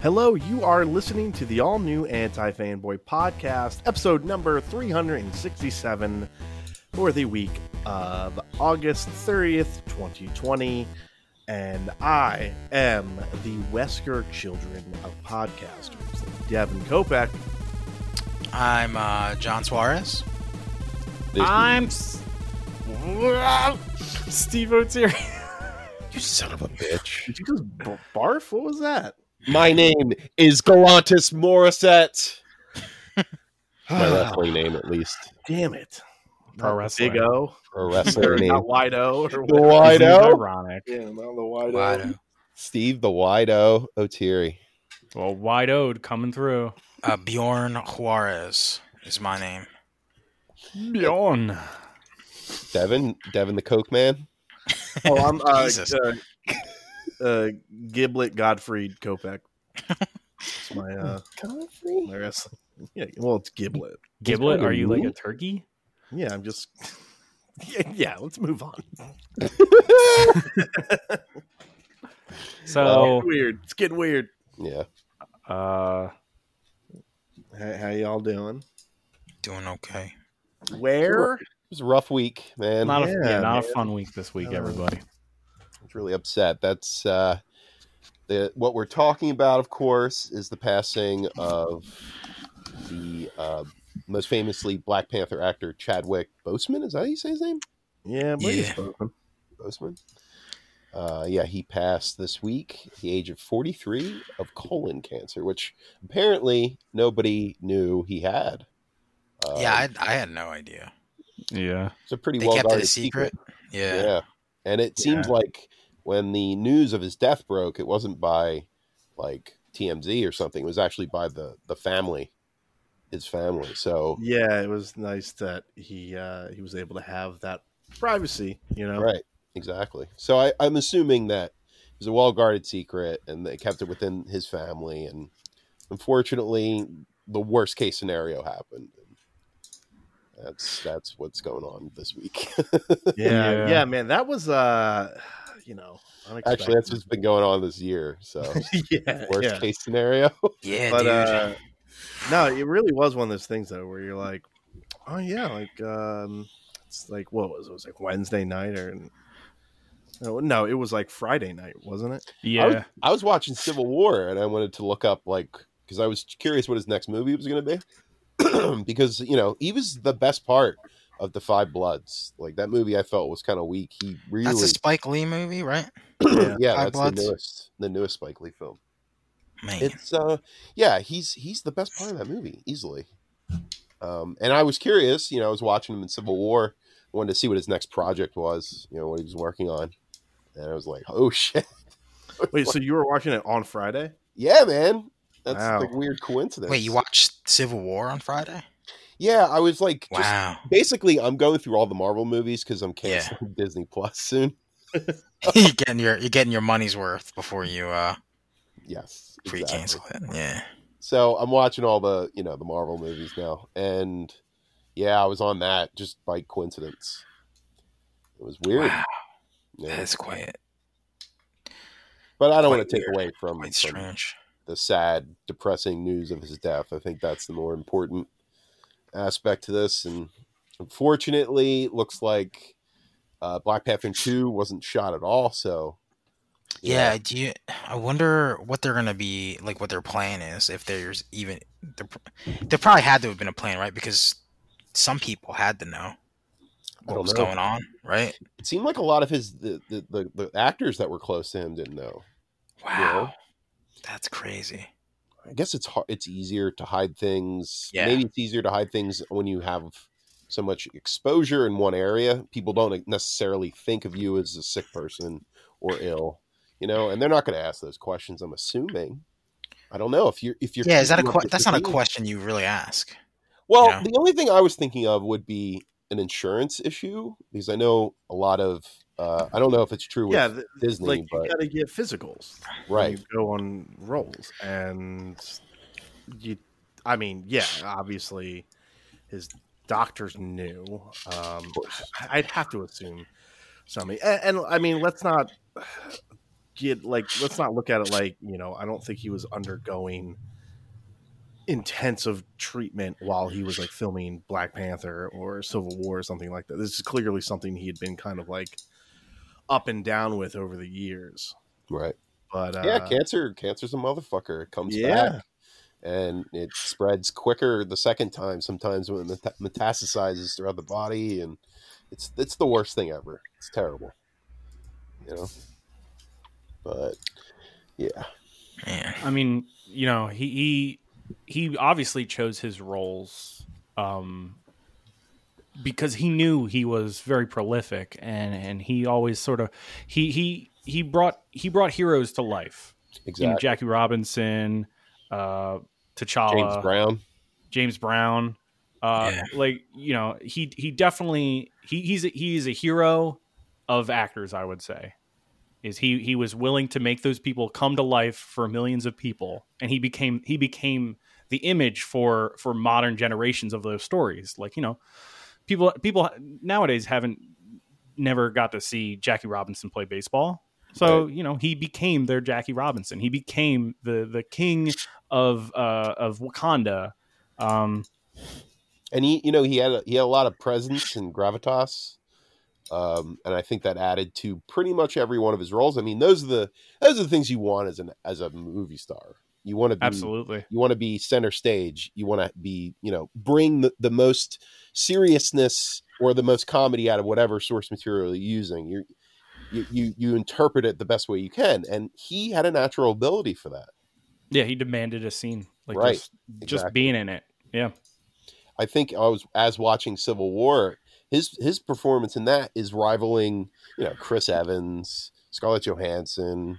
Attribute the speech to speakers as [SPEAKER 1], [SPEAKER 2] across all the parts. [SPEAKER 1] Hello, you are listening to the all new Anti Fanboy Podcast, episode number 367 for the week of August 30th, 2020. And I am the Wesker Children of Podcasters, Devin Kopeck.
[SPEAKER 2] I'm uh, John Suarez.
[SPEAKER 3] I'm s- Steve O'Teary.
[SPEAKER 4] You son of a bitch.
[SPEAKER 1] Did you just b- barf? What was that?
[SPEAKER 4] My name is Galantis Morissette. My
[SPEAKER 1] Damn
[SPEAKER 4] wrestling name, at least.
[SPEAKER 1] it.
[SPEAKER 3] Pro
[SPEAKER 1] Not the Big
[SPEAKER 3] wrestler.
[SPEAKER 1] O.
[SPEAKER 4] Or
[SPEAKER 1] Or
[SPEAKER 4] wrestling name.
[SPEAKER 1] not Wide O. Or
[SPEAKER 4] The
[SPEAKER 1] what?
[SPEAKER 4] Wide
[SPEAKER 3] This is
[SPEAKER 4] O.
[SPEAKER 3] Ironic.
[SPEAKER 1] Yeah, not the Wide
[SPEAKER 2] Wide O.
[SPEAKER 4] Steve the Wide O O'Teary.
[SPEAKER 3] Well, wide owed coming through.
[SPEAKER 2] Uh, Bjorn Juarez is my name.
[SPEAKER 3] Bjorn.
[SPEAKER 4] Devin, Devin the Coke Man.
[SPEAKER 1] Oh, I'm uh,
[SPEAKER 2] Jesus.
[SPEAKER 1] uh, uh, Giblet Godfried Kopeck. That's my uh, my wrestling. Yeah, well, it's Giblet.
[SPEAKER 3] Giblet,
[SPEAKER 4] probably
[SPEAKER 3] are you like a
[SPEAKER 4] rude.
[SPEAKER 3] turkey?
[SPEAKER 1] Yeah, I'm just. Yeah, yeah, let's move on.
[SPEAKER 3] So,
[SPEAKER 4] Oh.
[SPEAKER 1] It's weird. It's getting weird.
[SPEAKER 4] yeah.
[SPEAKER 3] uh,
[SPEAKER 1] How, how y'all doing?
[SPEAKER 2] Doing okay.
[SPEAKER 1] Where?
[SPEAKER 4] It was a rough week, man.
[SPEAKER 3] not a
[SPEAKER 1] yeah,
[SPEAKER 3] yeah, not a
[SPEAKER 1] man. Uh,
[SPEAKER 3] fun week this week,
[SPEAKER 1] No.
[SPEAKER 3] everybody.
[SPEAKER 4] I was really upset. That's uh, the what we're talking about, of course, is the passing of the uh, most famously Black Panther actor Chadwick Boseman. Is that how you say his name?
[SPEAKER 1] Yeah, but
[SPEAKER 2] Yeah.
[SPEAKER 4] Boseman. Uh, yeah, he passed this week, at the age of 43, of colon cancer, which apparently nobody knew he had. Uh,
[SPEAKER 2] yeah, I, I had no idea.
[SPEAKER 3] Yeah.
[SPEAKER 4] it's a pretty
[SPEAKER 2] They
[SPEAKER 4] well
[SPEAKER 2] kept it
[SPEAKER 4] guarded
[SPEAKER 2] a secret.
[SPEAKER 4] secret.
[SPEAKER 2] Yeah.
[SPEAKER 4] Yeah. And it seems like when the news of his death broke, it wasn't by like TMZ or something. It was actually by the the family, his family. So
[SPEAKER 1] yeah, it was nice that he uh he was able to have that privacy. You know,
[SPEAKER 4] right, exactly. So I, I'm assuming that it was a well guarded secret, and they kept it within his family. And unfortunately, the worst case scenario happened. That's that's what's going on this week.
[SPEAKER 1] Yeah, yeah,
[SPEAKER 3] Yeah.
[SPEAKER 1] man, that was uh, you know, unexpected.
[SPEAKER 4] actually, that's what's been going on this year. So
[SPEAKER 1] yeah,
[SPEAKER 4] worst
[SPEAKER 1] yeah.
[SPEAKER 4] case scenario.
[SPEAKER 2] Yeah,
[SPEAKER 1] but
[SPEAKER 2] dude.
[SPEAKER 1] uh, no, it really was one of those things though, where you're like, oh yeah, like um, it's like what was it? It was like Wednesday night or no, no, it was like Friday night, wasn't it?
[SPEAKER 3] Yeah.
[SPEAKER 4] I was, I was watching Civil War and I wanted to look up like because I was curious what his next movie was going to be because you know he was the best part of the Five Bloods. Like that movie, I felt was kind of weak. He really,
[SPEAKER 2] That's a Spike Lee movie, right?
[SPEAKER 1] Yeah.
[SPEAKER 4] yeah,
[SPEAKER 2] Five
[SPEAKER 4] that's
[SPEAKER 2] Bloods?
[SPEAKER 4] the newest, the newest Spike Lee film.
[SPEAKER 2] Man.
[SPEAKER 4] It's uh, yeah, he's he's the best part of that movie easily. Um, and I was curious, you know, I was watching him in Civil War, I wanted to see what his next project was, you know, what he was working on, and I was like, oh shit.
[SPEAKER 1] Wait, so you were watching it on Friday?
[SPEAKER 4] Yeah, man. That's
[SPEAKER 1] Wow.
[SPEAKER 4] like weird coincidence.
[SPEAKER 2] Wait, you watched Civil War on Friday?
[SPEAKER 4] Yeah, I was like, just-
[SPEAKER 2] Wow.
[SPEAKER 4] basically, I'm going through all the Marvel movies because I'm canceling Disney Plus soon.
[SPEAKER 2] you're getting your you're getting your money's worth before you uh
[SPEAKER 4] Yes,
[SPEAKER 2] pre cancel it. Yeah.
[SPEAKER 4] So I'm watching all the you know the Marvel movies now, and yeah, I was on that just by coincidence. It was weird,
[SPEAKER 2] Wow.
[SPEAKER 4] Yeah.
[SPEAKER 2] That's quite
[SPEAKER 4] but I don't
[SPEAKER 2] quite
[SPEAKER 4] want to take
[SPEAKER 2] weird,
[SPEAKER 4] away from,
[SPEAKER 2] quite
[SPEAKER 4] from
[SPEAKER 2] strange.
[SPEAKER 4] the sad, depressing news of his death. I think that's the more important aspect to this. And unfortunately, it looks like uh, Black Panther 2 wasn't shot at all. So,
[SPEAKER 2] Yeah. do you? I wonder what they're gonna be like. What their plan is, if there's even there, there probably had to have been a plan, right? Because some people had to know
[SPEAKER 4] I
[SPEAKER 2] what
[SPEAKER 4] don't
[SPEAKER 2] was
[SPEAKER 4] know.
[SPEAKER 2] going on, right?
[SPEAKER 4] It seemed like a lot of his, the, the, the, the actors that were close to him didn't know.
[SPEAKER 2] Wow, that's crazy.
[SPEAKER 4] I guess it's hard, it's easier to hide things.
[SPEAKER 2] Yeah.
[SPEAKER 4] Maybe it's easier to hide things when you have so much exposure in one area. People don't e-, necessarily think of you as a sick person or ill, you know, and they're not going to ask those questions. I'm assuming. I don't know if you're if you're
[SPEAKER 2] yeah, is that a
[SPEAKER 4] keeping up
[SPEAKER 2] que-
[SPEAKER 4] with
[SPEAKER 2] That's
[SPEAKER 4] the
[SPEAKER 2] not a
[SPEAKER 4] theme.
[SPEAKER 2] question you really ask.
[SPEAKER 4] Well,
[SPEAKER 2] Yeah.
[SPEAKER 4] the only thing I was thinking of would be an insurance issue because I know a lot of uh, I don't know if it's true. With,
[SPEAKER 1] yeah, th-
[SPEAKER 4] Disney,
[SPEAKER 1] like you
[SPEAKER 4] but-
[SPEAKER 1] gotta get physicals, when
[SPEAKER 4] right.
[SPEAKER 1] You go on rolls, and you, I mean, yeah, obviously, his doctors knew. Um,
[SPEAKER 4] course.
[SPEAKER 1] I- I'd have to assume something, and, and I mean, let's not get like let's not look at it like you know i don't think he was undergoing intensive treatment while he was like filming black panther or civil war or something like that this is clearly something he had been kind of like up and down with over the years
[SPEAKER 4] Right.
[SPEAKER 1] but uh,
[SPEAKER 4] yeah, cancer. Cancer's a motherfucker. It comes
[SPEAKER 1] Yeah.
[SPEAKER 4] back, and it spreads quicker the second time. Sometimes when it meta- metastasizes throughout the body, and it's it's the worst thing ever. It's terrible, you know. But yeah,
[SPEAKER 2] Man.
[SPEAKER 3] I mean, you know, he he, he obviously chose his roles um, because he knew he was very prolific, and and he always sort of he he he brought he brought heroes to life. You know,
[SPEAKER 4] exactly.
[SPEAKER 3] Jackie Robinson, uh, T'Challa,
[SPEAKER 4] James Brown.
[SPEAKER 3] James Brown. Uh,
[SPEAKER 2] Yeah.
[SPEAKER 3] like you know, he he definitely he he's a, he's a hero of actors. I would say is he he was willing to make those people come to life for millions of people, and he became he became the image for for modern generations of those stories. Like you know, people people nowadays haven't never got to see Jackie Robinson play baseball. So you know he became their Jackie Robinson. He became the the king of uh, of Wakanda. Um,
[SPEAKER 4] and he you know he had a, he had a lot of presence and gravitas um, and I think that added to pretty much every one of his roles. I mean, those are the those are the things you want as an as a movie star. You want to be
[SPEAKER 3] absolutely.
[SPEAKER 4] you want to be center stage. You want to be you know bring the, the most seriousness or the most comedy out of whatever source material you're using. You're, you you you interpret it the best way you can, and he had a natural ability for that.
[SPEAKER 3] Yeah, he demanded a scene like
[SPEAKER 4] Right,
[SPEAKER 3] just, just
[SPEAKER 4] exactly.
[SPEAKER 3] being in it. Yeah,
[SPEAKER 4] I think I was as watching Civil War, his his performance in that is rivaling, you know, Chris Evans, Scarlett Johansson.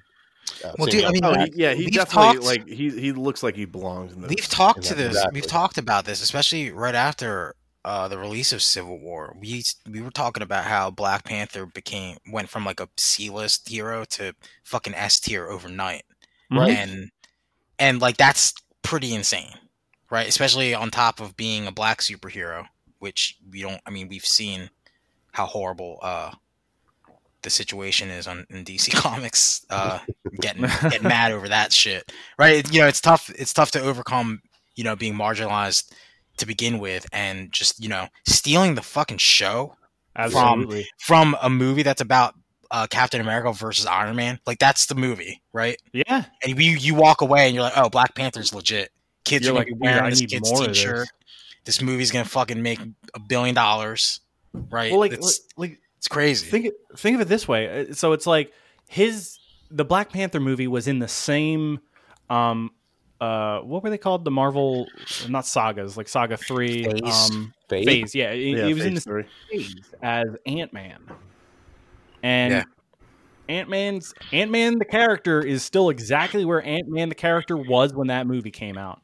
[SPEAKER 4] uh,
[SPEAKER 2] Well,
[SPEAKER 4] Samuel
[SPEAKER 2] dude, I mean,
[SPEAKER 4] L.
[SPEAKER 1] Oh,
[SPEAKER 4] Jackson.
[SPEAKER 1] he, yeah, he
[SPEAKER 2] We've
[SPEAKER 1] definitely
[SPEAKER 2] talked-
[SPEAKER 1] like he he looks like he belongs in this.
[SPEAKER 2] We've talked to this.
[SPEAKER 4] Exactly.
[SPEAKER 2] We've talked about this, especially right after uh, the release of Civil War. We we were talking about how Black Panther became went from like a C list hero to fucking S tier overnight,
[SPEAKER 4] Right.
[SPEAKER 2] and and like that's pretty insane, right? Especially on top of being a black superhero, which we don't. I mean, we've seen how horrible uh, the situation is on in DC Comics. Uh, getting get mad over that shit, right? It- you know, it's tough. It's tough to overcome. You know, being marginalized to begin with, and just you know, stealing the fucking show
[SPEAKER 3] absolutely.
[SPEAKER 2] from a movie that's about uh, Captain America versus Iron Man. Like that's the movie, right?
[SPEAKER 3] yeah,
[SPEAKER 2] And you you walk away and you're like, oh, Black Panther's legit. Kids are
[SPEAKER 3] You're
[SPEAKER 2] gonna
[SPEAKER 3] like,
[SPEAKER 2] be
[SPEAKER 3] dude,
[SPEAKER 2] wearing
[SPEAKER 3] I
[SPEAKER 2] this
[SPEAKER 3] need
[SPEAKER 2] kid's
[SPEAKER 3] more of
[SPEAKER 2] t-shirt.
[SPEAKER 3] this.
[SPEAKER 2] This movie's gonna fucking make a billion dollars, right?
[SPEAKER 3] well, like,
[SPEAKER 2] it's,
[SPEAKER 3] like
[SPEAKER 2] it's crazy.
[SPEAKER 3] think think of it this way. Uh, So it's like his the Black Panther movie was in the same. Um, uh, what were they called? The Marvel, not sagas, like Saga Three,
[SPEAKER 2] Phase.
[SPEAKER 3] um,
[SPEAKER 4] Faith.
[SPEAKER 3] phase. Yeah, it,
[SPEAKER 1] yeah,
[SPEAKER 3] it was in the
[SPEAKER 1] phase three.
[SPEAKER 3] phase as Ant Man, and
[SPEAKER 2] Yeah.
[SPEAKER 3] Ant Man's Ant Man the character is still exactly where Ant Man the character was when that movie came out.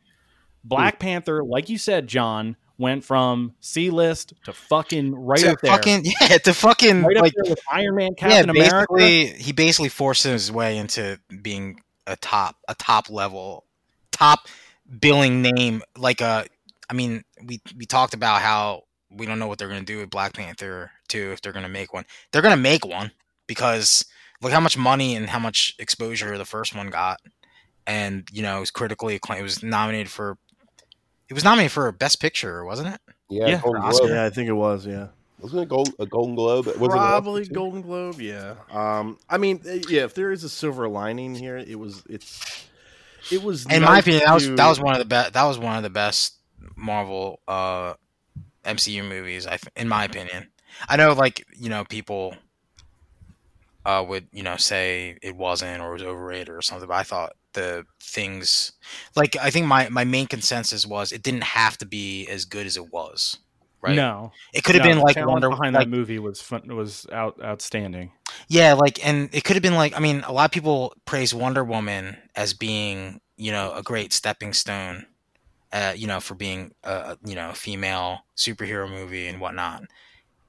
[SPEAKER 3] Black Panther, like you said, John, went from C list to fucking right
[SPEAKER 2] to
[SPEAKER 3] up there,
[SPEAKER 2] fucking yeah, to fucking
[SPEAKER 3] right up
[SPEAKER 2] like
[SPEAKER 3] there with Iron Man, Captain
[SPEAKER 2] yeah,
[SPEAKER 3] America.
[SPEAKER 2] basically he basically forces his way into being a top a top level top billing name like a I mean we we talked about how we don't know what they're going to do with Black Panther 2 if they're going to make one. They're going to make one because look how much money and how much exposure the first one got and you know it was critically acclaimed. It was nominated for it was nominated for best picture, wasn't it?
[SPEAKER 4] Yeah,
[SPEAKER 3] Yeah,
[SPEAKER 4] Golden
[SPEAKER 2] for Oscar.
[SPEAKER 4] Globe.
[SPEAKER 1] Yeah, I think it was. Yeah,
[SPEAKER 4] Wasn't it a Gold, a Golden Globe? Was it an Oscar
[SPEAKER 1] probably
[SPEAKER 4] too?
[SPEAKER 1] Golden Globe. Yeah. Um, I mean, uh, yeah. If there is a silver lining here, it was it's it was
[SPEAKER 2] in my
[SPEAKER 1] nice
[SPEAKER 2] opinion, that was
[SPEAKER 1] to-
[SPEAKER 2] that was one of the best. That was one of the best Marvel uh, MCU movies. I, th- in my opinion, I know like you know people uh, would you know say it wasn't or it was overrated or something, but I thought the things like I think my my main consensus was it didn't have to be as good as it was. Right?
[SPEAKER 3] No,
[SPEAKER 2] it could have
[SPEAKER 3] no,
[SPEAKER 2] been
[SPEAKER 3] the
[SPEAKER 2] like
[SPEAKER 3] talent
[SPEAKER 2] Wonder
[SPEAKER 3] behind
[SPEAKER 2] like,
[SPEAKER 3] that movie was fun, was out outstanding.
[SPEAKER 2] yeah, like, and it could have been like, I mean, a lot of people praise Wonder Woman as being, you know, a great stepping stone, uh, you know, for being a, you know, female superhero movie and whatnot.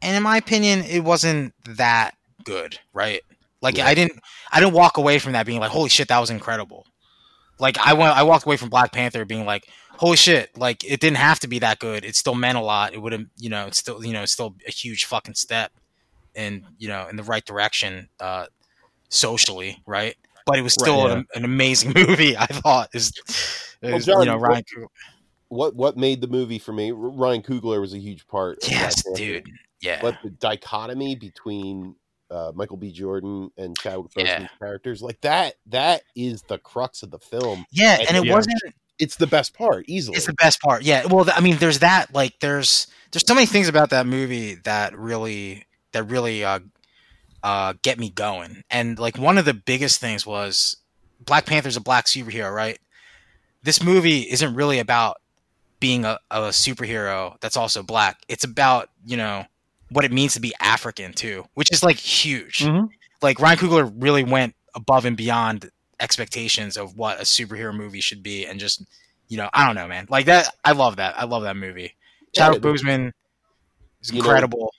[SPEAKER 2] And in my opinion, it wasn't that good, right? Like,
[SPEAKER 4] Yeah.
[SPEAKER 2] I didn't, I didn't walk away from that being like, holy shit, that was incredible. Like, I went, I walked away from Black Panther being like, holy shit, like, it didn't have to be that good. It still meant a lot. It would have, you know, it's still, you know, it's still a huge fucking step in you know in the right direction uh socially right but it was still
[SPEAKER 1] Right,
[SPEAKER 2] an, an amazing movie. I thought is,
[SPEAKER 4] Well,
[SPEAKER 2] is,
[SPEAKER 4] John,
[SPEAKER 2] you know
[SPEAKER 4] what-
[SPEAKER 2] Ryan. Coogler-
[SPEAKER 4] What what made the movie for me? R- Ryan Coogler was a huge part. of
[SPEAKER 2] Yes,
[SPEAKER 4] Black Panther.
[SPEAKER 2] dude. Yeah,
[SPEAKER 4] But the dichotomy between uh, Michael B. Jordan and Chadwick
[SPEAKER 2] Yeah.
[SPEAKER 4] Boseman's characters, like that, that is the crux of the film.
[SPEAKER 2] yeah, and it
[SPEAKER 3] Yeah.
[SPEAKER 2] wasn't.
[SPEAKER 4] It's the best part, easily.
[SPEAKER 2] It's the best part. Yeah. Well, th- I mean, there's that. Like, there's there's so many things about that movie that really that really uh, uh, get me going. And like one of the biggest things was Black Panther's a black superhero, right? This movie isn't really about being a, a superhero that's also black. It's about you know what it means to be African too, which is like huge.
[SPEAKER 4] Mm-hmm.
[SPEAKER 3] Mhm.
[SPEAKER 2] Like Ryan Coogler really went above and beyond expectations of what a superhero movie should be, and just you know, I don't know, man. Like that, I love that. I love that movie.
[SPEAKER 4] Yeah,
[SPEAKER 2] Chadwick
[SPEAKER 4] it-
[SPEAKER 2] Boseman is
[SPEAKER 4] You know,
[SPEAKER 2] incredible.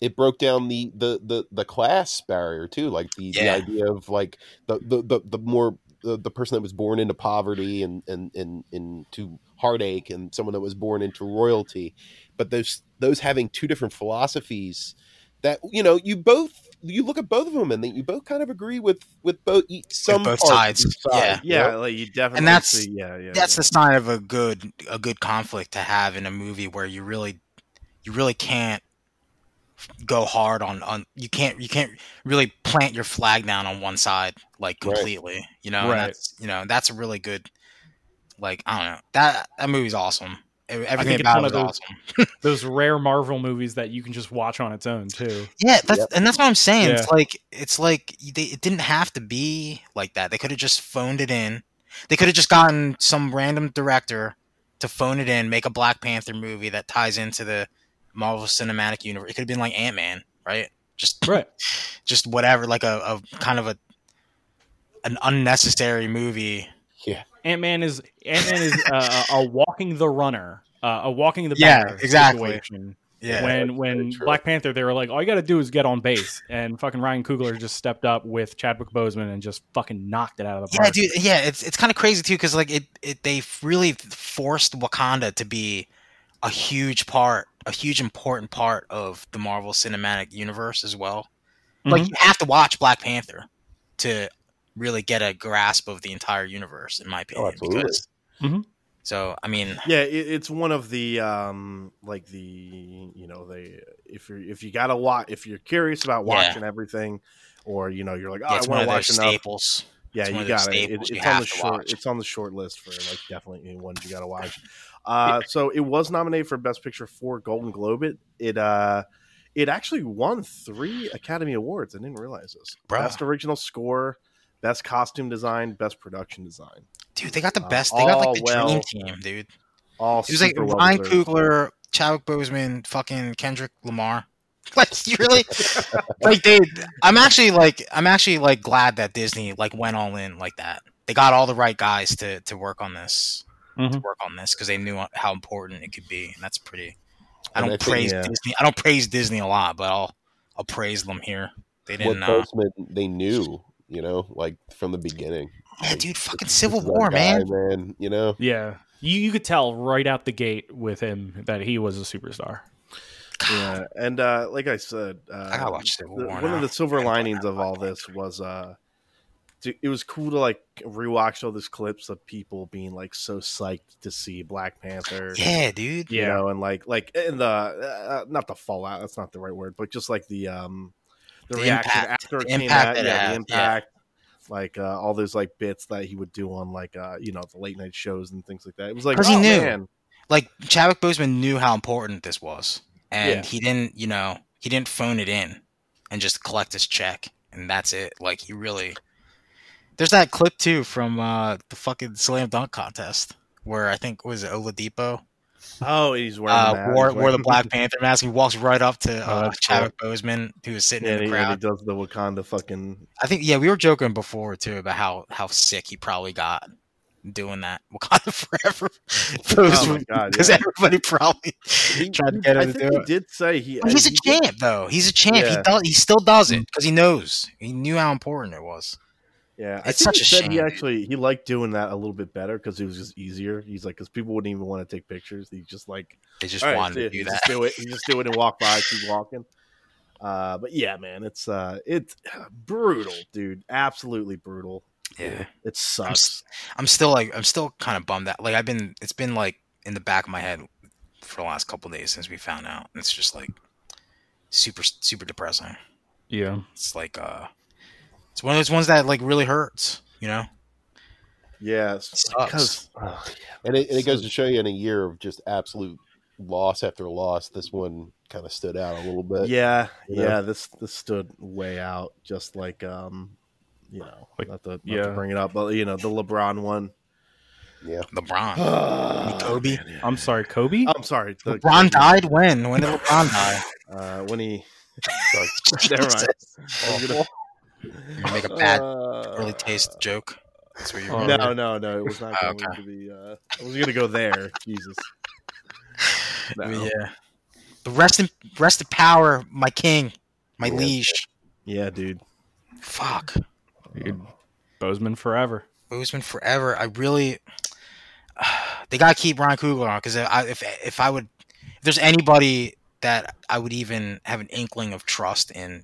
[SPEAKER 4] it broke down the the the, the class barrier too like the,
[SPEAKER 2] Yeah.
[SPEAKER 4] the idea of like the the the, the more the, the person that was born into poverty and and and into heartache and someone that was born into royalty but those those having two different philosophies that you know you both you look at both of them and then you both kind of agree with with both each- some
[SPEAKER 2] both
[SPEAKER 4] parts of
[SPEAKER 2] sides,
[SPEAKER 4] each
[SPEAKER 2] yeah.
[SPEAKER 4] you know?
[SPEAKER 1] Yeah, like you definitely.
[SPEAKER 2] that's-
[SPEAKER 1] see, yeah, yeah.
[SPEAKER 2] That's the sign of a good a good conflict to have in a movie where you really you really can't go hard on on you can't you can't really plant your flag down on one side like
[SPEAKER 4] Right.
[SPEAKER 2] completely. You know, And
[SPEAKER 3] Right.
[SPEAKER 2] that's you know that's a really good like I don't know that that movie's awesome. Ev- Everything
[SPEAKER 3] it's
[SPEAKER 2] about it
[SPEAKER 3] one
[SPEAKER 2] was
[SPEAKER 3] of those-
[SPEAKER 2] awesome.
[SPEAKER 3] Those rare Marvel movies that you can just watch on its own too.
[SPEAKER 2] Yeah, that's and that's what I'm saying.
[SPEAKER 3] Yeah.
[SPEAKER 2] It's like it's like they, it didn't have to be like that. They could have just phoned it in. They could have just gotten some random director to phone it in, make a Black Panther movie that ties into the Marvel Cinematic Universe. It could have been like Ant Man, right? Just
[SPEAKER 3] Right.
[SPEAKER 2] just whatever, like a, a kind of a an unnecessary movie.
[SPEAKER 3] Ant Man is Ant Man is uh, a, a walking the runner, uh, a walking the
[SPEAKER 2] Yeah,
[SPEAKER 3] batter
[SPEAKER 2] exactly.
[SPEAKER 3] situation.
[SPEAKER 2] Yeah,
[SPEAKER 4] that's
[SPEAKER 3] when when
[SPEAKER 4] very true.
[SPEAKER 3] Black Panther, they were like, all you got to do is get on base, and fucking Ryan Coogler just stepped up with Chadwick Boseman and just fucking knocked it out of the
[SPEAKER 2] yeah,
[SPEAKER 3] park.
[SPEAKER 2] dude. Yeah, it's it's kind of crazy too because like it, it they really forced Wakanda to be a huge part, a huge important part of the Marvel Cinematic Universe as well. Like
[SPEAKER 3] Mhm.
[SPEAKER 2] you have to watch Black Panther to really get a grasp of the entire universe, in my opinion.
[SPEAKER 4] absolutely.
[SPEAKER 2] because-
[SPEAKER 3] Mhm.
[SPEAKER 2] So I mean,
[SPEAKER 1] yeah it, it's one of the um like the you know they if you're if you gotta watch if you're curious about
[SPEAKER 2] Yeah.
[SPEAKER 1] watching everything or you know you're like oh
[SPEAKER 2] yeah, it's
[SPEAKER 1] i
[SPEAKER 2] one
[SPEAKER 1] want
[SPEAKER 2] of
[SPEAKER 1] to
[SPEAKER 2] their
[SPEAKER 1] watch enough
[SPEAKER 2] staples.
[SPEAKER 1] yeah
[SPEAKER 2] It's one
[SPEAKER 1] you
[SPEAKER 2] of those
[SPEAKER 1] got it, It-
[SPEAKER 2] staples you
[SPEAKER 1] it's on
[SPEAKER 2] have
[SPEAKER 1] the
[SPEAKER 2] to
[SPEAKER 1] short
[SPEAKER 2] watch.
[SPEAKER 1] it's on the short list for like definitely ones you gotta watch uh so it was nominated for best picture for golden globe it it uh it actually won three academy awards i didn't realize this
[SPEAKER 2] Bruh.
[SPEAKER 1] best original score best costume design best production design
[SPEAKER 2] Dude, they got the
[SPEAKER 1] Uh,
[SPEAKER 2] best. They got
[SPEAKER 1] all
[SPEAKER 2] like the
[SPEAKER 1] well-
[SPEAKER 2] dream team, dude.
[SPEAKER 1] all
[SPEAKER 2] It was like
[SPEAKER 1] super well
[SPEAKER 2] Ryan
[SPEAKER 1] deserved.
[SPEAKER 2] Coogler, Chadwick Boseman, fucking Kendrick Lamar. Like you really, like they. I'm actually like I'm actually like glad that Disney like went all in like that. They got all the right guys to to work on this, to
[SPEAKER 3] Mhm.
[SPEAKER 2] work on this because they knew how important it could be, and that's pretty. I
[SPEAKER 4] And
[SPEAKER 2] don't
[SPEAKER 4] I think-
[SPEAKER 2] praise
[SPEAKER 1] yeah.
[SPEAKER 2] Disney. I don't praise Disney a lot, but I'll I'll praise them here. They
[SPEAKER 4] what
[SPEAKER 2] didn't. Uh,
[SPEAKER 4] Boseman they knew you know like from the beginning
[SPEAKER 2] yeah, dude, fucking Civil
[SPEAKER 4] This is our
[SPEAKER 2] War,
[SPEAKER 4] guy,
[SPEAKER 2] man.
[SPEAKER 4] man you know
[SPEAKER 3] Yeah, you you could tell right out the gate with him that he was a superstar.
[SPEAKER 2] God,
[SPEAKER 1] Yeah, and uh, like I said, uh,
[SPEAKER 2] I gotta watch Civil
[SPEAKER 1] the-
[SPEAKER 2] War.
[SPEAKER 1] one of
[SPEAKER 2] now.
[SPEAKER 1] the silver
[SPEAKER 2] gotta watch
[SPEAKER 1] linings
[SPEAKER 2] that
[SPEAKER 1] of all
[SPEAKER 2] podcast.
[SPEAKER 1] this was uh, to, it was cool to like rewatch all these clips of people being like so psyched to see Black Panther.
[SPEAKER 2] Yeah, dude.
[SPEAKER 1] You know, and like, like in the uh, not the fallout. That's not the right word, but just like the um, the,
[SPEAKER 2] The
[SPEAKER 1] reaction
[SPEAKER 2] impact.
[SPEAKER 1] after it
[SPEAKER 2] The
[SPEAKER 1] came
[SPEAKER 2] impact
[SPEAKER 1] out,
[SPEAKER 2] that it
[SPEAKER 1] yeah, the
[SPEAKER 2] had, yeah.
[SPEAKER 1] impact, like uh, all those like bits that he would do on like uh, you know the late night shows and things like that. It was like
[SPEAKER 2] 'Cause he
[SPEAKER 1] oh,
[SPEAKER 2] knew.
[SPEAKER 1] man.
[SPEAKER 2] like Chadwick Boseman knew how important this was, and
[SPEAKER 1] Yeah.
[SPEAKER 2] he didn't, you know, he didn't phone it in and just collect his check, and that's it. Like he really. There's that clip too from uh, the fucking slam dunk contest where I think was it Oladipo
[SPEAKER 1] Oh, he's wearing
[SPEAKER 2] uh,
[SPEAKER 1] the mask,
[SPEAKER 2] wore
[SPEAKER 1] he's
[SPEAKER 2] wore the
[SPEAKER 1] wearing-
[SPEAKER 2] Black Panther mask. He walks right up to
[SPEAKER 3] Oh,
[SPEAKER 2] uh,
[SPEAKER 3] that's cool.
[SPEAKER 2] Chadwick Boseman who was sitting
[SPEAKER 1] Yeah,
[SPEAKER 2] in
[SPEAKER 1] and
[SPEAKER 2] the
[SPEAKER 1] he, and he
[SPEAKER 2] crowd.
[SPEAKER 1] does the Wakanda fucking
[SPEAKER 2] I think yeah, we were joking before too about how how sick he probably got doing that Wakanda forever
[SPEAKER 1] Oh my god!
[SPEAKER 2] because
[SPEAKER 1] yeah.
[SPEAKER 2] everybody probably tried to get
[SPEAKER 1] I
[SPEAKER 2] him to
[SPEAKER 1] think
[SPEAKER 2] do
[SPEAKER 1] he
[SPEAKER 2] it.
[SPEAKER 1] did say he.
[SPEAKER 2] But he's a
[SPEAKER 1] he did-
[SPEAKER 2] champ, though. He's a champ.
[SPEAKER 1] Yeah. Mm.
[SPEAKER 2] He does. He still does it because he knows. He knew how important it was.
[SPEAKER 1] yeah, I
[SPEAKER 2] It's
[SPEAKER 1] think
[SPEAKER 2] such
[SPEAKER 1] he
[SPEAKER 2] a
[SPEAKER 1] said
[SPEAKER 2] shame,
[SPEAKER 1] He
[SPEAKER 2] dude.
[SPEAKER 1] actually he liked doing that a little bit better because it was just easier. He's like because people wouldn't even want to take pictures. He just like
[SPEAKER 2] They just
[SPEAKER 1] "All right,
[SPEAKER 2] wanted to
[SPEAKER 1] dude,
[SPEAKER 2] do
[SPEAKER 1] you
[SPEAKER 2] that.
[SPEAKER 1] Just do it. You just do it and walk by. Keep walking. Uh, but yeah, man, it's uh, it's brutal, dude. Absolutely brutal.
[SPEAKER 2] Yeah.
[SPEAKER 1] It
[SPEAKER 2] I'm,
[SPEAKER 1] sucks.
[SPEAKER 2] s- I'm still like I'm still kind of bummed out. Like I've been it's been like in the back of my head for the last couple days since we found out. It's just like super super depressing.
[SPEAKER 3] Yeah.
[SPEAKER 2] It's like uh it's one of those ones that like really hurts, you know?
[SPEAKER 1] yeah, it's-
[SPEAKER 2] Sucks.
[SPEAKER 1] because oh, yeah.
[SPEAKER 4] And it, and it goes to show you in a year of just absolute loss after loss, this one kind of stood out a little bit.
[SPEAKER 1] yeah,
[SPEAKER 4] you know?
[SPEAKER 1] yeah, this this stood way out. Just like um, you know,
[SPEAKER 3] Like,
[SPEAKER 1] not to, not to
[SPEAKER 3] yeah.
[SPEAKER 1] bring it up, but you know, the LeBron one.
[SPEAKER 2] LeBron.
[SPEAKER 1] Kobe.
[SPEAKER 2] Kobe?
[SPEAKER 3] I'm sorry, Kobe.
[SPEAKER 4] Oh,
[SPEAKER 1] I'm sorry. the-
[SPEAKER 2] LeBron died when? When did LeBron die?
[SPEAKER 1] Uh, when he
[SPEAKER 4] Like,
[SPEAKER 1] Never mind.
[SPEAKER 3] Oh.
[SPEAKER 1] I was gonna-
[SPEAKER 2] You're gonna make a bad
[SPEAKER 1] Uh,
[SPEAKER 2] early taste joke. That's what you're
[SPEAKER 3] Oh,
[SPEAKER 2] going
[SPEAKER 1] No, no, no. It was not
[SPEAKER 2] Oh,
[SPEAKER 1] going to be. Uh, I was going to go there. Jesus. No.
[SPEAKER 2] with.
[SPEAKER 1] Yeah.
[SPEAKER 2] Yeah. The rest in rest of power, my king, my
[SPEAKER 4] Yeah.
[SPEAKER 2] liege.
[SPEAKER 1] dude.
[SPEAKER 2] Fuck.
[SPEAKER 3] Dude, Bozeman forever.
[SPEAKER 2] Boozman forever. I really they gotta keep Brian Kugler on because I, if if I would if there's anybody that I would even have an inkling of trust in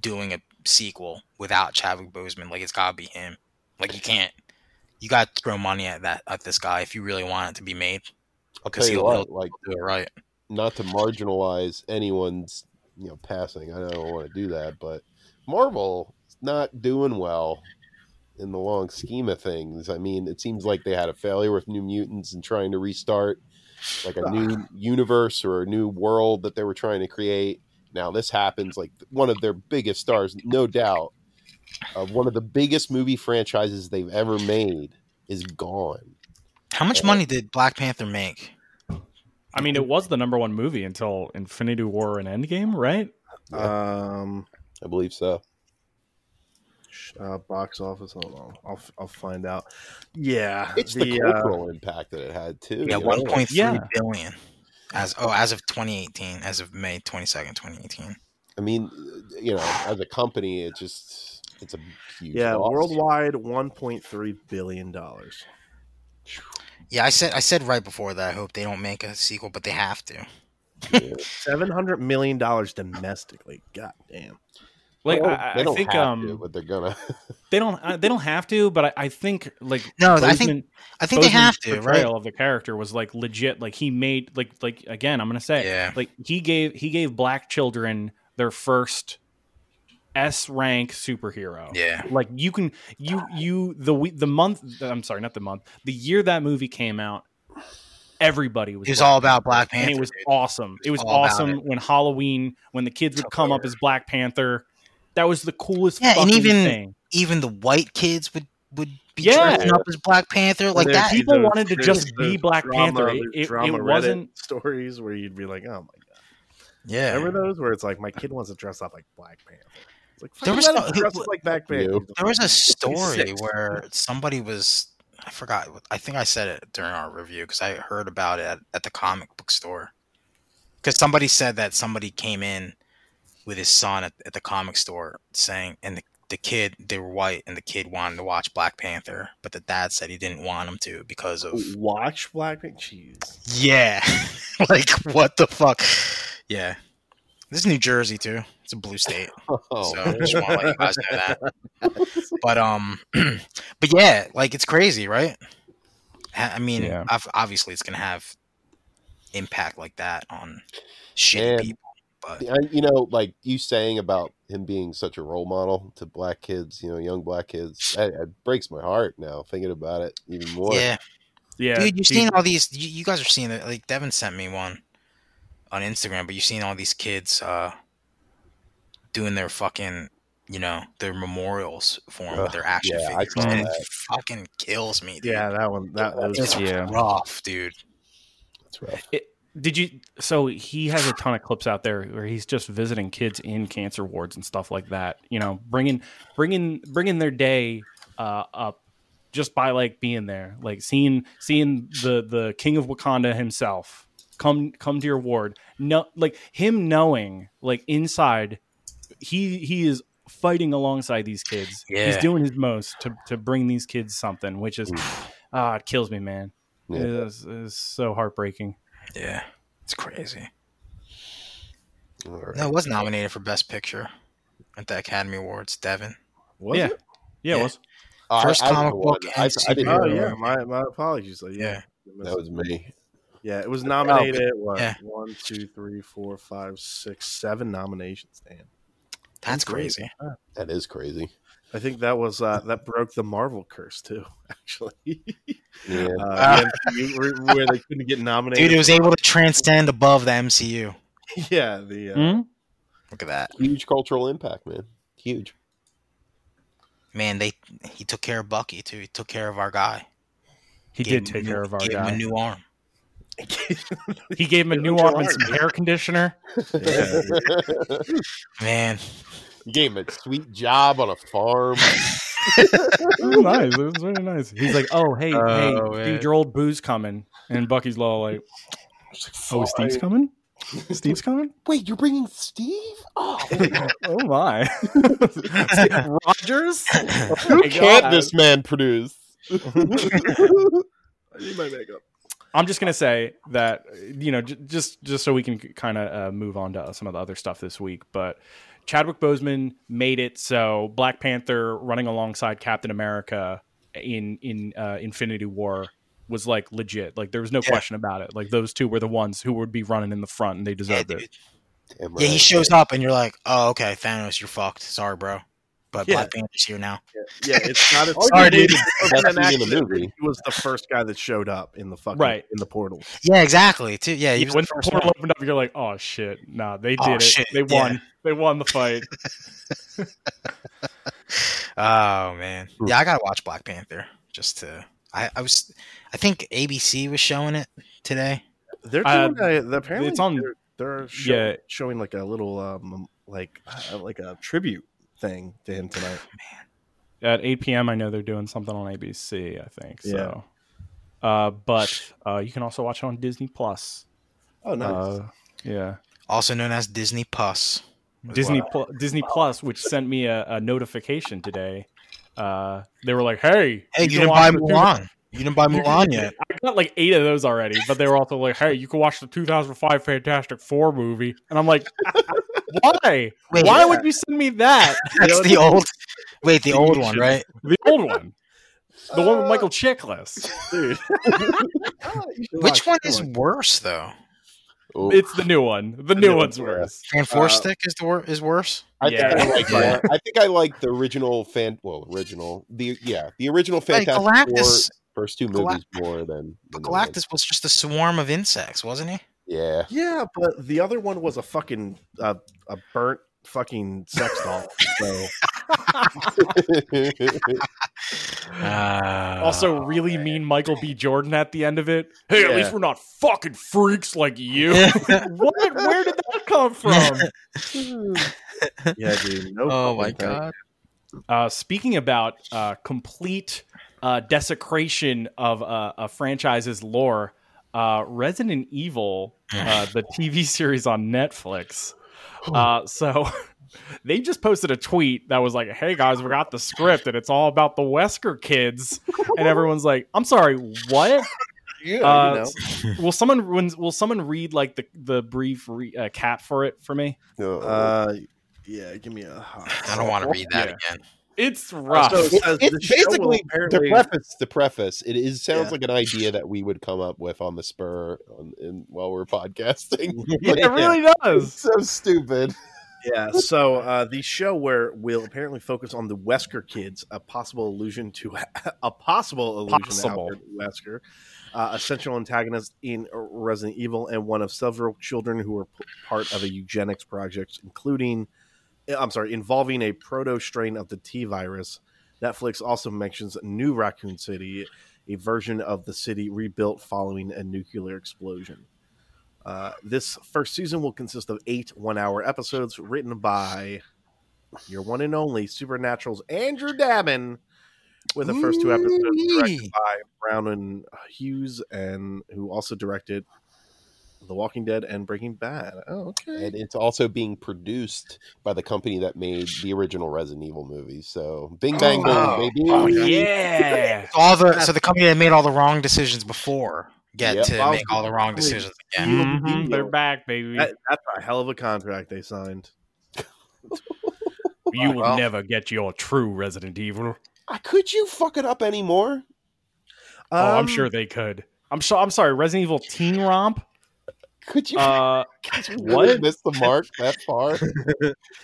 [SPEAKER 2] doing a sequel without Chadwick Boseman, like it's gotta be him. Like you can't you gotta throw money at that at this guy if you really want it to be made.
[SPEAKER 4] I'll
[SPEAKER 2] Because
[SPEAKER 4] tell you
[SPEAKER 2] he'll-
[SPEAKER 4] what, like
[SPEAKER 2] Do it right.
[SPEAKER 4] not to marginalize anyone's you know passing. I don't want to do that, but Marvel is not doing well in the long scheme of things. I mean, it seems like they had a failure with New Mutants and trying to restart like a new universe or a new world that they were trying to create. Now this happens like one of their biggest stars, no doubt, of one of the biggest movie franchises they've ever made is gone.
[SPEAKER 2] How much money did Black Panther make?
[SPEAKER 3] I mean, it was the number one movie until Infinity War and Endgame, right?
[SPEAKER 1] Um,
[SPEAKER 4] I believe so.
[SPEAKER 1] sh- uh, box office. Hold on. I'll f- I'll find out. Yeah.
[SPEAKER 4] It's the,
[SPEAKER 1] uh,
[SPEAKER 4] cultural impact that it had too.
[SPEAKER 2] Yeah,
[SPEAKER 4] you know?
[SPEAKER 2] one point three
[SPEAKER 3] Yeah.
[SPEAKER 2] billion As oh, as of 2018, as of May 22nd, 2018.
[SPEAKER 4] I mean, uh, you know, as a company, it just it's a huge
[SPEAKER 1] yeah.
[SPEAKER 4] loss.
[SPEAKER 1] Worldwide, one point three billion dollars.
[SPEAKER 2] Yeah, I said I said right before that I hope they don't make a sequel, but they have to.
[SPEAKER 1] Seven hundred million dollars domestically. God damn.
[SPEAKER 3] Like
[SPEAKER 4] Well,
[SPEAKER 3] I,
[SPEAKER 4] Oh, they
[SPEAKER 3] I
[SPEAKER 4] don't
[SPEAKER 3] think
[SPEAKER 4] have
[SPEAKER 3] um
[SPEAKER 4] to, but they're gonna.
[SPEAKER 3] they don't uh, they don't have to, but I, I think like
[SPEAKER 2] No, I think- I think they have to, right?
[SPEAKER 3] portrayal of the character was like legit. Like he made like like again, I'm gonna say
[SPEAKER 2] Yeah.
[SPEAKER 3] like he gave he gave black children their first S rank superhero.
[SPEAKER 2] Yeah,
[SPEAKER 3] Like you can you you the we- the month I'm sorry, not the month, the year that movie came out, everybody was
[SPEAKER 2] it was
[SPEAKER 3] Black
[SPEAKER 2] all about Black
[SPEAKER 3] and
[SPEAKER 2] Panther.
[SPEAKER 3] it was
[SPEAKER 2] dude.
[SPEAKER 3] awesome. It was
[SPEAKER 2] All about
[SPEAKER 3] awesome when Halloween, when the kids would come up as Black Panther. That was the coolest
[SPEAKER 2] Yeah, and
[SPEAKER 3] fucking
[SPEAKER 2] even-
[SPEAKER 3] thing.
[SPEAKER 2] Even the white kids would would be
[SPEAKER 3] Yeah.
[SPEAKER 2] dressing up as Black Panther like
[SPEAKER 1] There's
[SPEAKER 2] that.
[SPEAKER 3] people
[SPEAKER 1] those-
[SPEAKER 3] wanted to
[SPEAKER 1] there's
[SPEAKER 3] just be
[SPEAKER 1] those
[SPEAKER 3] Black Panther.
[SPEAKER 1] there's
[SPEAKER 3] It- it- it
[SPEAKER 1] Reddit
[SPEAKER 3] wasn't-
[SPEAKER 1] stories where you'd be like, oh my god.
[SPEAKER 2] Yeah,
[SPEAKER 1] Remember those where it's like my kid wants to dress up like Black Panther. It's like
[SPEAKER 2] There
[SPEAKER 1] there
[SPEAKER 2] was
[SPEAKER 1] was
[SPEAKER 2] no-
[SPEAKER 1] dress up like Black
[SPEAKER 4] Yeah.
[SPEAKER 1] Panther.
[SPEAKER 2] there was a story
[SPEAKER 1] 56.
[SPEAKER 2] where somebody was I forgot. what- I think I said it during our review because I heard about it at, at the comic book store. Because somebody said that somebody came in with his son at, at the comic store saying, and the, the kid they were white, and the kid wanted to watch Black Panther, but the dad said he didn't want him to because of
[SPEAKER 1] watch Black Panther. Jeez.
[SPEAKER 2] Yeah. like what the fuck? Yeah. This is New Jersey too. It's a blue state.
[SPEAKER 4] Oh,
[SPEAKER 2] so I just want to let you guys know that. But um but yeah, like it's crazy, right? I I mean,
[SPEAKER 3] Yeah.
[SPEAKER 2] ob- obviously it's going to have impact like that on shitty
[SPEAKER 4] Man.
[SPEAKER 2] people.
[SPEAKER 4] I- you know, like you saying about him being such a role model to black kids, you know, young black kids, that, that breaks my heart now thinking about it even more.
[SPEAKER 2] Yeah.
[SPEAKER 3] Yeah,
[SPEAKER 2] Dude, you've
[SPEAKER 3] he-
[SPEAKER 2] seen all these you, you guys are seeing it. Like Devin sent me one on Instagram, but you've seen all these kids uh doing their fucking you know their memorials for 'em with their action
[SPEAKER 4] yeah, I
[SPEAKER 2] figures,
[SPEAKER 4] saw
[SPEAKER 2] and it
[SPEAKER 4] that.
[SPEAKER 2] fucking kills me. Dude.
[SPEAKER 1] Yeah, that one. That that was.
[SPEAKER 2] it's
[SPEAKER 3] yeah.
[SPEAKER 2] rough, dude.
[SPEAKER 4] That's rough.
[SPEAKER 3] Did you? So he has a ton of clips out there where he's just visiting kids in cancer wards and stuff like that. You know, bringing bringing bringing their day uh, up just by like being there, like seeing seeing the the king of Wakanda himself come come to your ward. No, like him knowing like inside, he he is fighting alongside these kids. He's
[SPEAKER 2] Yeah.
[SPEAKER 3] doing his most to to bring these kids something, which is ah, it kills me, man.
[SPEAKER 4] Yeah.
[SPEAKER 3] It is, it is so heartbreaking.
[SPEAKER 2] Yeah, it's crazy.
[SPEAKER 4] All right.
[SPEAKER 2] No, it was nominated for Best Picture at the Academy Awards. Devin,
[SPEAKER 1] Was
[SPEAKER 3] yeah.
[SPEAKER 1] it?
[SPEAKER 3] Yeah,
[SPEAKER 2] Yeah.
[SPEAKER 3] it was.
[SPEAKER 4] oh, I-
[SPEAKER 2] First
[SPEAKER 4] I was
[SPEAKER 2] comic
[SPEAKER 4] the
[SPEAKER 2] book
[SPEAKER 4] one.
[SPEAKER 2] and
[SPEAKER 4] I, I didn't
[SPEAKER 1] Oh
[SPEAKER 4] hear
[SPEAKER 1] yeah,
[SPEAKER 4] it.
[SPEAKER 1] my, my apologies. Like,
[SPEAKER 2] Yeah.
[SPEAKER 1] Oh,
[SPEAKER 4] that was me.
[SPEAKER 1] yeah, it was nominated. what
[SPEAKER 2] yeah.
[SPEAKER 1] one, two, three, four, five, six, seven nominations. Dan,
[SPEAKER 2] That's crazy.
[SPEAKER 4] That is crazy.
[SPEAKER 1] I think that was uh, that broke the Marvel curse too. Actually,
[SPEAKER 4] Yeah.
[SPEAKER 1] uh, the MCU where, where they couldn't get nominated.
[SPEAKER 2] Dude, it was able to transcend above the MCU.
[SPEAKER 1] yeah, the uh,
[SPEAKER 3] Hmm?
[SPEAKER 2] Look at that.
[SPEAKER 4] Huge cultural impact, man. Huge.
[SPEAKER 2] Man, they he took care of Bucky too. He took care of our guy.
[SPEAKER 3] He
[SPEAKER 2] Gave
[SPEAKER 3] did
[SPEAKER 2] him
[SPEAKER 3] take
[SPEAKER 2] new-
[SPEAKER 3] care of our
[SPEAKER 2] gave
[SPEAKER 3] guy.
[SPEAKER 2] Him a new arm.
[SPEAKER 3] he gave him a
[SPEAKER 1] Give
[SPEAKER 3] new
[SPEAKER 1] him your
[SPEAKER 3] arm and
[SPEAKER 1] arm,
[SPEAKER 3] some
[SPEAKER 1] dude.
[SPEAKER 3] hair conditioner.
[SPEAKER 1] yeah,
[SPEAKER 2] Man,
[SPEAKER 4] You gave him a sweet job on a farm.
[SPEAKER 3] nice. It was really nice. He's like, oh, hey, hey,
[SPEAKER 2] Oh, man.
[SPEAKER 3] dude, your old boo's coming. And Bucky's law like, oh, Steve's coming? Steve's coming?
[SPEAKER 4] Wait, you're bringing Steve? Oh,
[SPEAKER 3] Oh, my. Rogers? Oh
[SPEAKER 4] who
[SPEAKER 3] my
[SPEAKER 4] can't
[SPEAKER 3] God.
[SPEAKER 4] this man produce?
[SPEAKER 1] I need my makeup.
[SPEAKER 3] I'm just gonna say that you know j- just just so we can kind of uh, move on to some of the other stuff this week, but Chadwick Boseman made it so Black Panther running alongside Captain America in in uh, Infinity War was like legit. Like there was no
[SPEAKER 2] Yeah.
[SPEAKER 3] question about it. Like those two were the ones who would be running in the front, and they
[SPEAKER 2] yeah,
[SPEAKER 3] deserved
[SPEAKER 2] dude.
[SPEAKER 3] it.
[SPEAKER 4] Damn
[SPEAKER 2] yeah, he
[SPEAKER 4] right.
[SPEAKER 2] shows up and you're like, oh, okay, Thanos, you're fucked. Sorry, bro. But
[SPEAKER 1] Yeah.
[SPEAKER 2] Black Panther's here now.
[SPEAKER 1] Yeah, it's not. A,
[SPEAKER 2] Sorry,
[SPEAKER 1] It
[SPEAKER 2] dude.
[SPEAKER 4] Best
[SPEAKER 1] wasn't an
[SPEAKER 4] scene in the
[SPEAKER 1] accident.
[SPEAKER 4] movie.
[SPEAKER 1] He was the first guy that showed up in the fucking
[SPEAKER 3] Right.
[SPEAKER 1] in the portal.
[SPEAKER 2] Yeah, exactly. Too. Yeah, he was
[SPEAKER 3] when
[SPEAKER 2] the
[SPEAKER 3] the
[SPEAKER 2] first
[SPEAKER 3] portal
[SPEAKER 2] one.
[SPEAKER 3] opened up, you're like, oh shit, nah, they did
[SPEAKER 2] Oh,
[SPEAKER 3] it.
[SPEAKER 2] shit,
[SPEAKER 3] They
[SPEAKER 2] yeah.
[SPEAKER 3] won. They won the fight.
[SPEAKER 2] Oh man, yeah, I gotta watch Black Panther just to. I, I was, I think ABC was showing it today.
[SPEAKER 1] They're
[SPEAKER 3] Uh,
[SPEAKER 1] doing a, the- apparently
[SPEAKER 3] it's on-
[SPEAKER 1] they're, they're show,
[SPEAKER 3] yeah.
[SPEAKER 1] showing like a little um like uh, like a tribute thing to him tonight.
[SPEAKER 3] at 8 p.m. I know they're doing something on ABC. I think
[SPEAKER 1] Yeah.
[SPEAKER 3] so. Uh, but uh, you can also watch it on Disney Plus.
[SPEAKER 1] Oh nice.
[SPEAKER 3] Uh, yeah,
[SPEAKER 2] also known as Disney Puss.
[SPEAKER 3] Disney
[SPEAKER 2] Wow.
[SPEAKER 3] Pl- Disney Plus, which sent me a, a notification today. Uh, they were like, "Hey,
[SPEAKER 2] Hey, you,
[SPEAKER 3] can
[SPEAKER 2] didn't
[SPEAKER 3] watch
[SPEAKER 2] buy
[SPEAKER 3] the two-
[SPEAKER 2] Mulan. You didn't buy
[SPEAKER 3] You can-
[SPEAKER 2] Mulan yet.
[SPEAKER 3] I got like eight of those already, but they were also like, "Hey, you can watch the 2005 Fantastic Four movie," and I'm like, "Why?
[SPEAKER 2] Wait,
[SPEAKER 3] Why would you send me that?
[SPEAKER 2] that's the old. Wait, the
[SPEAKER 1] The
[SPEAKER 2] old
[SPEAKER 1] YouTube-
[SPEAKER 2] one, right?
[SPEAKER 3] The old one, the one with Michael Chiklis.
[SPEAKER 1] Dude. Ah,
[SPEAKER 2] Which one is worse though?
[SPEAKER 4] Oh,
[SPEAKER 3] It's the new one. The
[SPEAKER 1] new
[SPEAKER 3] new
[SPEAKER 1] one's
[SPEAKER 3] one's
[SPEAKER 4] worse.
[SPEAKER 3] worse."
[SPEAKER 2] Transforce
[SPEAKER 4] Uh,
[SPEAKER 2] Stick is the wor- is worse.
[SPEAKER 4] I think
[SPEAKER 3] Yeah.
[SPEAKER 4] I like.
[SPEAKER 2] Yeah.
[SPEAKER 4] more- I think I like the original fan. Well, original. The yeah, the original
[SPEAKER 2] Like,
[SPEAKER 4] Uh, Fantastic
[SPEAKER 2] Galactus,
[SPEAKER 4] Four first two
[SPEAKER 2] Galact-
[SPEAKER 4] movies more than.
[SPEAKER 2] but
[SPEAKER 4] than the ones.
[SPEAKER 2] Galactus was just a swarm of insects, wasn't he?
[SPEAKER 4] Yeah.
[SPEAKER 1] Yeah, but the other one was a fucking uh, a burnt fucking sex doll. So
[SPEAKER 2] Uh,
[SPEAKER 3] Also, really mean Michael B. Jordan at the end of it. Hey,
[SPEAKER 1] Yeah.
[SPEAKER 3] at least we're not fucking freaks like you.
[SPEAKER 2] Yeah.
[SPEAKER 3] what? Where did that come from?
[SPEAKER 1] yeah, dude. No
[SPEAKER 2] oh
[SPEAKER 1] fucking
[SPEAKER 2] my
[SPEAKER 1] thing.
[SPEAKER 2] god.
[SPEAKER 3] uh, speaking about uh, complete uh, desecration of uh, a franchise's lore, uh, Resident Evil, uh, the TV series on Netflix. Uh, so they just posted a tweet that was like, "Hey guys, we got the script, and it's all about the Wesker kids," and everyone's like, "I'm sorry, what?"
[SPEAKER 1] Yeah,
[SPEAKER 3] Uh,
[SPEAKER 1] you know.
[SPEAKER 3] will someone when, will someone read like the the brief re, uh, cap for it for me?
[SPEAKER 4] No.
[SPEAKER 1] Uh, yeah, give me a.
[SPEAKER 2] I don't want to read that
[SPEAKER 3] Yeah.
[SPEAKER 2] again.
[SPEAKER 3] It's
[SPEAKER 1] Oh,
[SPEAKER 3] rough.
[SPEAKER 1] Also, it says
[SPEAKER 4] It-
[SPEAKER 1] the
[SPEAKER 4] it's
[SPEAKER 1] show will
[SPEAKER 4] basically to
[SPEAKER 1] apparently-
[SPEAKER 4] preface the preface it is sounds
[SPEAKER 1] Yeah.
[SPEAKER 4] like an idea that we would come up with on the spur on, in, while we're podcasting
[SPEAKER 3] it really
[SPEAKER 4] it's
[SPEAKER 3] does.
[SPEAKER 4] so stupid
[SPEAKER 1] Yeah, so uh, the show where we'll apparently focus on the Wesker kids, a possible allusion to a possible allusion
[SPEAKER 3] Possible.
[SPEAKER 1] to Alfred Wesker, uh, a central antagonist in Resident Evil, and one of several children who were p- part of a eugenics project, including, eh, I'm sorry, involving a proto strain of the T virus. Netflix also mentions New Raccoon City, a version of the city rebuilt following a nuclear explosion. Uh, this first season will consist of eight one hour episodes written by your one and only Supernatural's Andrew Dabin, with the first two episodes directed
[SPEAKER 2] Ooh-wee.
[SPEAKER 1] by Brown and Hughes, and who also directed The Walking Dead and Breaking Bad. Oh, okay.
[SPEAKER 4] and it's also being produced by the company that made the original resident evil movies so bing bang
[SPEAKER 2] Oh,
[SPEAKER 4] boom
[SPEAKER 1] wow.
[SPEAKER 4] baby
[SPEAKER 1] Oh,
[SPEAKER 3] Yeah.
[SPEAKER 2] All the so the company that made all the wrong decisions before get
[SPEAKER 4] Yep.
[SPEAKER 2] to
[SPEAKER 1] Wow.
[SPEAKER 2] make all the wrong decisions again.
[SPEAKER 3] Mhm, They're back, baby.
[SPEAKER 1] That, that's a hell of a contract they signed.
[SPEAKER 3] you will
[SPEAKER 1] oh, well.
[SPEAKER 3] never get your true Resident Evil.
[SPEAKER 4] Uh, Could you fuck it up anymore?
[SPEAKER 3] oh, I'm
[SPEAKER 1] Um,
[SPEAKER 3] sure they could. I'm so I'm sorry. Resident Evil Teen Romp.
[SPEAKER 4] Could you,
[SPEAKER 3] Uh,
[SPEAKER 4] could you
[SPEAKER 3] what?
[SPEAKER 4] really miss the mark that far?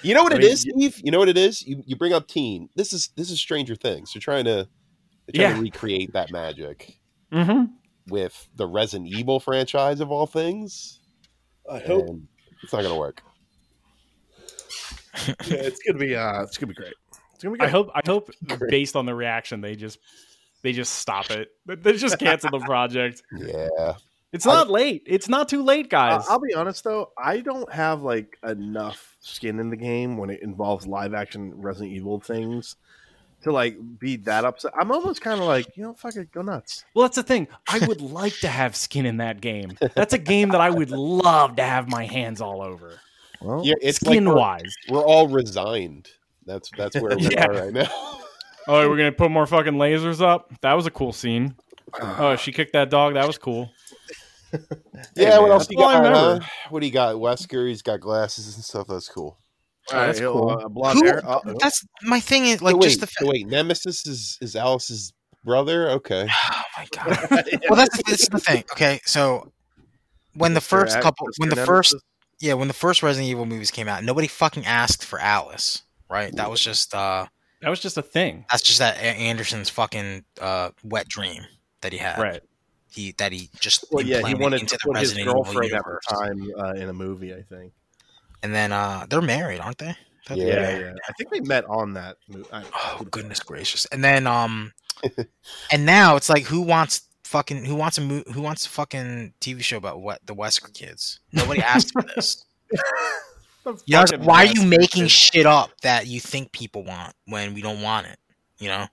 [SPEAKER 4] you know what
[SPEAKER 1] I
[SPEAKER 4] it
[SPEAKER 1] mean,
[SPEAKER 4] is, Steve? You know what it is? You, you bring up teen. This is this is Stranger Things. They're trying to they're trying
[SPEAKER 3] Yeah.
[SPEAKER 4] to recreate that magic
[SPEAKER 3] mhm.
[SPEAKER 4] with the Resident Evil franchise of all things.
[SPEAKER 1] I hope
[SPEAKER 4] And it's not gonna work.
[SPEAKER 1] yeah, it's gonna be uh, it's gonna be great. It's gonna be
[SPEAKER 3] I
[SPEAKER 1] great.
[SPEAKER 3] hope I hope
[SPEAKER 4] Great.
[SPEAKER 3] based on the reaction they just they just stop it. They just cancel the project.
[SPEAKER 4] Yeah.
[SPEAKER 3] It's not late. It's not too late,
[SPEAKER 1] Uh,
[SPEAKER 3] guys.
[SPEAKER 1] I'll be honest though, I don't have like enough skin in the game when it involves live action Resident Evil things to like be that upset. I'm almost kind of like, you know, fuck it, go nuts.
[SPEAKER 3] well, that's the thing. I would like to have skin in that game. That's a game that I would love to have my hands all over.
[SPEAKER 1] Well,
[SPEAKER 4] Yeah, it's
[SPEAKER 3] skin
[SPEAKER 4] like we're,
[SPEAKER 3] wise.
[SPEAKER 4] we're all resigned. That's that's where we
[SPEAKER 3] Yeah.
[SPEAKER 4] are right now.
[SPEAKER 3] Oh, we're gonna put more fucking lasers up. That was a cool scene.
[SPEAKER 1] uh,
[SPEAKER 3] Oh, she kicked that dog. That was cool.
[SPEAKER 1] Hey,
[SPEAKER 4] yeah, what
[SPEAKER 1] man.
[SPEAKER 4] else you
[SPEAKER 3] Well, I
[SPEAKER 4] got? Uh,
[SPEAKER 3] remember.
[SPEAKER 4] what do you got? Wesker, he's got glasses and stuff. That's cool.
[SPEAKER 1] all right,
[SPEAKER 3] that's
[SPEAKER 1] yo,
[SPEAKER 3] cool.
[SPEAKER 1] uh, blonde
[SPEAKER 2] Who-
[SPEAKER 1] hair. Uh,
[SPEAKER 2] That's my thing. Is like
[SPEAKER 4] So
[SPEAKER 2] just
[SPEAKER 4] wait,
[SPEAKER 2] the
[SPEAKER 4] so
[SPEAKER 2] fact.
[SPEAKER 4] wait, Nemesis is is Alice's brother. Okay,
[SPEAKER 2] Oh my god. well that's this is the thing okay so when the
[SPEAKER 1] Mr.
[SPEAKER 2] first
[SPEAKER 1] X,
[SPEAKER 2] couple when
[SPEAKER 1] Mr.
[SPEAKER 2] the first
[SPEAKER 1] Nemesis.
[SPEAKER 2] yeah when the first resident evil movies came out nobody fucking asked for alice right that was just uh
[SPEAKER 3] That was just a thing.
[SPEAKER 2] that's just that A- anderson's fucking uh wet dream that he had
[SPEAKER 3] Right.
[SPEAKER 2] he that he just
[SPEAKER 1] well, yeah, he
[SPEAKER 2] implanted
[SPEAKER 1] wanted
[SPEAKER 2] into
[SPEAKER 1] to
[SPEAKER 2] the
[SPEAKER 1] put his
[SPEAKER 2] resident evil
[SPEAKER 1] girlfriend at the
[SPEAKER 2] universe
[SPEAKER 1] time uh, in a movie, I think.
[SPEAKER 2] and then uh they're married aren't they Thought they were
[SPEAKER 1] Yeah, yeah.
[SPEAKER 2] married.
[SPEAKER 1] I think they met on that movie. I,
[SPEAKER 2] oh goodness gracious and then um and now it's like who wants fucking who wants a mo- who wants a fucking tv show about what the wesker kids nobody asked for this You know, it's like,
[SPEAKER 3] Fucking
[SPEAKER 2] why are
[SPEAKER 3] mess.
[SPEAKER 2] you making shit up that you think people want when we don't want it? You know,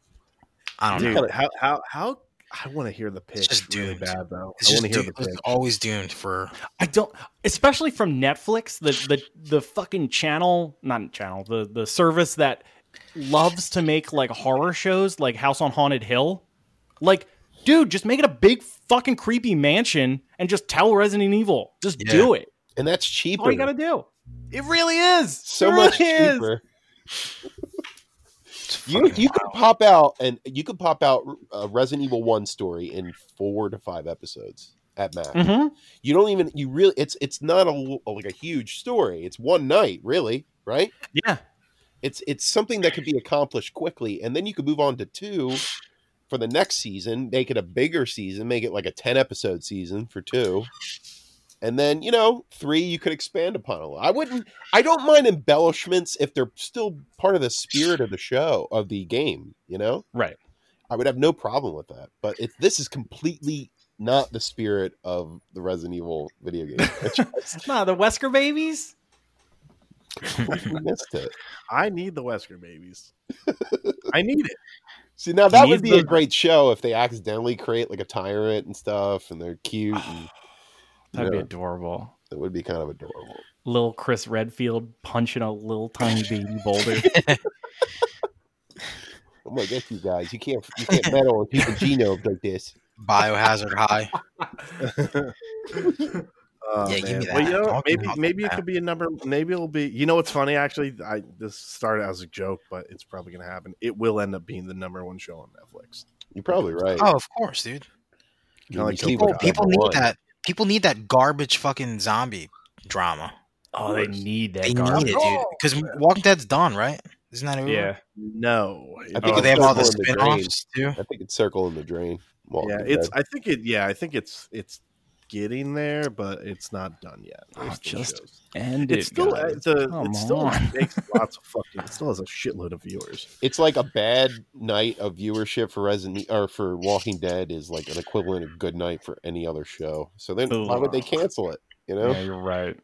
[SPEAKER 2] I don't
[SPEAKER 1] Dude,
[SPEAKER 2] know.
[SPEAKER 1] how how how I want to hear the pitch
[SPEAKER 2] just
[SPEAKER 1] really
[SPEAKER 2] doomed.
[SPEAKER 1] bad though.
[SPEAKER 2] It's
[SPEAKER 1] I
[SPEAKER 2] just
[SPEAKER 1] want to hear
[SPEAKER 2] doomed-
[SPEAKER 1] the pitch.
[SPEAKER 2] it's always doomed for
[SPEAKER 3] I don't, especially from Netflix, the the the fucking channel, not channel, the the service that loves to make like horror shows, like House on Haunted Hill. Like, dude, just make it a big fucking creepy mansion and just tell Resident Evil, just
[SPEAKER 2] Yeah.
[SPEAKER 3] do it.
[SPEAKER 4] and that's
[SPEAKER 2] Oh,
[SPEAKER 3] That's
[SPEAKER 4] cheaper.
[SPEAKER 3] all you gotta do. It really is
[SPEAKER 4] so
[SPEAKER 3] It
[SPEAKER 4] much
[SPEAKER 3] really is.
[SPEAKER 4] cheaper.
[SPEAKER 2] it's
[SPEAKER 4] You
[SPEAKER 2] fucking
[SPEAKER 4] you could
[SPEAKER 2] wild.
[SPEAKER 4] pop out and you could pop out a Resident Evil One story in four to five episodes at max.
[SPEAKER 2] Mm.
[SPEAKER 3] Mhm.
[SPEAKER 4] You don't even you really it's it's not a like a huge story. It's one night really, right?
[SPEAKER 3] Yeah,
[SPEAKER 4] It's it's something that could be accomplished quickly, and then you could move on to two for the next season. Make it a bigger season. Make it like a ten episode season for two. And then you know three you could expand upon a little. I wouldn't. I don't mind embellishments if they're still part of the spirit of the show of the game. You know,
[SPEAKER 3] right.
[SPEAKER 4] I would have no problem with that. But if this is completely not the spirit of the Resident Evil video game, I
[SPEAKER 3] Nah, the Wesker babies.
[SPEAKER 4] completely missed it.
[SPEAKER 1] I need the Wesker babies. I need it.
[SPEAKER 4] See, now that would
[SPEAKER 3] needs
[SPEAKER 4] be a
[SPEAKER 3] the-
[SPEAKER 4] great show if they accidentally create like a tyrant and stuff, and they're cute. And,
[SPEAKER 3] That'd
[SPEAKER 4] Yeah.
[SPEAKER 3] be adorable.
[SPEAKER 4] that would be kind of adorable.
[SPEAKER 3] Little Chris Redfield punching a little tiny baby boulder.
[SPEAKER 4] I'm like, yes, you guys, you can't, you can't meddle with people's genomes like this.
[SPEAKER 2] biohazard high.
[SPEAKER 1] Oh,
[SPEAKER 2] Yeah, give
[SPEAKER 1] man.
[SPEAKER 2] me
[SPEAKER 1] Well,
[SPEAKER 2] that.
[SPEAKER 1] you know,
[SPEAKER 2] Talking
[SPEAKER 1] what? maybe
[SPEAKER 2] about
[SPEAKER 1] maybe it
[SPEAKER 2] that.
[SPEAKER 1] could be a number. Maybe it'll be. You know, what's funny actually. I this started as a joke, but it's probably going to happen. It will end up being the number one show on Netflix.
[SPEAKER 4] You're probably right.
[SPEAKER 2] Oh, of course, dude.
[SPEAKER 4] You
[SPEAKER 1] like
[SPEAKER 4] see
[SPEAKER 1] people-
[SPEAKER 2] People,
[SPEAKER 4] what
[SPEAKER 2] people
[SPEAKER 4] number
[SPEAKER 2] need
[SPEAKER 4] one.
[SPEAKER 2] that. People need that garbage fucking zombie drama.
[SPEAKER 3] oh, they need that
[SPEAKER 2] They
[SPEAKER 3] garbage.
[SPEAKER 2] need it, dude. Because Walking Dead's done, right? Isn't that over?
[SPEAKER 3] Yeah.
[SPEAKER 1] No,
[SPEAKER 4] I think
[SPEAKER 2] Because
[SPEAKER 4] Oh,
[SPEAKER 2] they have all the
[SPEAKER 4] Circle in the
[SPEAKER 2] spin-offs too.
[SPEAKER 4] I think it's circle in the drain. Walking
[SPEAKER 1] yeah,
[SPEAKER 4] Dead.
[SPEAKER 1] it's. I think it. Yeah, I think it's. It's getting there, but it's not done yet.
[SPEAKER 3] Oh,
[SPEAKER 1] There's still
[SPEAKER 3] just
[SPEAKER 1] shows.
[SPEAKER 3] And
[SPEAKER 1] it's still
[SPEAKER 3] guys.
[SPEAKER 1] it's a,
[SPEAKER 3] Come
[SPEAKER 1] it still
[SPEAKER 3] on.
[SPEAKER 1] makes lots of fucking it still has a shitload of viewers.
[SPEAKER 4] it's like a bad night of viewership for Resident E, or for Walking Dead is like an equivalent of good night for any other show. So then why would they
[SPEAKER 3] Ugh.
[SPEAKER 4] cancel it? You know,
[SPEAKER 3] Yeah, you're right.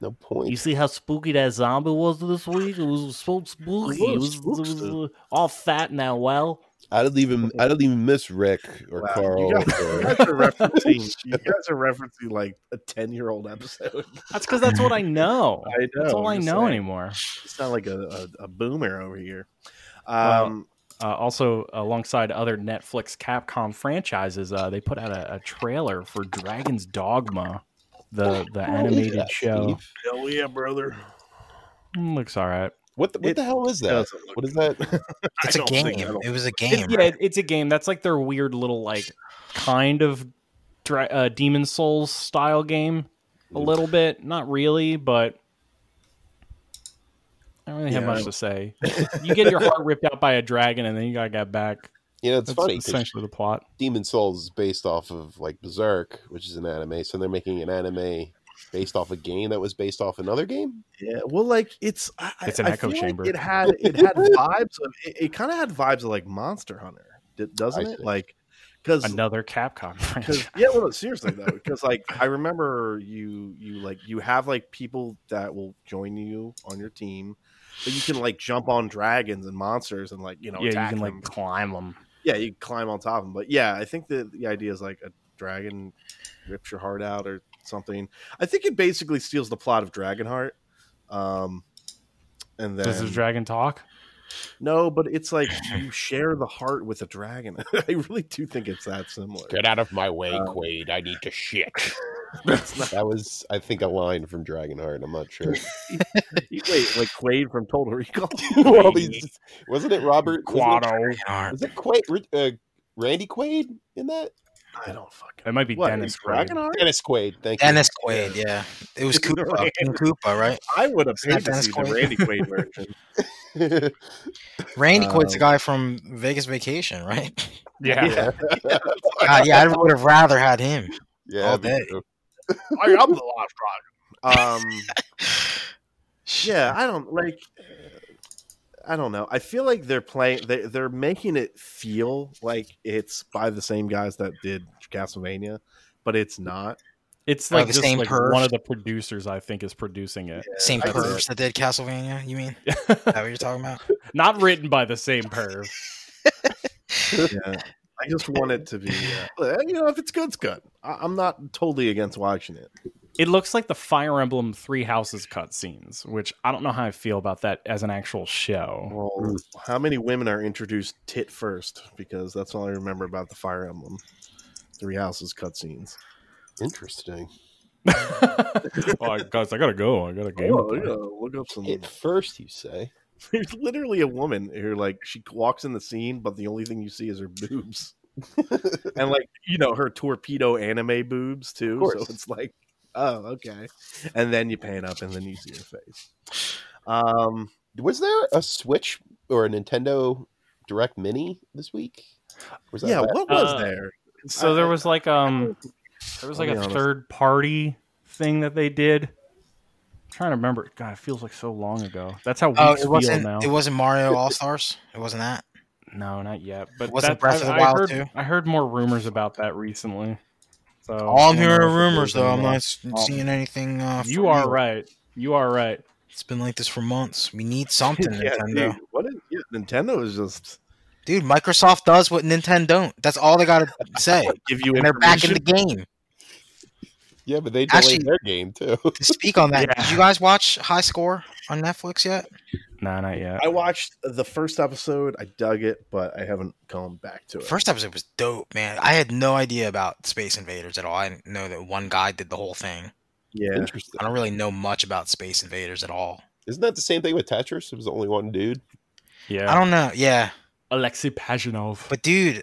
[SPEAKER 4] no point.
[SPEAKER 5] You see how spooky that zombie was this week? It was so spooky. It was, it was, uh, all fat now. Well,
[SPEAKER 4] I don't even I don't even miss Rick or
[SPEAKER 1] Wow,
[SPEAKER 4] Carl.
[SPEAKER 1] you guys,
[SPEAKER 4] or-
[SPEAKER 1] you guys are referencing you guys are referencing like a ten year old episode.
[SPEAKER 3] That's because that's what I know.
[SPEAKER 1] I know.
[SPEAKER 3] That's all
[SPEAKER 1] I'm
[SPEAKER 3] I
[SPEAKER 1] just
[SPEAKER 3] know
[SPEAKER 1] saying.
[SPEAKER 3] anymore.
[SPEAKER 1] It's not like a, a, a boomer over here.
[SPEAKER 3] Well,
[SPEAKER 1] Um,
[SPEAKER 3] Uh, also, alongside other Netflix Capcom franchises, uh, they put out a, a trailer for Dragon's Dogma, the the
[SPEAKER 4] Oh, yeah,
[SPEAKER 3] animated show.
[SPEAKER 4] Steve.
[SPEAKER 1] hell yeah, brother.
[SPEAKER 3] Mm, Looks all right.
[SPEAKER 4] What the, what
[SPEAKER 1] It
[SPEAKER 4] the hell is that?
[SPEAKER 1] Doesn't look
[SPEAKER 4] What is that?
[SPEAKER 1] I
[SPEAKER 2] It's a
[SPEAKER 1] don't
[SPEAKER 2] game.
[SPEAKER 1] think- I don't-
[SPEAKER 2] It was a
[SPEAKER 3] It's-
[SPEAKER 2] game.
[SPEAKER 3] yeah, it- it's a game. That's like their weird little like kind of dra- uh, Demon Souls style game. A
[SPEAKER 4] Mm.
[SPEAKER 3] little bit, not really, but I don't really have
[SPEAKER 1] Yeah.
[SPEAKER 3] much to say. you get your heart ripped out by a dragon, and then you gotta get back.
[SPEAKER 4] You know, it's
[SPEAKER 3] That's
[SPEAKER 4] funny 'cause
[SPEAKER 3] essentially the plot.
[SPEAKER 4] Demon Souls is based off of like Berserk, which is an anime. So they're making an anime based off a game that was based off another game.
[SPEAKER 1] Yeah, well, like it's I, I-
[SPEAKER 3] It's an
[SPEAKER 1] I
[SPEAKER 3] echo
[SPEAKER 1] feel like
[SPEAKER 3] chamber.
[SPEAKER 1] it had it had vibes of it, it kind of had vibes of like Monster Hunter, d- doesn't
[SPEAKER 4] I
[SPEAKER 1] it?
[SPEAKER 4] see.
[SPEAKER 1] Like because
[SPEAKER 3] Another Capcom.
[SPEAKER 1] because yeah, well, no, seriously though, because like I remember you you like you have like people that will join you on your team, but you can like jump on dragons and monsters and like you know
[SPEAKER 3] yeah, you
[SPEAKER 1] attack
[SPEAKER 3] can
[SPEAKER 1] them.
[SPEAKER 3] like climb them.
[SPEAKER 1] yeah you climb on top of them. But yeah, I think the the idea is like a dragon rips your heart out or something. I think it basically steals the plot of Dragonheart. Um, and then
[SPEAKER 3] Does this dragon talk?
[SPEAKER 1] no, but it's like you share the heart with a dragon. I really do think it's that similar.
[SPEAKER 4] out of my way,
[SPEAKER 1] Uh,
[SPEAKER 4] Quaid. I need to shit.
[SPEAKER 1] That's not-
[SPEAKER 4] That was, I think, a line from Dragonheart. I'm not sure.
[SPEAKER 1] Wait, like Quaid from Total Recall?
[SPEAKER 4] Well, he's- wasn't it Robert? wasn't it-
[SPEAKER 2] Alright.
[SPEAKER 4] Was it Quaid? Uh, Randy Quaid in that?
[SPEAKER 1] I don't fucking.
[SPEAKER 3] It might be
[SPEAKER 1] What,
[SPEAKER 3] Dennis.
[SPEAKER 1] is
[SPEAKER 3] Quaid.
[SPEAKER 1] Dragonheart?
[SPEAKER 4] Dennis Quaid. Thank
[SPEAKER 2] Dennis
[SPEAKER 4] you.
[SPEAKER 2] Quaid, yeah. It was
[SPEAKER 1] Isn't
[SPEAKER 2] Koopa.
[SPEAKER 1] it
[SPEAKER 2] King Koopa, right?
[SPEAKER 1] I would have
[SPEAKER 2] It's not
[SPEAKER 1] paid to
[SPEAKER 2] Dennis
[SPEAKER 1] see the
[SPEAKER 2] Quaid.
[SPEAKER 1] Randy Quaid version.
[SPEAKER 2] Randy Quaid's the
[SPEAKER 1] Um,
[SPEAKER 2] guy from Vegas Vacation, right?
[SPEAKER 3] Yeah.
[SPEAKER 2] God, yeah, I would have rather had him.
[SPEAKER 4] yeah,
[SPEAKER 2] All
[SPEAKER 4] me
[SPEAKER 2] day.
[SPEAKER 4] too.
[SPEAKER 1] I, am the Lost Dragon. Um, yeah, I don't like. I don't know. I feel like they're playing. They they're making it feel like it's by the same guys that did Castlevania, but it's not.
[SPEAKER 3] It's
[SPEAKER 2] Oh,
[SPEAKER 3] like
[SPEAKER 2] the
[SPEAKER 3] just
[SPEAKER 2] same
[SPEAKER 3] like
[SPEAKER 2] perv?
[SPEAKER 3] one of the producers I think is producing it.
[SPEAKER 2] Same
[SPEAKER 1] I just-
[SPEAKER 2] pervs that did Castlevania, you mean? Is that what you're talking about?
[SPEAKER 3] Not written by the same perv.
[SPEAKER 1] Yeah. I just want it to be. Uh, you know, if it's good, it's good. I, I'm not totally against watching it.
[SPEAKER 3] It looks like the Fire Emblem Three Houses cutscenes, which I don't know how I feel about that as an actual show.
[SPEAKER 1] Well,
[SPEAKER 4] Mm.
[SPEAKER 1] how many women are introduced tit first? Because that's all I remember about the Fire Emblem Three Houses cutscenes.
[SPEAKER 4] Interesting.
[SPEAKER 3] oh, guys, I gotta go. I got a game.
[SPEAKER 1] Oh,
[SPEAKER 3] to play.
[SPEAKER 1] yeah, look up some.
[SPEAKER 4] At first, you say.
[SPEAKER 1] There's literally a woman who, like, she walks in the scene, but the only thing you see is her boobs, and like, you know, her torpedo anime boobs too.
[SPEAKER 4] course.
[SPEAKER 1] So it's like, oh, okay. And then you pan up, and then you see her face. Um,
[SPEAKER 4] Was there a Switch or a Nintendo Direct Mini this week? Was that
[SPEAKER 1] yeah,
[SPEAKER 4] last-
[SPEAKER 1] what was
[SPEAKER 3] Uh,
[SPEAKER 1] there?
[SPEAKER 3] So there was like um, there was
[SPEAKER 1] I'll
[SPEAKER 3] like
[SPEAKER 1] be
[SPEAKER 3] a
[SPEAKER 1] honest.
[SPEAKER 3] third party thing that they did. I'm trying to remember. God, it feels like so long ago. That's how we
[SPEAKER 2] Oh, it
[SPEAKER 3] feel
[SPEAKER 2] wasn't
[SPEAKER 3] now.
[SPEAKER 2] it wasn't Mario All Stars? It wasn't that.
[SPEAKER 3] no, not yet. But
[SPEAKER 2] wasn't
[SPEAKER 3] that,
[SPEAKER 2] Breath of
[SPEAKER 3] I,
[SPEAKER 2] the
[SPEAKER 3] I
[SPEAKER 2] Wild
[SPEAKER 3] heard,
[SPEAKER 2] too?
[SPEAKER 3] I heard more rumors about that recently. So
[SPEAKER 2] All I'm
[SPEAKER 3] I don't know
[SPEAKER 2] hearing
[SPEAKER 3] if
[SPEAKER 2] are
[SPEAKER 3] it
[SPEAKER 2] rumors
[SPEAKER 3] is
[SPEAKER 2] though. I'm
[SPEAKER 3] anymore.
[SPEAKER 2] not s-
[SPEAKER 3] Oh.
[SPEAKER 2] seeing anything uh,
[SPEAKER 3] You
[SPEAKER 2] from
[SPEAKER 3] are right. You are right.
[SPEAKER 2] It's been like this for months. We need something,
[SPEAKER 1] yeah,
[SPEAKER 2] Nintendo.
[SPEAKER 1] dude, what is yeah, Nintendo is just
[SPEAKER 2] Dude, Microsoft does what Nintendo don't. That's all they gotta say.
[SPEAKER 1] give you
[SPEAKER 2] and they're back in the
[SPEAKER 1] information.
[SPEAKER 2] game.
[SPEAKER 4] Yeah, but they delayed
[SPEAKER 2] Actually-
[SPEAKER 4] their game too.
[SPEAKER 2] To speak on that,
[SPEAKER 3] Yeah.
[SPEAKER 2] did you guys watch High Score on Netflix yet?
[SPEAKER 3] No, not yet.
[SPEAKER 1] I watched the first episode. I dug it, but I haven't gone back to it.
[SPEAKER 2] First episode was dope, man. I had no idea about Space Invaders at all. I didn't know that one guy did the whole thing. oh
[SPEAKER 1] yeah,
[SPEAKER 4] Interesting.
[SPEAKER 2] I don't really know much about Space Invaders at all.
[SPEAKER 4] Isn't that the same thing with Tetris? It was only one dude.
[SPEAKER 3] yeah.
[SPEAKER 2] I don't know. Yeah,
[SPEAKER 3] Alexei Pazhinov.
[SPEAKER 2] but dude,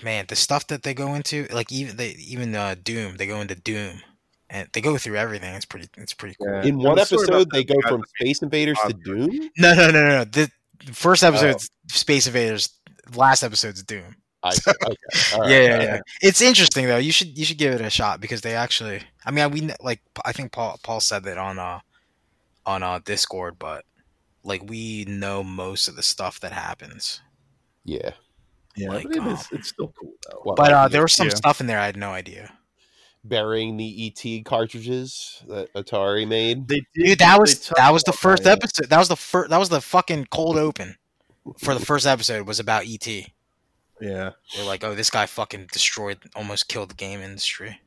[SPEAKER 2] man, the stuff that they go into, like even they even uh, Doom, they go into Doom, and they go through everything. It's pretty. It's pretty cool.
[SPEAKER 1] yeah.
[SPEAKER 4] In
[SPEAKER 1] And
[SPEAKER 4] one
[SPEAKER 1] the story
[SPEAKER 4] episode,
[SPEAKER 1] about
[SPEAKER 4] they
[SPEAKER 1] that
[SPEAKER 4] go
[SPEAKER 1] guy
[SPEAKER 4] from
[SPEAKER 1] that made
[SPEAKER 4] Space Invaders to Doom.
[SPEAKER 2] No, no, no, no. no. The, the first episode's Space Invaders. Last episode's Doom.
[SPEAKER 4] I, okay.
[SPEAKER 2] yeah,
[SPEAKER 4] all right, all
[SPEAKER 2] yeah,
[SPEAKER 4] right.
[SPEAKER 2] yeah. It's interesting though. You should you should give it a shot because they actually. I mean, we kn- like I think Paul Paul said that on uh on uh Discord, but like we know most of the stuff that happens.
[SPEAKER 4] Yeah.
[SPEAKER 1] Yeah,
[SPEAKER 2] like,
[SPEAKER 1] but it
[SPEAKER 2] um,
[SPEAKER 1] is, it's still cool though.
[SPEAKER 4] Well,
[SPEAKER 2] But uh,
[SPEAKER 4] like
[SPEAKER 2] there was some
[SPEAKER 3] Yeah.
[SPEAKER 2] stuff in there I had no idea.
[SPEAKER 4] burying the ET cartridges that Atari made.
[SPEAKER 1] They did,
[SPEAKER 2] Dude, that
[SPEAKER 1] they
[SPEAKER 2] was
[SPEAKER 1] touched
[SPEAKER 2] that was the
[SPEAKER 1] on
[SPEAKER 2] first
[SPEAKER 1] that.
[SPEAKER 2] episode. That was the first. That was the fucking cold open for the first episode was about ET.
[SPEAKER 1] Yeah,
[SPEAKER 2] We're like, oh, this guy fucking destroyed, almost killed the game industry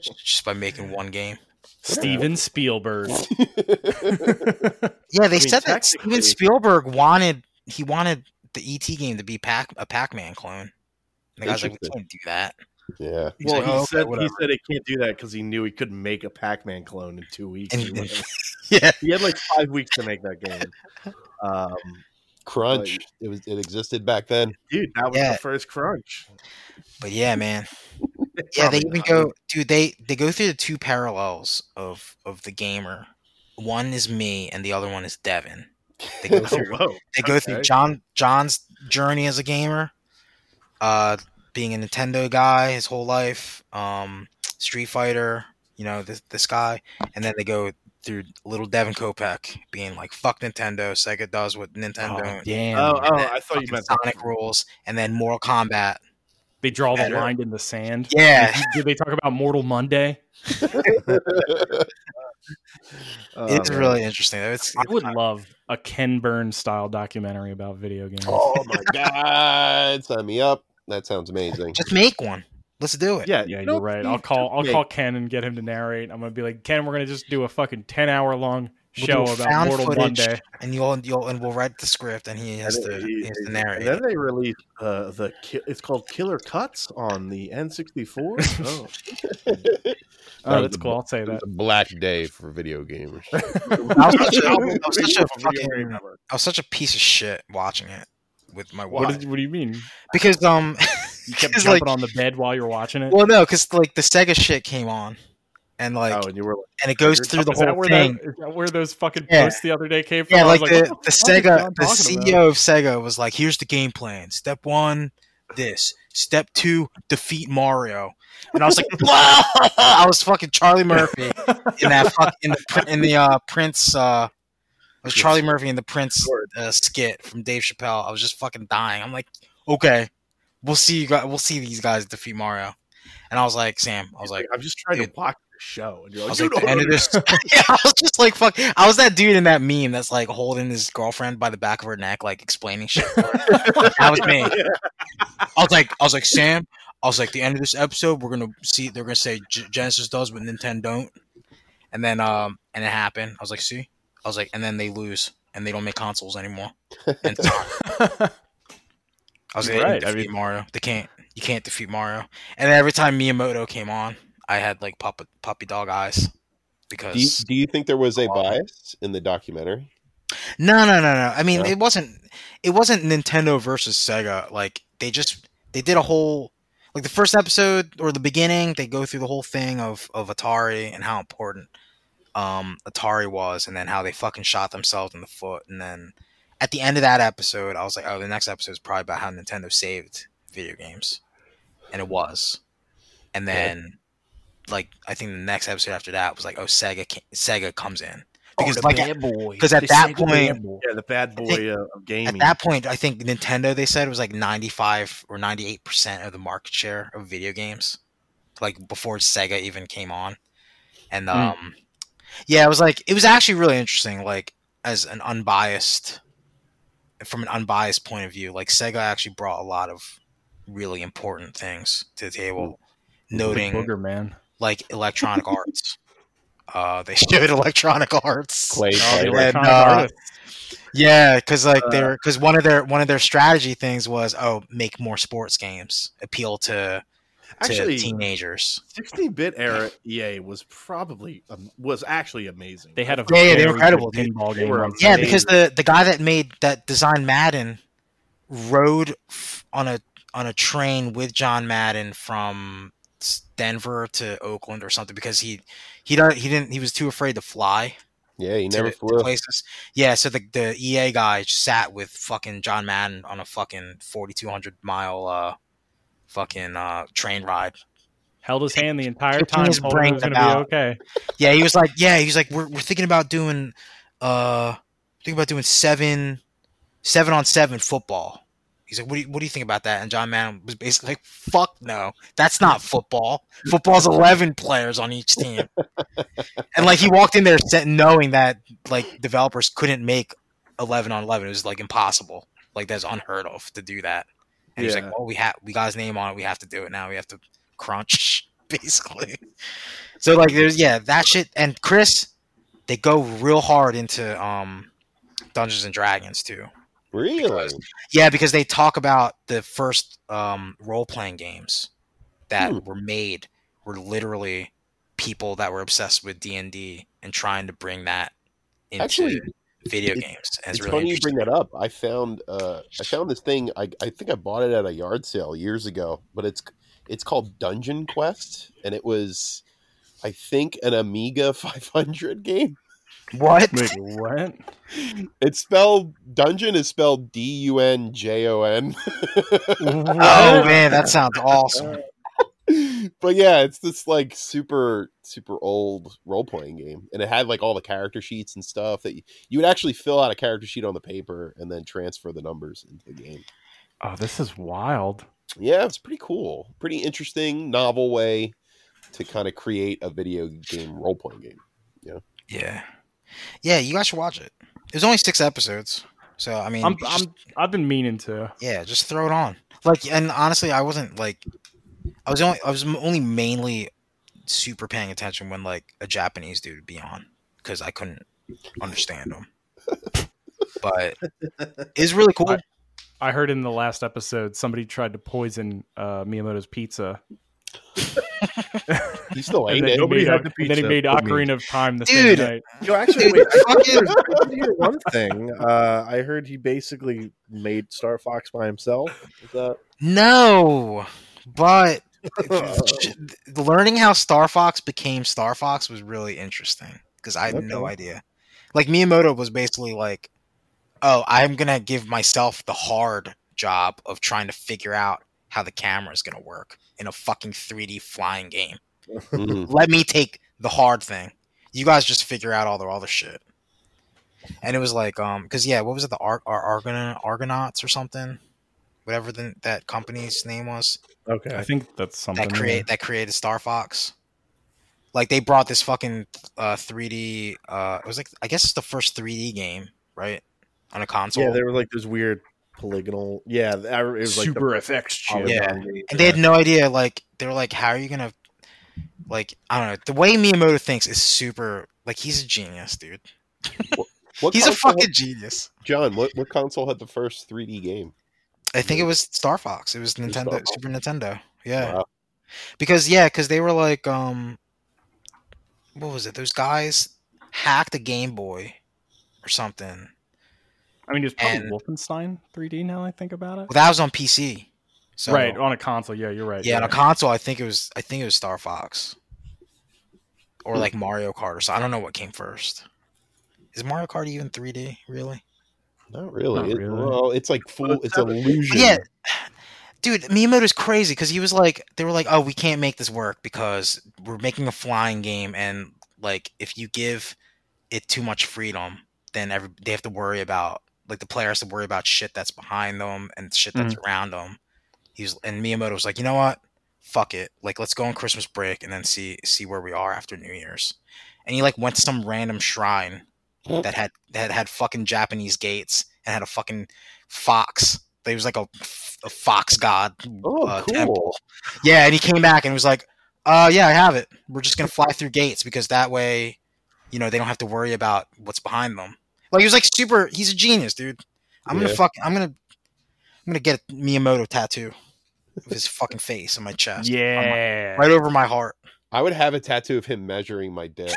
[SPEAKER 2] just by making one game.
[SPEAKER 3] Steven Spielberg.
[SPEAKER 2] Yeah, they
[SPEAKER 1] mean,
[SPEAKER 2] said that Steven
[SPEAKER 1] technically-
[SPEAKER 2] E Spielberg wanted he wanted the ET game to be Pac a Pac Man clone. And the guy's like, we
[SPEAKER 4] Interesting.
[SPEAKER 2] can't do that.
[SPEAKER 4] Yeah.
[SPEAKER 2] He's
[SPEAKER 1] Well,
[SPEAKER 2] like,
[SPEAKER 1] he
[SPEAKER 2] "Oh, okay,
[SPEAKER 1] said he
[SPEAKER 2] whatever."
[SPEAKER 1] said it can't do that because he knew he couldn't make a Pac-Man clone in two weeks.
[SPEAKER 2] And
[SPEAKER 1] or
[SPEAKER 2] he
[SPEAKER 1] whatever.
[SPEAKER 2] didn't. yeah,
[SPEAKER 1] he had like five weeks to make that game. Um,
[SPEAKER 4] Crunch. it was it existed back then.
[SPEAKER 1] dude, that was
[SPEAKER 2] Yeah.
[SPEAKER 1] the first crunch.
[SPEAKER 2] but yeah, man. Yeah,
[SPEAKER 1] Probably
[SPEAKER 2] they even
[SPEAKER 1] not.
[SPEAKER 2] go, dude. They they go through the two parallels of of the gamer. One is me, and the other one is Devin. They go
[SPEAKER 1] Oh,
[SPEAKER 2] through
[SPEAKER 1] whoa.
[SPEAKER 2] they go through
[SPEAKER 1] Okay.
[SPEAKER 2] John John's journey as a gamer, uh, being a Nintendo guy his whole life, um, Street Fighter, you know this this guy, and then they go through little Devin Kopeck being like "fuck Nintendo," Sega does what Nintendo,
[SPEAKER 5] Oh, damn.
[SPEAKER 1] Oh, oh,
[SPEAKER 2] then
[SPEAKER 1] I thought you
[SPEAKER 2] fucking
[SPEAKER 1] meant
[SPEAKER 2] Sonic rules, and then Mortal Kombat.
[SPEAKER 3] They draw the
[SPEAKER 2] Better.
[SPEAKER 3] line in the sand.
[SPEAKER 2] Yeah,
[SPEAKER 3] Did they talk about Mortal Monday?
[SPEAKER 1] Oh,
[SPEAKER 2] it's
[SPEAKER 1] man.
[SPEAKER 2] really interesting. though. It's,
[SPEAKER 3] I would
[SPEAKER 2] it's-
[SPEAKER 3] love a Ken Burns style documentary about video games.
[SPEAKER 4] oh my god. Sign me up. That sounds amazing.
[SPEAKER 2] just make one. Let's do it.
[SPEAKER 1] Yeah,
[SPEAKER 3] Yeah,
[SPEAKER 1] no,
[SPEAKER 3] you're right. I'll
[SPEAKER 1] Steve,
[SPEAKER 3] call
[SPEAKER 1] just
[SPEAKER 3] I'll
[SPEAKER 1] make-
[SPEAKER 3] call Ken and get him to narrate. I'm gonna be like, Ken, we're gonna just do a fucking ten hour long
[SPEAKER 2] We'll
[SPEAKER 3] show
[SPEAKER 2] do a
[SPEAKER 3] about
[SPEAKER 2] found
[SPEAKER 3] Mortal
[SPEAKER 2] footage.
[SPEAKER 3] Monday.
[SPEAKER 2] and you'll you'll and we'll write the script, and he has
[SPEAKER 1] And
[SPEAKER 2] to
[SPEAKER 1] it-
[SPEAKER 2] he has to
[SPEAKER 1] and
[SPEAKER 2] narrate.
[SPEAKER 1] then they released uh, the ki- it's called Killer Cuts on the N64. Oh,
[SPEAKER 3] Oh,
[SPEAKER 4] was
[SPEAKER 3] that's
[SPEAKER 4] a-
[SPEAKER 3] cool. I'll say
[SPEAKER 4] It was
[SPEAKER 3] that.
[SPEAKER 4] a black day for video gamers.
[SPEAKER 2] I was such a- I was such a
[SPEAKER 1] Video game
[SPEAKER 2] fucking-
[SPEAKER 1] ever.
[SPEAKER 2] I was such a piece of shit watching it with my
[SPEAKER 3] What,
[SPEAKER 2] wife
[SPEAKER 3] did, what do you mean?
[SPEAKER 2] because um
[SPEAKER 3] You kept
[SPEAKER 2] It's
[SPEAKER 3] jumping
[SPEAKER 2] like-
[SPEAKER 3] on the bed while you're watching it.
[SPEAKER 2] well no because like the Sega shit came on and like
[SPEAKER 1] oh, and you were like,
[SPEAKER 2] and it goes
[SPEAKER 1] you're-
[SPEAKER 2] through the
[SPEAKER 3] is that
[SPEAKER 2] whole
[SPEAKER 3] where
[SPEAKER 2] thing
[SPEAKER 3] that, is that where those fucking
[SPEAKER 2] Yeah.
[SPEAKER 3] posts the other day came from?
[SPEAKER 2] yeah
[SPEAKER 3] I was
[SPEAKER 2] like, the,
[SPEAKER 3] what
[SPEAKER 2] the
[SPEAKER 3] fuck
[SPEAKER 2] Sega
[SPEAKER 3] is John
[SPEAKER 2] the
[SPEAKER 3] talking about?
[SPEAKER 2] CEO of Sega was like here's the game plan step one this step two defeat Mario and I was like I was fucking Charlie Murphy in that fuck, in the pr- in the uh, Prince uh it was Charlie Murphy in the Prince uh, skit from Dave Chappelle. I was just fucking dying. I'm like, okay, we'll see you guys. We'll see these guys defeat Mario. And I was like, Sam, I was like,
[SPEAKER 1] I'm just trying
[SPEAKER 2] dude.
[SPEAKER 1] to watch the show, and you're
[SPEAKER 2] I
[SPEAKER 1] like,
[SPEAKER 2] was
[SPEAKER 1] you
[SPEAKER 2] like,
[SPEAKER 1] don't
[SPEAKER 2] the end of this. yeah, I was just like, fuck. I was that dude in that meme that's like holding his girlfriend by the back of her neck, like explaining shit. To her. that was me. I was like, I was like, Sam. I was like, the end of this episode, we're gonna see. They're gonna say G- Genesis does, but Nintendo don't. And then, um, and it happened. I was like, see. I was like, and then they lose, and they don't make consoles anymore. And so- I was like,
[SPEAKER 3] You're
[SPEAKER 2] they
[SPEAKER 3] right,
[SPEAKER 2] can
[SPEAKER 3] I
[SPEAKER 2] defeat
[SPEAKER 3] mean-
[SPEAKER 2] Mario. They can't. You can't defeat Mario. And every time Miyamoto came on, I had like puppet, puppy dog eyes because
[SPEAKER 4] do, you, do you think there was a bias in the documentary?
[SPEAKER 2] no, no, no, no. I mean,
[SPEAKER 4] No?
[SPEAKER 2] it wasn't. It wasn't Nintendo versus Sega. Like they just they did a whole like the first episode or the beginning. They go through the whole thing of of Atari and how important um Atari was, and then how they fucking shot themselves in the foot. And then at the end of that episode, I was like, oh, the next episode is probably about how Nintendo saved video games, and it was. And then, like, I think the next episode after that was like, oh, Sega ca- Sega comes in
[SPEAKER 1] Oh,
[SPEAKER 2] because like
[SPEAKER 5] bad boy.
[SPEAKER 2] 'cause at
[SPEAKER 5] The
[SPEAKER 2] that
[SPEAKER 5] Sega
[SPEAKER 2] point-
[SPEAKER 5] bad boy.
[SPEAKER 1] yeah, the bad
[SPEAKER 2] I think-
[SPEAKER 1] boy uh, of gaming.
[SPEAKER 2] at that point, I think Nintendo they said it was like ninety five or ninety eight percent of the market share of video games, like before Sega even came on, and
[SPEAKER 3] Hmm.
[SPEAKER 2] um, yeah, it was like it was actually really interesting, like as an unbiased, from an unbiased point of view, like Sega actually brought a lot of really important things to the table,
[SPEAKER 3] Big
[SPEAKER 2] noting
[SPEAKER 3] booger man.
[SPEAKER 2] like Electronic Arts. Uh, they showed Electronic Arts.
[SPEAKER 3] Oh,
[SPEAKER 4] Clay
[SPEAKER 3] the
[SPEAKER 4] Fighter.
[SPEAKER 2] yeah.
[SPEAKER 3] electronic
[SPEAKER 2] uh,
[SPEAKER 3] artist.
[SPEAKER 2] Yeah, because like
[SPEAKER 1] Uh,
[SPEAKER 2] they were because one of their one of their strategy things was oh make more sports games appeal to
[SPEAKER 1] actually,
[SPEAKER 2] to teenagers.
[SPEAKER 1] 16-bit era EA was probably um, was actually amazing.
[SPEAKER 3] They had a
[SPEAKER 2] Yeah, yeah, they're
[SPEAKER 3] very good
[SPEAKER 2] incredible, dude.
[SPEAKER 3] pinball
[SPEAKER 1] They
[SPEAKER 3] game.
[SPEAKER 1] were
[SPEAKER 3] once.
[SPEAKER 2] Yeah, because the the guy that made that designed Madden rode f- on a on a train with John Madden from s- Denver to Oakland or something because he he don't he didn't he was too afraid to fly
[SPEAKER 4] Yeah, he
[SPEAKER 2] to-
[SPEAKER 4] never
[SPEAKER 2] to
[SPEAKER 4] flew.
[SPEAKER 2] places. Yeah, so the the EA guy just sat with fucking John Madden on a fucking forty two hundred mile uh fucking uh train ride.
[SPEAKER 3] held his hand the entire
[SPEAKER 2] Kicking
[SPEAKER 3] time.
[SPEAKER 2] his
[SPEAKER 3] told him it
[SPEAKER 2] brains
[SPEAKER 3] was gonna
[SPEAKER 2] out.
[SPEAKER 3] be okay.
[SPEAKER 2] Yeah, he was like, yeah, he was like, we're, we're thinking about doing, uh, thinking about doing seven, seven on seven football. He's like, what do you, what do you think about that? And John Madden was basically like, fuck no, that's not football. Football's eleven players on each team, and like he walked in there set- knowing that like developers couldn't make eleven on eleven. It was like impossible. Like that's unheard of to do that. And he's
[SPEAKER 1] Yeah.
[SPEAKER 2] like, well, we have we got his name on it. We have to do it now. We have to crunch basically. So like there's yeah, that shit and Chris, they go real hard into um Dungeons and Dragons too.
[SPEAKER 4] Really?
[SPEAKER 2] Yeah, because they talk about the first um, role playing games that
[SPEAKER 4] Hmm.
[SPEAKER 2] were made were literally people that were obsessed with D and D and trying to bring that into
[SPEAKER 4] Actually,
[SPEAKER 2] video
[SPEAKER 4] it-
[SPEAKER 2] games. And it's,
[SPEAKER 4] It's funny
[SPEAKER 2] really
[SPEAKER 4] you
[SPEAKER 2] interesting.
[SPEAKER 4] bring that up. I found uh, I found this thing. I, I think I bought it at a yard sale years ago, but it's it's called Dungeon Quest, and it was I think an Amiga 500 game.
[SPEAKER 2] What?
[SPEAKER 3] Wait, what?
[SPEAKER 4] It's spelled Dungeon is spelled D U N J O N.
[SPEAKER 2] Oh man, that sounds awesome.
[SPEAKER 4] but yeah, it's this like super super old role playing game, and it had like all the character sheets and stuff that you, you would actually fill out a character sheet on the paper and then transfer the numbers into the game.
[SPEAKER 3] Oh, this is wild.
[SPEAKER 4] Yeah, it's pretty cool, pretty interesting, novel way to kind of create a video game role playing game.
[SPEAKER 2] Yeah, yeah. You guys should watch it. It was only six episodes, so I mean,
[SPEAKER 3] I'm,
[SPEAKER 2] just-
[SPEAKER 3] I'm, I've been meaning to.
[SPEAKER 2] Yeah, just throw it on. Like, and honestly, I wasn't like, I was only, I was only mainly super paying attention when like a Japanese dude would be on because I couldn't understand him. but it's really cool.
[SPEAKER 3] I heard in the last episode somebody tried to poison uh, Miyamoto's pizza.
[SPEAKER 4] You still
[SPEAKER 3] And
[SPEAKER 4] ain't
[SPEAKER 3] then,
[SPEAKER 4] it?
[SPEAKER 3] he
[SPEAKER 1] Nobody
[SPEAKER 3] made,
[SPEAKER 1] had
[SPEAKER 3] a-
[SPEAKER 1] the
[SPEAKER 3] and then he
[SPEAKER 1] pizza
[SPEAKER 3] made
[SPEAKER 1] but me.
[SPEAKER 3] Ocarina of Time the
[SPEAKER 2] Dude.
[SPEAKER 3] same night.
[SPEAKER 1] Yo, actually,
[SPEAKER 2] Dude,
[SPEAKER 1] wait, I did,
[SPEAKER 2] fucking-
[SPEAKER 1] hear, I did hear one thing. Uh, I heard he basically made Star Fox by himself. Is that-
[SPEAKER 2] No, but learning how Star Fox became Star Fox was really interesting because I had no
[SPEAKER 1] Okay.
[SPEAKER 2] idea. Like Miyamoto was basically like, "Oh, I'm gonna give myself the hard job of trying to figure out how the camera is gonna work in a fucking 3D flying game.
[SPEAKER 4] Mhm.
[SPEAKER 2] Let me take the hard thing. You guys just figure out all the other shit." And it was like, um, because yeah, what was it, the Ar- Ar- Argon- Argonauts or something, whatever the, that company's name was
[SPEAKER 1] okay.
[SPEAKER 3] I think that's something.
[SPEAKER 2] that create that created Star Fox. Like they brought this fucking uh, 3D. Uh, it was like I guess it's the first 3D game, right, on a console.
[SPEAKER 1] yeah, there were like this weird polygonal. Yeah, that- it was like
[SPEAKER 3] Super effects
[SPEAKER 1] The,
[SPEAKER 3] shit.
[SPEAKER 2] Yeah.
[SPEAKER 1] Yeah.
[SPEAKER 2] and they had no idea. Like they were like, "How are you gonna?" Like I don't know. The way Miyamoto thinks is super. Like he's a genius, dude.
[SPEAKER 4] What
[SPEAKER 2] He's a
[SPEAKER 4] console had-
[SPEAKER 2] fucking genius.
[SPEAKER 4] John. What what console had the first 3D game?
[SPEAKER 2] I think it was Star Fox. It was
[SPEAKER 4] was Star
[SPEAKER 2] Nintendo,
[SPEAKER 4] Fox.
[SPEAKER 2] Super Nintendo. Yeah,
[SPEAKER 4] Wow.
[SPEAKER 2] because yeah, because they were like, um, what was it? Those guys hacked a Game Boy or something.
[SPEAKER 3] I mean, it's probably
[SPEAKER 2] And-
[SPEAKER 3] Wolfenstein 3D now I think about it.
[SPEAKER 2] Well, that was on PC. So,
[SPEAKER 3] right, on a console. Yeah, you're right.
[SPEAKER 2] Yeah, on a console, I think it was. I think it was Star Fox, or like Mario Kart, or so. I don't know what came first. Is Mario Kart even 3D? Really?
[SPEAKER 4] Not really.
[SPEAKER 3] Not
[SPEAKER 4] It-
[SPEAKER 3] really.
[SPEAKER 4] well, it's like full. It's illusion.
[SPEAKER 2] uh, Yeah. Dude, Miyamoto's crazy because he was like, they were like, oh, we can't make this work because we're making a flying game, and like, if you give it too much freedom, then every they have to worry about like the player has to worry about shit that's behind them and shit that's around them. He's and Miyamoto was like, you know what? Fuck it. Like, let's go on Christmas break and then see see where we are after New Year's. And he like went to some random shrine that had that had fucking Japanese gates and had a fucking fox. There was like a, a fox god
[SPEAKER 4] Oh,
[SPEAKER 2] uh,
[SPEAKER 4] cool.
[SPEAKER 2] temple. Yeah, and he came back and was like, "Uh, yeah, I have it. We're just gonna fly through gates because that way, you know, they don't have to worry about what's behind them." Like he was like super. He's a genius, dude. I'm
[SPEAKER 4] Yeah.
[SPEAKER 2] gonna fuck. I'm gonna. I'm gonna get a Miyamoto tattoo of his fucking face on my chest. on my-
[SPEAKER 3] Yeah.
[SPEAKER 2] right over my heart.
[SPEAKER 4] I would have a tattoo of him measuring my dick.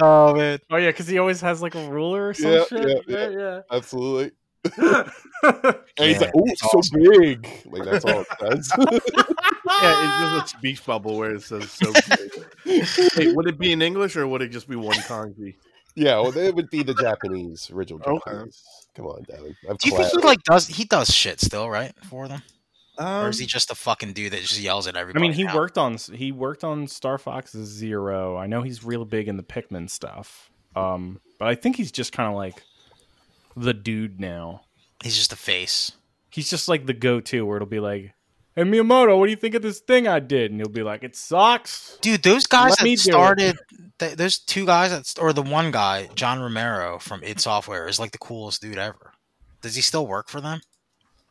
[SPEAKER 2] oh man.
[SPEAKER 3] Oh yeah, because he always has like a ruler or some
[SPEAKER 4] Yeah,
[SPEAKER 3] shit.
[SPEAKER 4] yeah, Absolutely.
[SPEAKER 3] yeah.
[SPEAKER 4] And he's
[SPEAKER 2] Yeah,
[SPEAKER 4] like, "Oh,
[SPEAKER 2] it's
[SPEAKER 4] it's so big!" Like that's all it says.
[SPEAKER 1] Yeah, it's just a speech bubble where it says so. Wait, would it be in English or would it just be one kanji?
[SPEAKER 4] yeah, well, it would be the Japanese original.
[SPEAKER 1] Okay.
[SPEAKER 4] Japanese. Come on, Devin. I've
[SPEAKER 2] Do you think he
[SPEAKER 4] clapped.
[SPEAKER 2] like does he does shit still right for them, or
[SPEAKER 1] Um,
[SPEAKER 2] is he just a fucking dude that just yells at
[SPEAKER 3] I
[SPEAKER 2] everybody?
[SPEAKER 3] mean, he
[SPEAKER 2] now?
[SPEAKER 3] worked on he worked on Star Fox Zero. I know he's real big in the Pikmin stuff, um, but I think he's just kind of like the dude now.
[SPEAKER 2] He's just a face.
[SPEAKER 3] He's just like the go-to where it'll be like, "Hey Miyamoto, what do you think of this thing I did?" And he'll be like, "It sucks."
[SPEAKER 2] Dude, those guys
[SPEAKER 3] Let me
[SPEAKER 2] that
[SPEAKER 3] do it.
[SPEAKER 2] started, th- those two guys that, st- or the one guy, John Romero from id Software, is like the coolest dude ever. Does he still work for them?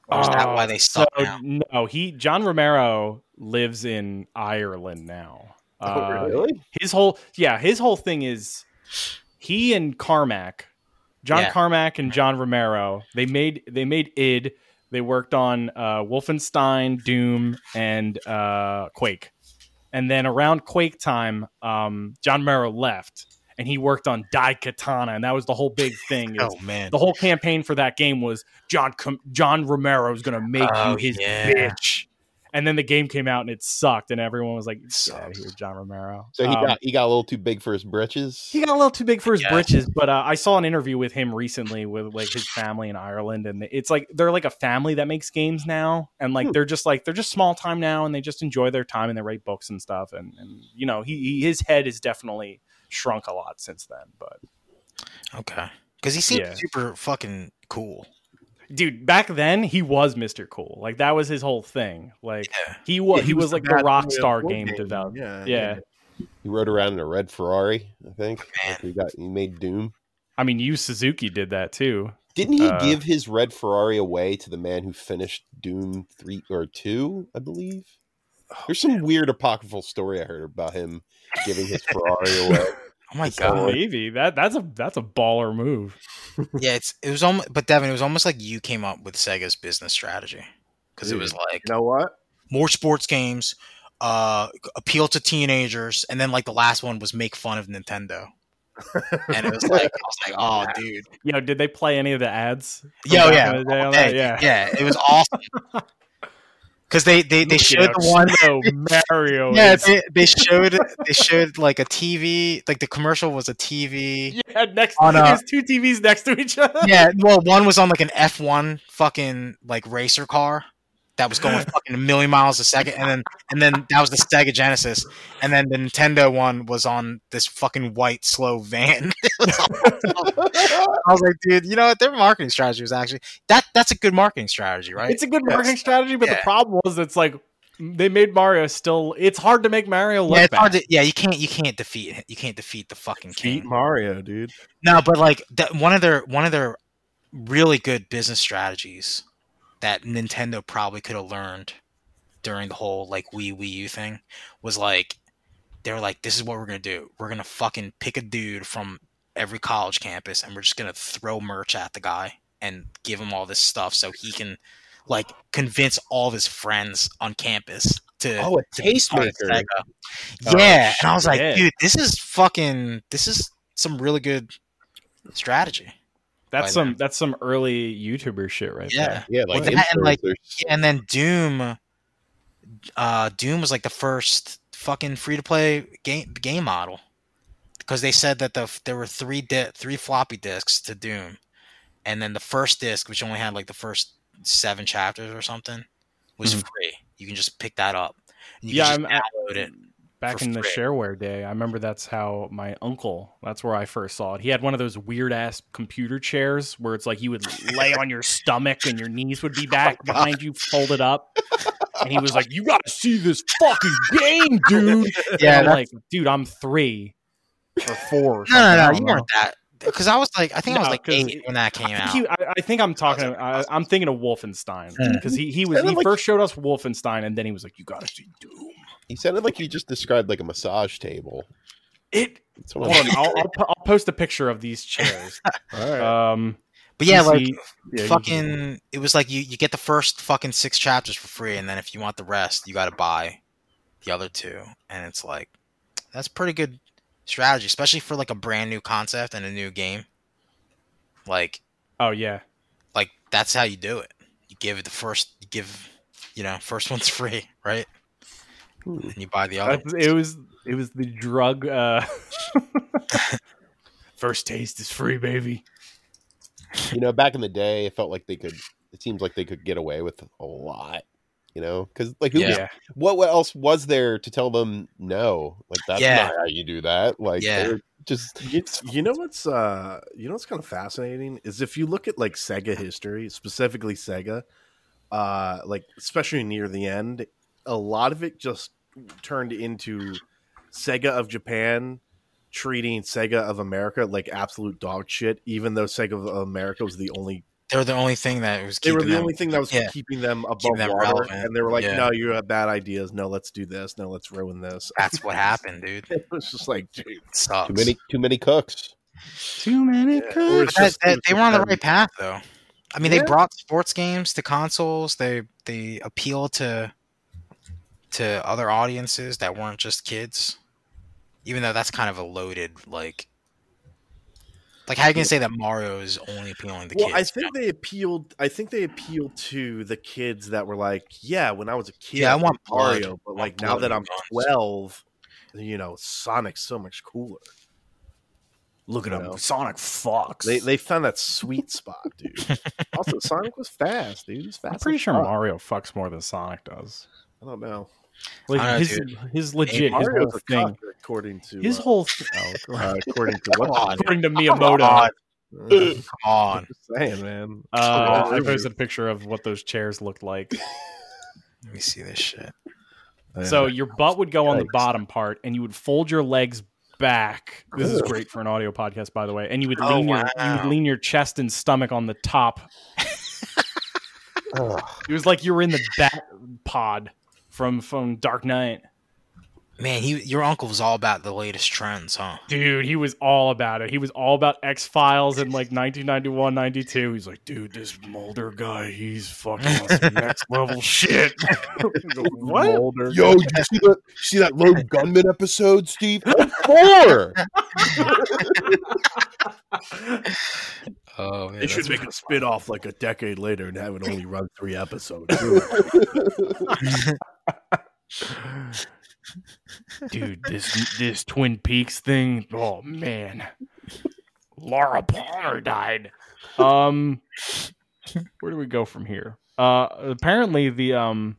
[SPEAKER 2] Or is that
[SPEAKER 3] Oh,
[SPEAKER 2] why they suck
[SPEAKER 3] so,
[SPEAKER 2] now?
[SPEAKER 3] No, he John Romero lives in Ireland now. Uh,
[SPEAKER 4] Oh, really?
[SPEAKER 3] his whole yeah his whole thing is he and carmack John
[SPEAKER 2] Yeah.
[SPEAKER 3] Carmack and John Romero. They made they made id. They worked on uh, Wolfenstein, Doom, and uh, Quake. And then around Quake time, um, John Romero left, and he worked on Die Katana, and that was the whole big thing. is
[SPEAKER 2] Oh man.
[SPEAKER 3] the whole campaign for that game was John Com- John Romero's going to make
[SPEAKER 2] Oh,
[SPEAKER 3] you his
[SPEAKER 2] yeah.
[SPEAKER 3] bitch. And then the game came out and it sucked, and everyone was like, "Get
[SPEAKER 2] Sucks.
[SPEAKER 3] out of here, John Romero."
[SPEAKER 4] So he
[SPEAKER 3] Um,
[SPEAKER 4] got he got a little too big for his britches.
[SPEAKER 3] he got a little too big for his
[SPEAKER 2] Yeah.
[SPEAKER 3] britches, but uh, I saw an interview with him recently with like his family in Ireland, and it's like they're like a family that makes games now, and like
[SPEAKER 1] Hmm.
[SPEAKER 3] they're just like they're just small time now, and they just enjoy their time and they write books and stuff, and and you know he, he his head has definitely shrunk a lot since then, but
[SPEAKER 2] Okay. Because he seemed
[SPEAKER 3] Yeah.
[SPEAKER 2] super fucking cool.
[SPEAKER 3] dude back then he was mr cool like that was his whole thing like
[SPEAKER 2] Yeah.
[SPEAKER 3] he was
[SPEAKER 1] Yeah,
[SPEAKER 3] he, was, like the
[SPEAKER 1] bad
[SPEAKER 3] rock
[SPEAKER 1] boy of
[SPEAKER 3] star
[SPEAKER 1] board
[SPEAKER 3] game
[SPEAKER 1] gaming.
[SPEAKER 3] developer
[SPEAKER 1] Yeah,
[SPEAKER 3] yeah.
[SPEAKER 4] He rode around in a red Ferrari, I think.
[SPEAKER 2] Man.
[SPEAKER 4] Like he got he made Doom.
[SPEAKER 3] i mean you suzuki did that too
[SPEAKER 4] Didn't he
[SPEAKER 3] Uh,
[SPEAKER 4] give his red Ferrari away to the man who finished Doom three or two? I believe.
[SPEAKER 3] Oh,
[SPEAKER 4] There's some weird apocryphal story I heard about him giving his Ferrari away.
[SPEAKER 2] Oh my
[SPEAKER 4] It's all
[SPEAKER 2] god.
[SPEAKER 3] maybe that that's a that's a baller move
[SPEAKER 2] Yeah, it's it was almost but Devin, it was almost like you came up with Sega's business strategy. Because it was like
[SPEAKER 1] You know what?
[SPEAKER 2] more sports games, uh appeal to teenagers, and then like the last one was make fun of Nintendo. and it was like I was like, oh dude.
[SPEAKER 3] you know did they play any of the ads from
[SPEAKER 2] Yeah,
[SPEAKER 3] back
[SPEAKER 2] yeah.
[SPEAKER 3] in the day on
[SPEAKER 2] Hey,
[SPEAKER 3] that? yeah
[SPEAKER 2] yeah, it was awesome. Cause they they, they
[SPEAKER 3] You
[SPEAKER 2] showed
[SPEAKER 3] know,
[SPEAKER 2] the one
[SPEAKER 3] Pseudo mario
[SPEAKER 2] Yeah,
[SPEAKER 3] is-
[SPEAKER 2] they, they showed they showed like a TV, like the commercial was a TV.
[SPEAKER 3] yeah next
[SPEAKER 2] On a-
[SPEAKER 3] there's two tvs next to each other
[SPEAKER 2] Yeah, well, one was on like an F1 fucking like racer car that was going fucking a million miles a second, and then and then that was the Sega Genesis, and then the Nintendo one was on this fucking white slow van. It was all- I was like, dude, you know what? Their marketing strategy was actually that. That's a good marketing strategy, right?
[SPEAKER 3] it's a good marketing strategy but the
[SPEAKER 2] Yeah.
[SPEAKER 3] problem was it's like they made mario still it's hard to make mario look
[SPEAKER 2] yeah, it's
[SPEAKER 3] bad.
[SPEAKER 2] hard to, yeah, you can't you can't defeat it. you can't defeat the fucking king.
[SPEAKER 1] Beat Mario, dude.
[SPEAKER 2] No, but like that one of their one of their really good business strategies that Nintendo probably could have learned during the whole like Wii Wii U thing was like they were like, this is what we're gonna do. We're gonna fucking pick a dude from every college campus and we're just gonna throw merch at the guy and give him all this stuff so he can like convince all of his friends on campus to
[SPEAKER 4] Oh, a
[SPEAKER 2] to be part of
[SPEAKER 4] tastemaker.
[SPEAKER 2] Sega. Yeah, and I was like,
[SPEAKER 3] Oh, shit.
[SPEAKER 2] dude, this is fucking this is some really good strategy.
[SPEAKER 3] that's
[SPEAKER 2] by
[SPEAKER 3] some that's some early youtuber shit right
[SPEAKER 2] Yeah.
[SPEAKER 3] there
[SPEAKER 4] Yeah, like,
[SPEAKER 2] Well, that and, like,
[SPEAKER 4] influencers.
[SPEAKER 2] And then Doom uh Doom was like the first fucking free to play game game model because they said that the there were three di- three floppy disks to Doom. And then the first disk which only had like the first 7 chapters or something was free. You can just pick that up. And you
[SPEAKER 3] Yeah,
[SPEAKER 2] can just
[SPEAKER 3] I'm- I-
[SPEAKER 2] download it.
[SPEAKER 3] back
[SPEAKER 2] for
[SPEAKER 3] in the
[SPEAKER 2] free.
[SPEAKER 3] shareware day i remember that's how my uncle that's where i first saw it he had one of those weird ass computer chairs where it's like you would lay on your stomach and your knees would be back behind you folded up and he was like you gotta see this fucking game dude
[SPEAKER 2] Yeah,
[SPEAKER 3] and
[SPEAKER 2] that's-
[SPEAKER 3] I'm like dude i'm three or four or
[SPEAKER 2] No,
[SPEAKER 3] something,
[SPEAKER 2] no,
[SPEAKER 3] I
[SPEAKER 2] no,
[SPEAKER 3] don't
[SPEAKER 2] you
[SPEAKER 3] know.
[SPEAKER 2] weren't that. Because I was like, I think I
[SPEAKER 3] No,
[SPEAKER 2] was like
[SPEAKER 3] 'cause
[SPEAKER 2] eight when that came
[SPEAKER 3] I
[SPEAKER 2] out.
[SPEAKER 3] think, he, I, I think I'm talking. I, I'm thinking of Wolfenstein
[SPEAKER 2] Mm.
[SPEAKER 3] because he, he was he
[SPEAKER 4] Sounded like-
[SPEAKER 3] first showed us Wolfenstein and then he was like, "You gotta see Doom."
[SPEAKER 4] he sounded like you just described like a massage table.
[SPEAKER 3] It
[SPEAKER 4] That's what
[SPEAKER 3] hold
[SPEAKER 4] I'm-
[SPEAKER 3] on, I'll, I'll, po- I'll post a picture of these chairs.
[SPEAKER 1] All right.
[SPEAKER 3] Um,
[SPEAKER 2] but yeah,
[SPEAKER 3] PC
[SPEAKER 2] like
[SPEAKER 1] Yeah, you-
[SPEAKER 2] fucking, it was like you you get the first fucking six chapters for free, and then if you want the rest, you got to buy the other two, and it's like that's pretty good strategy, especially for like a brand new concept and a new game. Like,
[SPEAKER 3] Oh yeah,
[SPEAKER 2] like that's how you do it. You give it the first, you give, you know, first one's free, right?
[SPEAKER 1] Hmm.
[SPEAKER 2] And you buy the other.
[SPEAKER 3] That's- it was it was the drug. Uh... First taste is free, baby.
[SPEAKER 4] you know, back in the day, it felt like they could. It seems like they could get away with a lot. You know, because like who was-
[SPEAKER 2] Yeah.
[SPEAKER 4] what what else was there to tell them no? Like that's
[SPEAKER 2] Yeah.
[SPEAKER 4] not how you do that. Like
[SPEAKER 2] Yeah.
[SPEAKER 4] they're just
[SPEAKER 1] You, you know what's uh you know what's kind of fascinating is if you look at like Sega history, specifically Sega, uh like especially near the end, a lot of it just turned into Sega of Japan treating Sega of America like absolute dog shit, even though Sega of America was the only
[SPEAKER 2] They were the only thing that was.
[SPEAKER 1] they were
[SPEAKER 2] keeping
[SPEAKER 1] the
[SPEAKER 2] them-
[SPEAKER 1] only thing that was
[SPEAKER 2] Yeah.
[SPEAKER 1] keeping them above
[SPEAKER 2] them
[SPEAKER 1] water.
[SPEAKER 2] relevant,
[SPEAKER 1] And they were like,
[SPEAKER 2] yeah.
[SPEAKER 1] No, you have bad ideas, no, let's do this, no, let's ruin this.
[SPEAKER 2] That's what happened, dude.
[SPEAKER 1] it was just like, dude,
[SPEAKER 2] It sucks.
[SPEAKER 4] too many too many cooks.
[SPEAKER 2] Too many
[SPEAKER 1] Yeah, or it's
[SPEAKER 2] That-
[SPEAKER 1] just-
[SPEAKER 2] that-
[SPEAKER 1] it's
[SPEAKER 2] they
[SPEAKER 1] just
[SPEAKER 2] were on the
[SPEAKER 1] them.
[SPEAKER 2] right path, though. I mean,
[SPEAKER 1] Yeah.
[SPEAKER 2] they brought sports games to consoles. They they appeal to to other audiences that weren't just kids. Even though that's kind of a loaded like, like how you can say that Mario is only appealing to
[SPEAKER 1] well,
[SPEAKER 2] kids?
[SPEAKER 1] I think they appealed. I think they appealed to the kids that were like, "Yeah, when I was a kid,
[SPEAKER 2] Yeah, I want blood.
[SPEAKER 1] Mario, but like
[SPEAKER 2] blood
[SPEAKER 1] now that
[SPEAKER 2] and
[SPEAKER 1] I'm
[SPEAKER 2] guns."
[SPEAKER 1] 12, you know, Sonic's so much cooler."
[SPEAKER 5] Look at
[SPEAKER 1] You
[SPEAKER 5] him,
[SPEAKER 1] know.
[SPEAKER 5] Sonic Fox.
[SPEAKER 1] They they found that sweet spot, dude. also, Sonic was fast, dude. He's fast.
[SPEAKER 3] I'm pretty
[SPEAKER 1] as
[SPEAKER 3] sure
[SPEAKER 1] fuck.
[SPEAKER 3] Mario fucks more than Sonic does.
[SPEAKER 1] I don't know.
[SPEAKER 3] Like
[SPEAKER 2] I don't know,
[SPEAKER 3] his his legit his
[SPEAKER 1] Mario's
[SPEAKER 3] whole
[SPEAKER 1] a
[SPEAKER 3] thing.
[SPEAKER 1] cuck, according to
[SPEAKER 3] His
[SPEAKER 1] uh,
[SPEAKER 3] whole th- oh, God.
[SPEAKER 1] uh, according to
[SPEAKER 2] Come
[SPEAKER 1] what
[SPEAKER 2] on,
[SPEAKER 3] according to
[SPEAKER 2] come
[SPEAKER 3] Miyamoto.
[SPEAKER 2] on,
[SPEAKER 1] I'm
[SPEAKER 2] come on.
[SPEAKER 1] just saying, man.
[SPEAKER 3] Uh,
[SPEAKER 1] Come
[SPEAKER 3] I
[SPEAKER 1] on.
[SPEAKER 3] posted a picture of what those chairs looked like.
[SPEAKER 2] Let me see this shit.
[SPEAKER 3] So your butt would go on the
[SPEAKER 1] Yikes.
[SPEAKER 3] bottom part, and you would fold your legs back. This is great for an audio podcast, by the way. And you would
[SPEAKER 2] Oh,
[SPEAKER 3] lean your you
[SPEAKER 2] wow.
[SPEAKER 3] would lean your chest and stomach on the top. It was like you were in the bat pod from from Dark Knight.
[SPEAKER 2] Man, he, your uncle was all about the latest trends, huh?
[SPEAKER 3] Dude, he was all about it. He was all about X Files in like 1991, 92. He's like, dude, this Mulder guy, he's fucking on some next level shit. what?
[SPEAKER 1] Mulder.
[SPEAKER 4] Yo, did you see that? See that Lone Gunman episode, Steve? I'm four.
[SPEAKER 2] Oh, man,
[SPEAKER 1] They should make a spin off like a decade later and have it only run three episodes. Really.
[SPEAKER 3] dude this this twin peaks thing oh man laura palmer died um where do we go from here uh apparently the um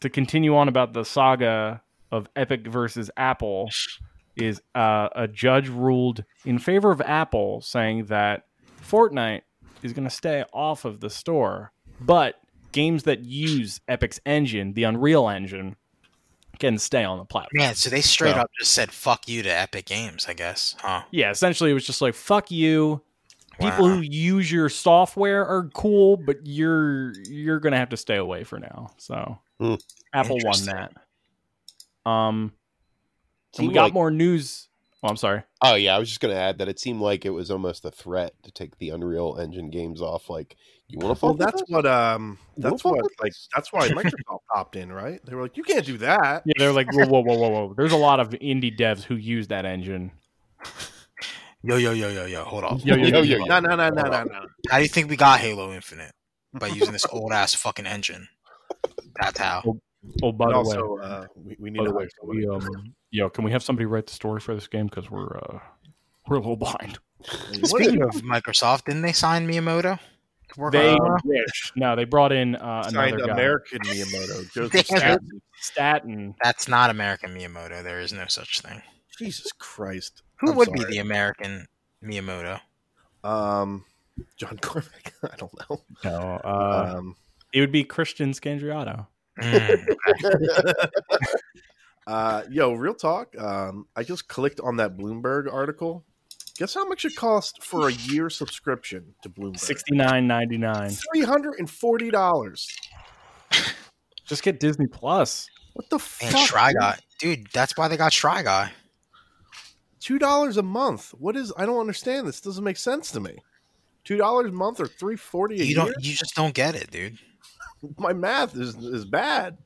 [SPEAKER 3] to continue on about the saga of epic versus apple is uh, a judge ruled in favor of apple saying that fortnite is going to stay off of the store but games that use epic's engine the unreal engine can stay on the platform
[SPEAKER 2] man. So they straight
[SPEAKER 3] So-
[SPEAKER 2] up just said "fuck you" to Epic Games, I guess, huh?
[SPEAKER 3] yeah, essentially it was just like fuck you. People
[SPEAKER 2] Wow.
[SPEAKER 3] who use your software are cool, but you're you're gonna have to stay away for now. So
[SPEAKER 4] Hmm.
[SPEAKER 3] Apple won
[SPEAKER 2] Interesting.
[SPEAKER 3] that. Um, and we
[SPEAKER 4] Seemed
[SPEAKER 3] got
[SPEAKER 4] like-
[SPEAKER 3] more news. Oh, I'm sorry.
[SPEAKER 4] Oh yeah, I was just gonna add that it seemed like it was almost a threat to take the Unreal Engine games off. Like, you want to
[SPEAKER 1] Well,
[SPEAKER 4] fuck? with
[SPEAKER 1] that's
[SPEAKER 4] us?
[SPEAKER 1] what um, that's
[SPEAKER 4] Well,
[SPEAKER 1] what like that's why Microsoft popped in, right? They were like, you can't do that.
[SPEAKER 3] Yeah, they're like whoa, whoa, whoa, whoa, whoa. There's a lot of indie devs who use that engine.
[SPEAKER 2] Yo, yo, yo, yo, yo. Hold on.
[SPEAKER 4] Yo, yo, yo, yo, yo.
[SPEAKER 1] No, no, no, no, no, no.
[SPEAKER 2] How do you think we got Halo Infinite by using this old ass fucking engine? That's how.
[SPEAKER 3] Oh, by
[SPEAKER 1] But
[SPEAKER 3] the way,
[SPEAKER 1] also, uh, we, we need
[SPEAKER 3] by
[SPEAKER 1] to
[SPEAKER 3] the way,
[SPEAKER 1] hire
[SPEAKER 3] can we,
[SPEAKER 1] somebody.
[SPEAKER 3] um, yo, can we have somebody write the story for this game because we're uh, we're a little behind.
[SPEAKER 1] What is-
[SPEAKER 2] Speaking of Microsoft, didn't they sign Miyamoto? To work
[SPEAKER 3] They
[SPEAKER 2] on
[SPEAKER 4] uh,
[SPEAKER 2] Halo?
[SPEAKER 3] wish. No, they brought in uh, another
[SPEAKER 1] signed
[SPEAKER 3] guy.
[SPEAKER 1] American Miyamoto, Joseph
[SPEAKER 2] Yeah.
[SPEAKER 1] Staten.
[SPEAKER 3] Staten.
[SPEAKER 2] That's not American Miyamoto. There is no such thing.
[SPEAKER 1] Jesus Christ,
[SPEAKER 2] Who
[SPEAKER 1] I'm
[SPEAKER 2] would
[SPEAKER 1] sorry.
[SPEAKER 2] be the American Miyamoto?
[SPEAKER 1] um John Cormack? I don't know.
[SPEAKER 3] No, uh,
[SPEAKER 1] um,
[SPEAKER 3] It would be Christian Scandriato.
[SPEAKER 2] Mm.
[SPEAKER 1] Uh, yo, real talk. Um, I just clicked on that Bloomberg article. Guess how much it cost for a year subscription to Bloomberg?
[SPEAKER 3] Sixty nine ninety nine.
[SPEAKER 1] Three hundred and forty dollars.
[SPEAKER 3] Just get Disney Plus.
[SPEAKER 1] What the
[SPEAKER 2] Man,
[SPEAKER 1] fuck?
[SPEAKER 2] Shy Guy, dude. That's why they got Shy Guy.
[SPEAKER 1] Two dollars a month. What is? I don't understand. This doesn't make sense to me. Two dollars a month or three forty a
[SPEAKER 2] You
[SPEAKER 1] year.
[SPEAKER 2] don't. You just don't get it, dude.
[SPEAKER 1] My math is is bad.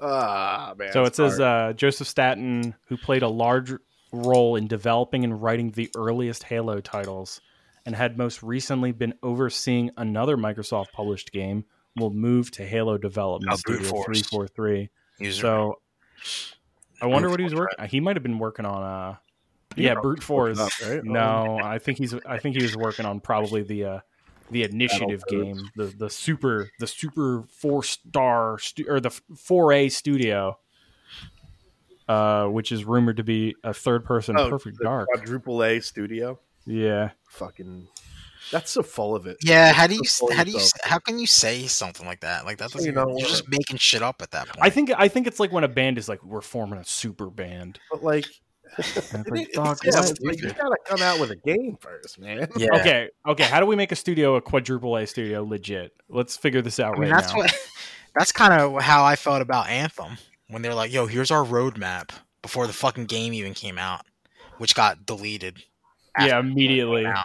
[SPEAKER 1] Ah man.
[SPEAKER 3] so it
[SPEAKER 1] it's
[SPEAKER 3] says
[SPEAKER 1] hard.
[SPEAKER 3] uh, Joseph Staten, who played a large role in developing and writing the earliest Halo titles, and had most recently been overseeing another Microsoft published game, will move to Halo Development
[SPEAKER 2] Oh, Brute
[SPEAKER 3] Studio
[SPEAKER 2] Force.
[SPEAKER 3] three four three.
[SPEAKER 2] User.
[SPEAKER 3] So I wonder
[SPEAKER 2] Brute
[SPEAKER 3] what he was
[SPEAKER 2] Force,
[SPEAKER 3] working. He might have been working on. Uh,
[SPEAKER 1] You
[SPEAKER 3] yeah,
[SPEAKER 1] know,
[SPEAKER 3] brute force.
[SPEAKER 1] up, right? Oh,
[SPEAKER 3] No, I think he's. I think he was working on probably the uh, the initiative
[SPEAKER 1] Battletoads.
[SPEAKER 3] game, the the super the super four star stu- or the four A studio, uh, which is rumored to be a third person
[SPEAKER 1] Oh,
[SPEAKER 3] Perfect
[SPEAKER 1] the
[SPEAKER 3] Dark.
[SPEAKER 1] quadruple A studio.
[SPEAKER 3] Yeah,
[SPEAKER 1] Fucking. That's so full of it.
[SPEAKER 2] yeah. How do you?
[SPEAKER 1] Just for
[SPEAKER 2] How do you?
[SPEAKER 1] yourself.
[SPEAKER 2] How can you say something like that? Like that
[SPEAKER 1] So you
[SPEAKER 2] doesn't. You
[SPEAKER 1] don't
[SPEAKER 2] are
[SPEAKER 1] work.
[SPEAKER 2] just making shit up at that point.
[SPEAKER 3] I think I think it's like when a band is like we're forming a super band.
[SPEAKER 1] But like,
[SPEAKER 3] And it's
[SPEAKER 1] It
[SPEAKER 3] like,
[SPEAKER 1] is-
[SPEAKER 3] dog,
[SPEAKER 1] yeah,
[SPEAKER 3] what?
[SPEAKER 1] it's like, you gotta come out with a game first, man.
[SPEAKER 2] Yeah.
[SPEAKER 3] Okay, okay. How do we make a studio a quadruple A studio legit? Let's figure this out
[SPEAKER 2] I mean,
[SPEAKER 3] right
[SPEAKER 2] that's
[SPEAKER 3] now.
[SPEAKER 2] what that's kind of how I felt about Anthem when they're like, "Yo, here's our roadmap" before the fucking game even came out, which got deleted.
[SPEAKER 3] yeah, immediately.
[SPEAKER 2] out.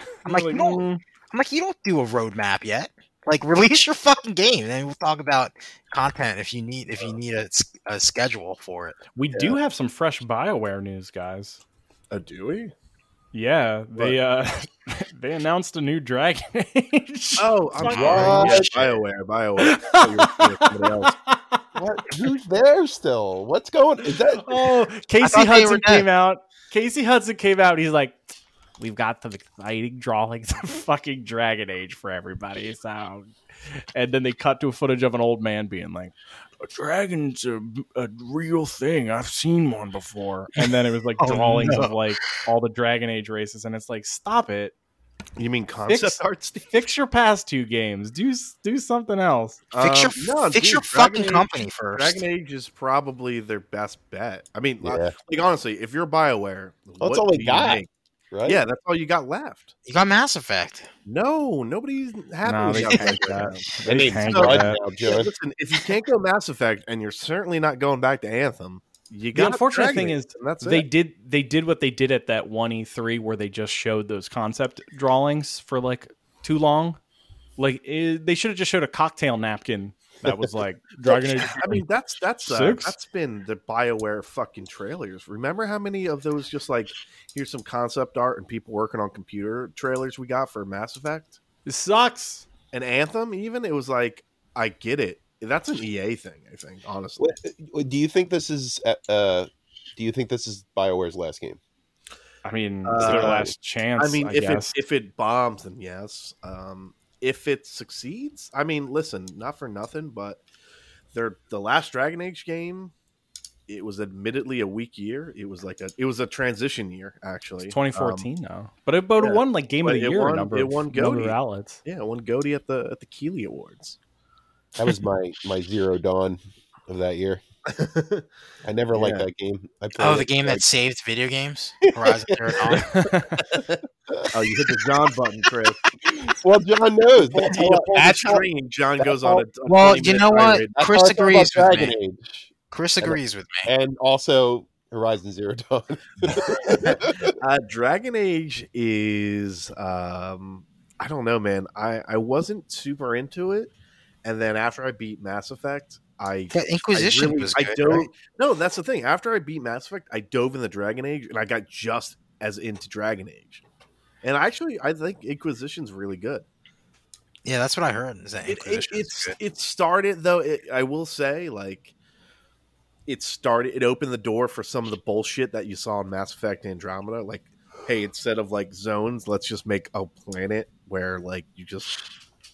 [SPEAKER 2] I'm
[SPEAKER 3] You're
[SPEAKER 2] like,
[SPEAKER 3] like,
[SPEAKER 2] no,
[SPEAKER 3] mm,
[SPEAKER 2] I'm like, you don't do a roadmap yet. Like, release your fucking game, and then we'll talk about content if you need if you need a, s- a schedule for it.
[SPEAKER 3] we do have some fresh Bioware news, guys.
[SPEAKER 1] Oh, do we?
[SPEAKER 3] Yeah, they uh, they announced a new Dragon Age.
[SPEAKER 1] Oh, I'm
[SPEAKER 3] Fuck
[SPEAKER 1] sorry.
[SPEAKER 4] yeah.
[SPEAKER 1] Yeah, Bioware, Bioware. I thought you were thinking of somebody else.
[SPEAKER 4] What? Who's there still? What's going? Is that
[SPEAKER 3] oh, Casey
[SPEAKER 2] thought they were
[SPEAKER 3] Hudson
[SPEAKER 2] dead.
[SPEAKER 3] came out. Casey Hudson came out. And he's like, "We've got the exciting drawings of fucking Dragon Age for everybody." So, and then they cut to a footage of an old man being like, "A dragon's a, a real thing. I've seen one before." And then it was like
[SPEAKER 2] Oh,
[SPEAKER 3] drawings
[SPEAKER 2] no.
[SPEAKER 3] of like all the Dragon Age races, and it's like, "Stop it!
[SPEAKER 1] You mean concept
[SPEAKER 3] Fix-
[SPEAKER 1] art, Steve?
[SPEAKER 3] Fix your past two games. Do s- do something else."
[SPEAKER 2] Fix your
[SPEAKER 1] Um, no,
[SPEAKER 2] fix
[SPEAKER 1] dude, Dragon
[SPEAKER 2] your fucking
[SPEAKER 1] Age-
[SPEAKER 2] company first.
[SPEAKER 1] Dragon Age is probably their best bet. I mean,
[SPEAKER 4] Yeah.
[SPEAKER 1] like like, honestly, if you're Bioware, what
[SPEAKER 4] all they
[SPEAKER 1] do you
[SPEAKER 4] got,
[SPEAKER 1] make?
[SPEAKER 4] right?
[SPEAKER 1] Yeah, that's all you got left.
[SPEAKER 2] you got Mass Effect.
[SPEAKER 1] No, nobody's happy
[SPEAKER 3] Nah,
[SPEAKER 1] with
[SPEAKER 3] they
[SPEAKER 1] that.
[SPEAKER 3] tanked that. They
[SPEAKER 4] They
[SPEAKER 3] tanked
[SPEAKER 1] suck.
[SPEAKER 3] that.
[SPEAKER 4] Now,
[SPEAKER 1] Yeah,
[SPEAKER 4] Joe.
[SPEAKER 1] listen, if you can't go Mass Effect, and you're certainly not going back to Anthem, you
[SPEAKER 3] The
[SPEAKER 1] got
[SPEAKER 3] unfortunate
[SPEAKER 1] Dragon
[SPEAKER 3] thing
[SPEAKER 1] Age,
[SPEAKER 3] is
[SPEAKER 1] and that's
[SPEAKER 3] they
[SPEAKER 1] it.
[SPEAKER 3] did they did what they did at that one E3 where they just showed those concept drawings for like too long. Like it, they should have just showed a cocktail napkin that was like Dragon Age.
[SPEAKER 1] I mean, that's that's uh,
[SPEAKER 3] Six?
[SPEAKER 1] that's been the Bioware fucking trailers. Remember how many of those just like here's some concept art and people working on computer trailers we got for Mass Effect
[SPEAKER 3] This sucks.
[SPEAKER 1] and Anthem? Even it was like, I get it. That's an EA thing, I think. Honestly,
[SPEAKER 4] What- Do you think this is? uh, Uh, do you think this is Bioware's last game?
[SPEAKER 3] I mean, it's their
[SPEAKER 1] Uh,
[SPEAKER 3] last chance.
[SPEAKER 1] I mean, if
[SPEAKER 3] guess.
[SPEAKER 1] it if it bombs, then yes. Um, if it succeeds, I mean, listen, not for nothing, but their the last Dragon Age game. It was admittedly a weak year. It was like a it was a transition year actually.
[SPEAKER 3] it's
[SPEAKER 1] Um,
[SPEAKER 3] 2014 now, but it but it
[SPEAKER 1] yeah.
[SPEAKER 3] won like game
[SPEAKER 1] But
[SPEAKER 3] of the
[SPEAKER 1] it
[SPEAKER 3] year
[SPEAKER 1] won-
[SPEAKER 3] number.
[SPEAKER 1] it
[SPEAKER 3] of-
[SPEAKER 1] won
[SPEAKER 3] number of
[SPEAKER 1] Goaty.
[SPEAKER 3] outlets.
[SPEAKER 1] Yeah, won Goaty at the at the Keeley Awards.
[SPEAKER 4] That was my my zero dawn of that year. I never liked
[SPEAKER 1] Yeah.
[SPEAKER 4] that game. I played
[SPEAKER 2] Oh, the
[SPEAKER 4] it,
[SPEAKER 2] game
[SPEAKER 4] like,
[SPEAKER 2] that saved video games. Horizon Zero Dawn.
[SPEAKER 1] Oh, you hit the John button, Chris.
[SPEAKER 4] well, John knows. That's how I-
[SPEAKER 1] That's train. John
[SPEAKER 4] that's
[SPEAKER 1] goes on. A, a
[SPEAKER 2] Well,
[SPEAKER 1] 20
[SPEAKER 2] you
[SPEAKER 1] minute
[SPEAKER 2] know what?
[SPEAKER 1] tirade.
[SPEAKER 4] that's how
[SPEAKER 2] Chris
[SPEAKER 4] I felt about
[SPEAKER 2] agrees with
[SPEAKER 4] Dragon
[SPEAKER 2] me.
[SPEAKER 4] Age,
[SPEAKER 2] Chris
[SPEAKER 4] And-
[SPEAKER 2] agrees with me.
[SPEAKER 4] and also Horizon Zero Dawn.
[SPEAKER 1] Uh, Dragon Age is. Um, I don't know, man. I I wasn't super into it, and then after I beat Mass Effect, I.
[SPEAKER 2] The Inquisition
[SPEAKER 1] I really-
[SPEAKER 2] was
[SPEAKER 1] I
[SPEAKER 2] good.
[SPEAKER 1] dove-
[SPEAKER 2] right?
[SPEAKER 1] No, that's the thing. After I beat Mass Effect, I dove in the Dragon Age, and I got just as into Dragon Age. And actually, I think Inquisition's really good.
[SPEAKER 2] Yeah, that's what I heard. Is that
[SPEAKER 1] it, it,
[SPEAKER 2] Inquisition? was
[SPEAKER 1] it's
[SPEAKER 2] good.
[SPEAKER 1] it started though it, i will say like it started it opened the door for some of the bullshit that you saw in mass effect andromeda like hey instead of like zones let's just make a planet where like you just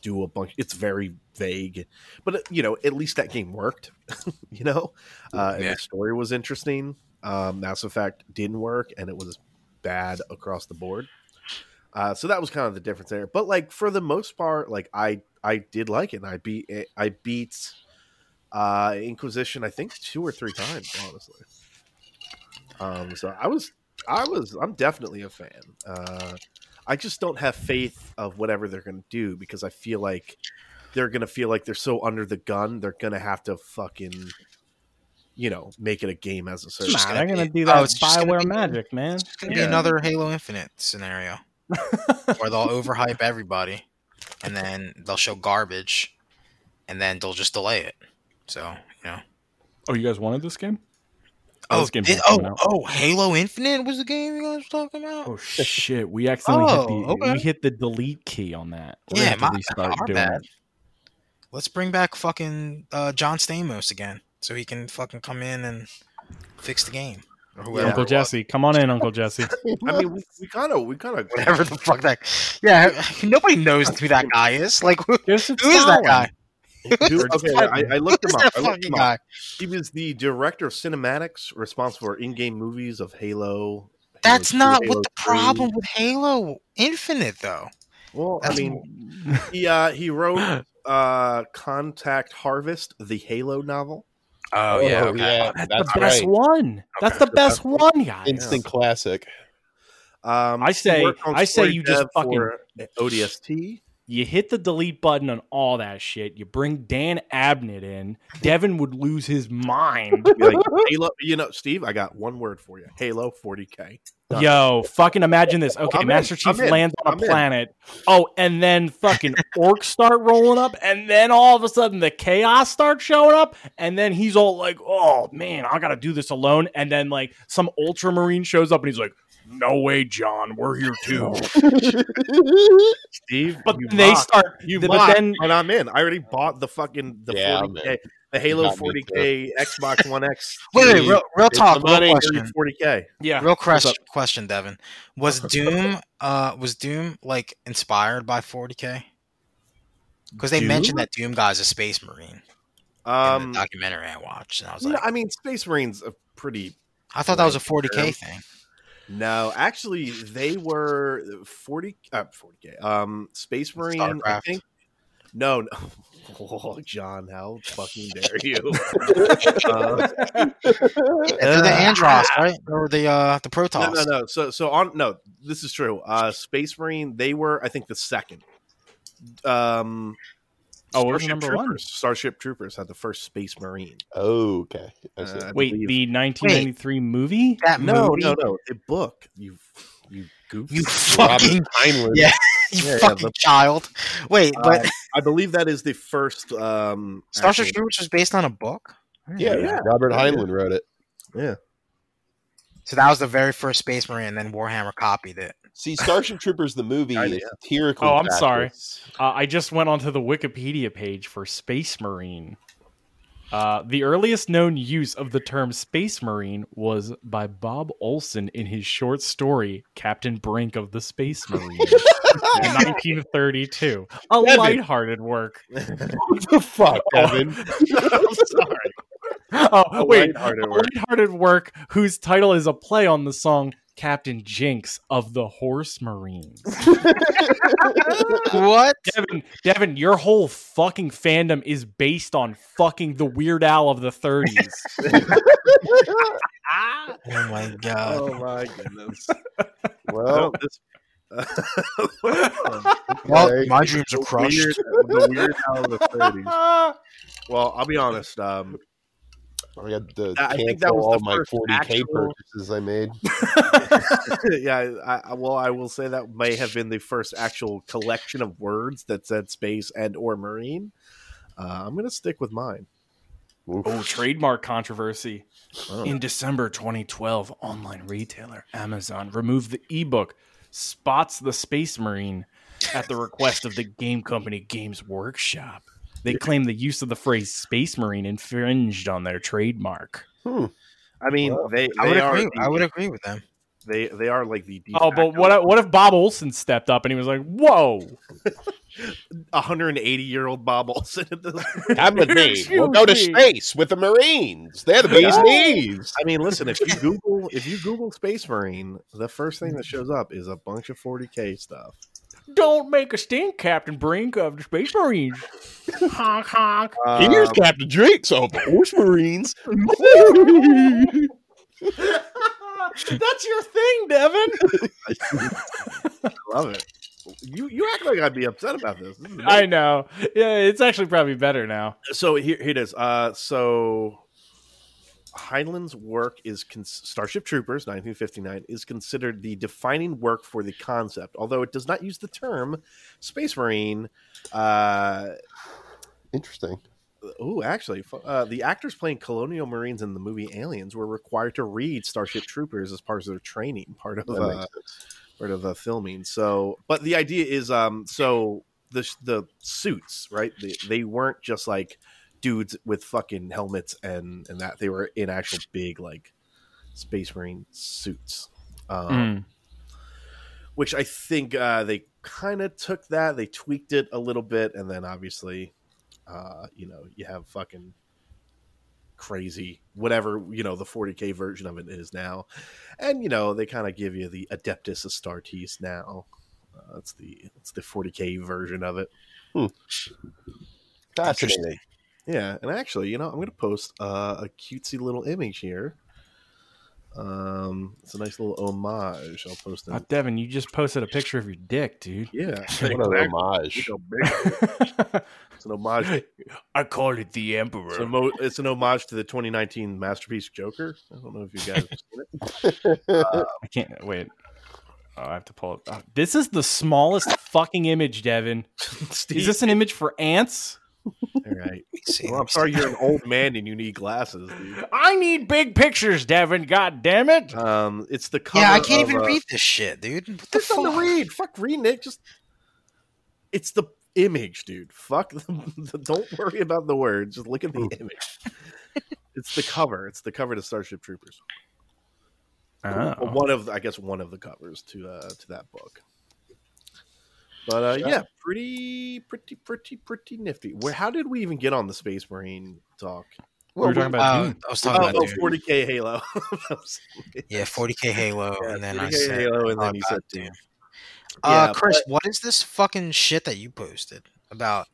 [SPEAKER 1] do a bunch it's very vague but uh, you know at least that game worked you know uh, and
[SPEAKER 2] Yeah.
[SPEAKER 1] the story was interesting um, mass effect didn't work and it was bad across the board uh, so that was kind of the difference there but like for the most part like i i did like it and i beat it- i beat uh inquisition i think two or three times honestly um so i was i was i'm definitely a fan uh i just don't have faith of whatever they're gonna do because i feel like they're gonna feel like they're so under the gun they're gonna have to fucking you know make it a game as a service
[SPEAKER 2] just
[SPEAKER 3] Nah,
[SPEAKER 2] gonna
[SPEAKER 3] they're gonna
[SPEAKER 2] be-
[SPEAKER 3] do
[SPEAKER 2] oh,
[SPEAKER 3] that
[SPEAKER 2] it's just gonna
[SPEAKER 3] Bioware
[SPEAKER 2] be-
[SPEAKER 3] magic, man.
[SPEAKER 2] It's gonna
[SPEAKER 3] Yeah.
[SPEAKER 2] be another Halo Infinite scenario where they'll overhype everybody, and then they'll show garbage, and then they'll just delay it. So you know.
[SPEAKER 3] Oh, you guys wanted this game? Oh,
[SPEAKER 2] Oh,
[SPEAKER 3] this game's
[SPEAKER 2] did-
[SPEAKER 3] not
[SPEAKER 2] oh,
[SPEAKER 3] coming out.
[SPEAKER 2] oh, Halo Infinite was the game you guys were talking about.
[SPEAKER 3] Oh shit! We accidentally hit the
[SPEAKER 2] Oh, okay.
[SPEAKER 3] we hit the delete key on that. We're
[SPEAKER 2] Yeah,
[SPEAKER 3] gonna have
[SPEAKER 2] my-
[SPEAKER 3] to restart
[SPEAKER 2] our
[SPEAKER 3] doing
[SPEAKER 2] bad.
[SPEAKER 3] it.
[SPEAKER 2] Let's bring back fucking uh, John Stamos again, so he can fucking come in and fix the game or whoever.
[SPEAKER 3] Uncle
[SPEAKER 2] it was.
[SPEAKER 3] Jesse, come on in, Uncle Jesse.
[SPEAKER 1] i mean we- we kind of we kind of
[SPEAKER 2] whatever the fuck that. Yeah, nobody knows who that guy is. Like, who,
[SPEAKER 3] Joseph
[SPEAKER 2] who is that
[SPEAKER 3] Stalin.
[SPEAKER 2] guy?
[SPEAKER 1] Dude, okay, I, I looked
[SPEAKER 2] Who is
[SPEAKER 1] him up.
[SPEAKER 2] that
[SPEAKER 1] I looked
[SPEAKER 2] fucking
[SPEAKER 1] him up.
[SPEAKER 2] guy?
[SPEAKER 1] He was the director of cinematics, responsible for in-game movies of Halo.
[SPEAKER 2] That's
[SPEAKER 1] Halo 2,
[SPEAKER 2] not
[SPEAKER 1] Halo
[SPEAKER 2] what the
[SPEAKER 1] 3.
[SPEAKER 2] problem with Halo Infinite though.
[SPEAKER 1] Well, I
[SPEAKER 2] That's-
[SPEAKER 1] mean, he uh, he wrote uh, Contact Harvest, the Halo novel.
[SPEAKER 2] Oh,
[SPEAKER 4] Oh, yeah,
[SPEAKER 3] That's,
[SPEAKER 4] that's
[SPEAKER 3] the best
[SPEAKER 4] right.
[SPEAKER 3] one. That's the best one, guys.
[SPEAKER 4] Instant classic.
[SPEAKER 1] Um,
[SPEAKER 3] I
[SPEAKER 1] he
[SPEAKER 3] say-
[SPEAKER 1] worked on
[SPEAKER 3] I say
[SPEAKER 1] story
[SPEAKER 3] you just
[SPEAKER 1] dev for ODST.
[SPEAKER 3] You hit the delete button on all that shit. You bring Dan Abnett in. Devin would lose his mind.
[SPEAKER 1] Be like, Halo, you know, Steve, I got one word for you. Halo 40K. Done.
[SPEAKER 3] Yo, fucking imagine this. Okay,
[SPEAKER 1] I'm in.
[SPEAKER 3] Master Chief
[SPEAKER 1] I'm in.
[SPEAKER 3] lands on a
[SPEAKER 1] I'm in.
[SPEAKER 3] planet. Oh, and then fucking orcs start rolling up, and then all of a sudden the chaos starts showing up, and then he's all like, "Oh man, I gotta do this alone." And then like some ultramarine shows up, and he's like, "No way, John, we're here too."
[SPEAKER 1] Steve,
[SPEAKER 3] But
[SPEAKER 1] you
[SPEAKER 3] they
[SPEAKER 1] mocked.
[SPEAKER 3] start.
[SPEAKER 1] You
[SPEAKER 3] but
[SPEAKER 1] mocked,
[SPEAKER 3] then-
[SPEAKER 1] and I'm in. I already bought the fucking the
[SPEAKER 4] Yeah, I'm
[SPEAKER 1] 40K, the Halo
[SPEAKER 4] got me
[SPEAKER 1] 40K Xbox One X.
[SPEAKER 2] Wait, wait, real, real
[SPEAKER 1] It's
[SPEAKER 2] talk, real
[SPEAKER 1] money,
[SPEAKER 2] question,
[SPEAKER 1] 40K.
[SPEAKER 3] Yeah,
[SPEAKER 2] real question, question, Devin. Was Doom, uh, was Doom like inspired by 40k? Because they
[SPEAKER 1] Doom?
[SPEAKER 2] mentioned that Doom guy's a space marine in
[SPEAKER 1] Um,
[SPEAKER 2] the documentary I watched, and I was
[SPEAKER 1] no,
[SPEAKER 2] like,
[SPEAKER 1] I mean, Space Marines are pretty
[SPEAKER 2] I thought that was a 40k
[SPEAKER 1] Sure.
[SPEAKER 2] thing.
[SPEAKER 1] No, actually, they were forty. Uh, forty k. Um, Space Marine. I
[SPEAKER 2] Starcraft.
[SPEAKER 1] think. No, no. Oh, John, how fucking dare you? Uh,
[SPEAKER 2] Yeah, they're the Andros, right? Or the uh, the
[SPEAKER 1] no,
[SPEAKER 2] Protoss.
[SPEAKER 1] no, no. So, so on. No, this is true. Uh, Space Marine. They were, I think, the second. Um,
[SPEAKER 3] Oh, we're number
[SPEAKER 1] Troopers.
[SPEAKER 3] one.
[SPEAKER 1] Starship Troopers had the first Space Marine.
[SPEAKER 4] Oh, okay. I see.
[SPEAKER 1] Uh, I
[SPEAKER 3] Wait,
[SPEAKER 1] believe.
[SPEAKER 3] the 1993 movie?
[SPEAKER 2] That
[SPEAKER 1] no,
[SPEAKER 2] movie,
[SPEAKER 1] no, no. The book. You, you goof.
[SPEAKER 2] You
[SPEAKER 4] Robert
[SPEAKER 2] fucking,
[SPEAKER 4] Heinlein.
[SPEAKER 2] Yeah. you
[SPEAKER 1] Yeah, yeah,
[SPEAKER 2] fucking
[SPEAKER 1] the-
[SPEAKER 2] child. Wait, but
[SPEAKER 1] Um, I believe that is the first. Um,
[SPEAKER 2] Starship
[SPEAKER 1] actual-
[SPEAKER 2] Troopers was based on a book.
[SPEAKER 4] Yeah,
[SPEAKER 1] Yeah.
[SPEAKER 4] Robert
[SPEAKER 1] Yeah.
[SPEAKER 4] Heinlein wrote it.
[SPEAKER 2] So that was the very first Space Marine, and then Warhammer copied it.
[SPEAKER 4] See, Starship Troopers the movie
[SPEAKER 1] I-
[SPEAKER 4] is satirical.
[SPEAKER 3] Oh, I'm
[SPEAKER 4] backwards.
[SPEAKER 3] sorry. Uh, I just went onto the Wikipedia page for Space Marine. Uh, the earliest known use of the term Space Marine was by Bob Olson in his short story Captain Brink of the Space Marine in 1932. A
[SPEAKER 4] Devin.
[SPEAKER 3] lighthearted work.
[SPEAKER 4] What the fuck, Evan?
[SPEAKER 1] I'm sorry.
[SPEAKER 3] Oh, wait.
[SPEAKER 1] Lighthearted work.
[SPEAKER 3] Lighthearted work whose title is a play on the song Captain Jinx of the Horse Marines.
[SPEAKER 2] What?
[SPEAKER 3] Devin, Devin, your whole fucking fandom is based on fucking the Weird Al of the 30s.
[SPEAKER 2] Oh my god!
[SPEAKER 1] Oh my goodness. Oh.
[SPEAKER 4] Well,
[SPEAKER 1] this,
[SPEAKER 2] well, my dreams are crushed.
[SPEAKER 1] Weird, the weird out of the 30s.
[SPEAKER 3] Ah.
[SPEAKER 1] Well, I'll be honest. Um,
[SPEAKER 4] I got to
[SPEAKER 1] I
[SPEAKER 4] cancel
[SPEAKER 1] think that was
[SPEAKER 4] all
[SPEAKER 1] the
[SPEAKER 4] my
[SPEAKER 1] first
[SPEAKER 4] 40k
[SPEAKER 1] actual-
[SPEAKER 4] purchases I made.
[SPEAKER 1] yeah, I, I, well, I will say that may have been the first actual collection of words that said space and or marine. Uh, I'm gonna stick with mine.
[SPEAKER 3] oh, trademark controversy.
[SPEAKER 1] Oh.
[SPEAKER 3] In December 2012, online retailer Amazon removed the ebook Spots the Space Marine at the request of the game company Games Workshop. They claim the use of the phrase Space Marine infringed on their trademark.
[SPEAKER 1] I mean,
[SPEAKER 4] Well,
[SPEAKER 1] they
[SPEAKER 2] I would
[SPEAKER 1] they are
[SPEAKER 2] agree. I
[SPEAKER 1] the-
[SPEAKER 2] would agree with them.
[SPEAKER 1] they they are like the de
[SPEAKER 3] Oh, but
[SPEAKER 1] facto
[SPEAKER 3] what what if Bob Olson stepped up and he was like, "Whoa,
[SPEAKER 1] 180 year old Bob Olson at this
[SPEAKER 4] Have a name. We'll go to
[SPEAKER 3] Excuse me.
[SPEAKER 4] space with the Marines. They're the bee's
[SPEAKER 1] Yeah.
[SPEAKER 4] knees.
[SPEAKER 1] I mean, listen. If you Google, if you Google Space Marine, the first thing that shows up is a bunch of 40k stuff.
[SPEAKER 3] don't make a stink, Captain Brink of the Space Marines." honk honk.
[SPEAKER 4] Uh,
[SPEAKER 1] Um,
[SPEAKER 4] Captain Drake's of the Horse Marines.
[SPEAKER 3] That's your thing, Devin.
[SPEAKER 1] I love it. You you act like I'd be upset about this. This is
[SPEAKER 3] I
[SPEAKER 1] amazing.
[SPEAKER 3] know. Yeah, it's actually probably better now.
[SPEAKER 1] so here, here it is. Uh, so Heinlein's work is cons- Starship Troopers 1959 is considered the defining work for the concept, although it does not use the term Space Marine. Uh,
[SPEAKER 4] Interesting.
[SPEAKER 1] Oh, actually, fu- uh, the actors playing Colonial Marines in the movie Aliens were required to read Starship Troopers as part of their training, part of
[SPEAKER 4] That makes
[SPEAKER 1] uh, part of the filming. So, but the idea is, um, so the sh- the suits, right? They, they weren't just like dudes with fucking helmets and and that they were in actual big like Space Marine suits. Um, which I think uh, they kind of took that, they tweaked it a little bit, and then obviously, uh, you know, you have fucking crazy whatever you know the 40k version of it is now, and you know they kind of give you the Adeptus Astartes now. Uh, that's the it's the 40k version of it.
[SPEAKER 4] Fascinating.
[SPEAKER 1] Yeah, and actually, you know, I'm gonna post uh, a cutesy little image here Um, it's a nice little homage. I'll post
[SPEAKER 3] Oh,
[SPEAKER 1] it.
[SPEAKER 3] Devin, you just posted a picture of your dick, dude.
[SPEAKER 1] Yeah,
[SPEAKER 4] What an homage.
[SPEAKER 1] It's an homage.
[SPEAKER 3] I call it the Emperor.
[SPEAKER 1] It's, a mo- it's an homage to the 2019 masterpiece Joker. I don't know if you guys have seen it.
[SPEAKER 3] I can't wait. Oh, I have to pull it. Oh, this is the smallest fucking image, Devin.
[SPEAKER 1] Steve.
[SPEAKER 3] Is this an image for ants?
[SPEAKER 1] All right.
[SPEAKER 2] See,
[SPEAKER 1] Well, I'm sorry you're an old man and you need glasses. Dude.
[SPEAKER 3] I need big pictures, Devin. God damn it!
[SPEAKER 1] Um, it's the cover.
[SPEAKER 2] Yeah, I can't
[SPEAKER 1] of,
[SPEAKER 2] even
[SPEAKER 1] uh,
[SPEAKER 2] read this shit, dude. What the
[SPEAKER 1] There's
[SPEAKER 2] fuck?
[SPEAKER 1] nothing to read. Fuck read Nick. Just it's the image, dude. Fuck. The, the- don't worry about the words. Just look at the image. It's the cover. It's the cover to Starship Troopers.
[SPEAKER 3] Oh.
[SPEAKER 1] Well, one of I guess one of the covers to uh, to that book. But uh,
[SPEAKER 4] Yeah.
[SPEAKER 1] yeah, pretty, pretty, pretty, pretty nifty. Where? How did we even get on the Space Marine talk?
[SPEAKER 3] we were talking about
[SPEAKER 2] Uh,
[SPEAKER 3] Dune.
[SPEAKER 2] I was
[SPEAKER 1] Oh,
[SPEAKER 2] talking about
[SPEAKER 1] oh,
[SPEAKER 2] Dune.
[SPEAKER 1] 40k Halo.
[SPEAKER 2] Yeah, 40k Halo,
[SPEAKER 1] Yeah,
[SPEAKER 2] Oh, and then I
[SPEAKER 1] 40K
[SPEAKER 2] said,
[SPEAKER 1] Halo, and then you
[SPEAKER 2] God
[SPEAKER 1] said
[SPEAKER 2] damn.
[SPEAKER 1] Dune.
[SPEAKER 2] Uh,
[SPEAKER 1] Yeah,
[SPEAKER 2] Chris, what is this fucking shit that you posted about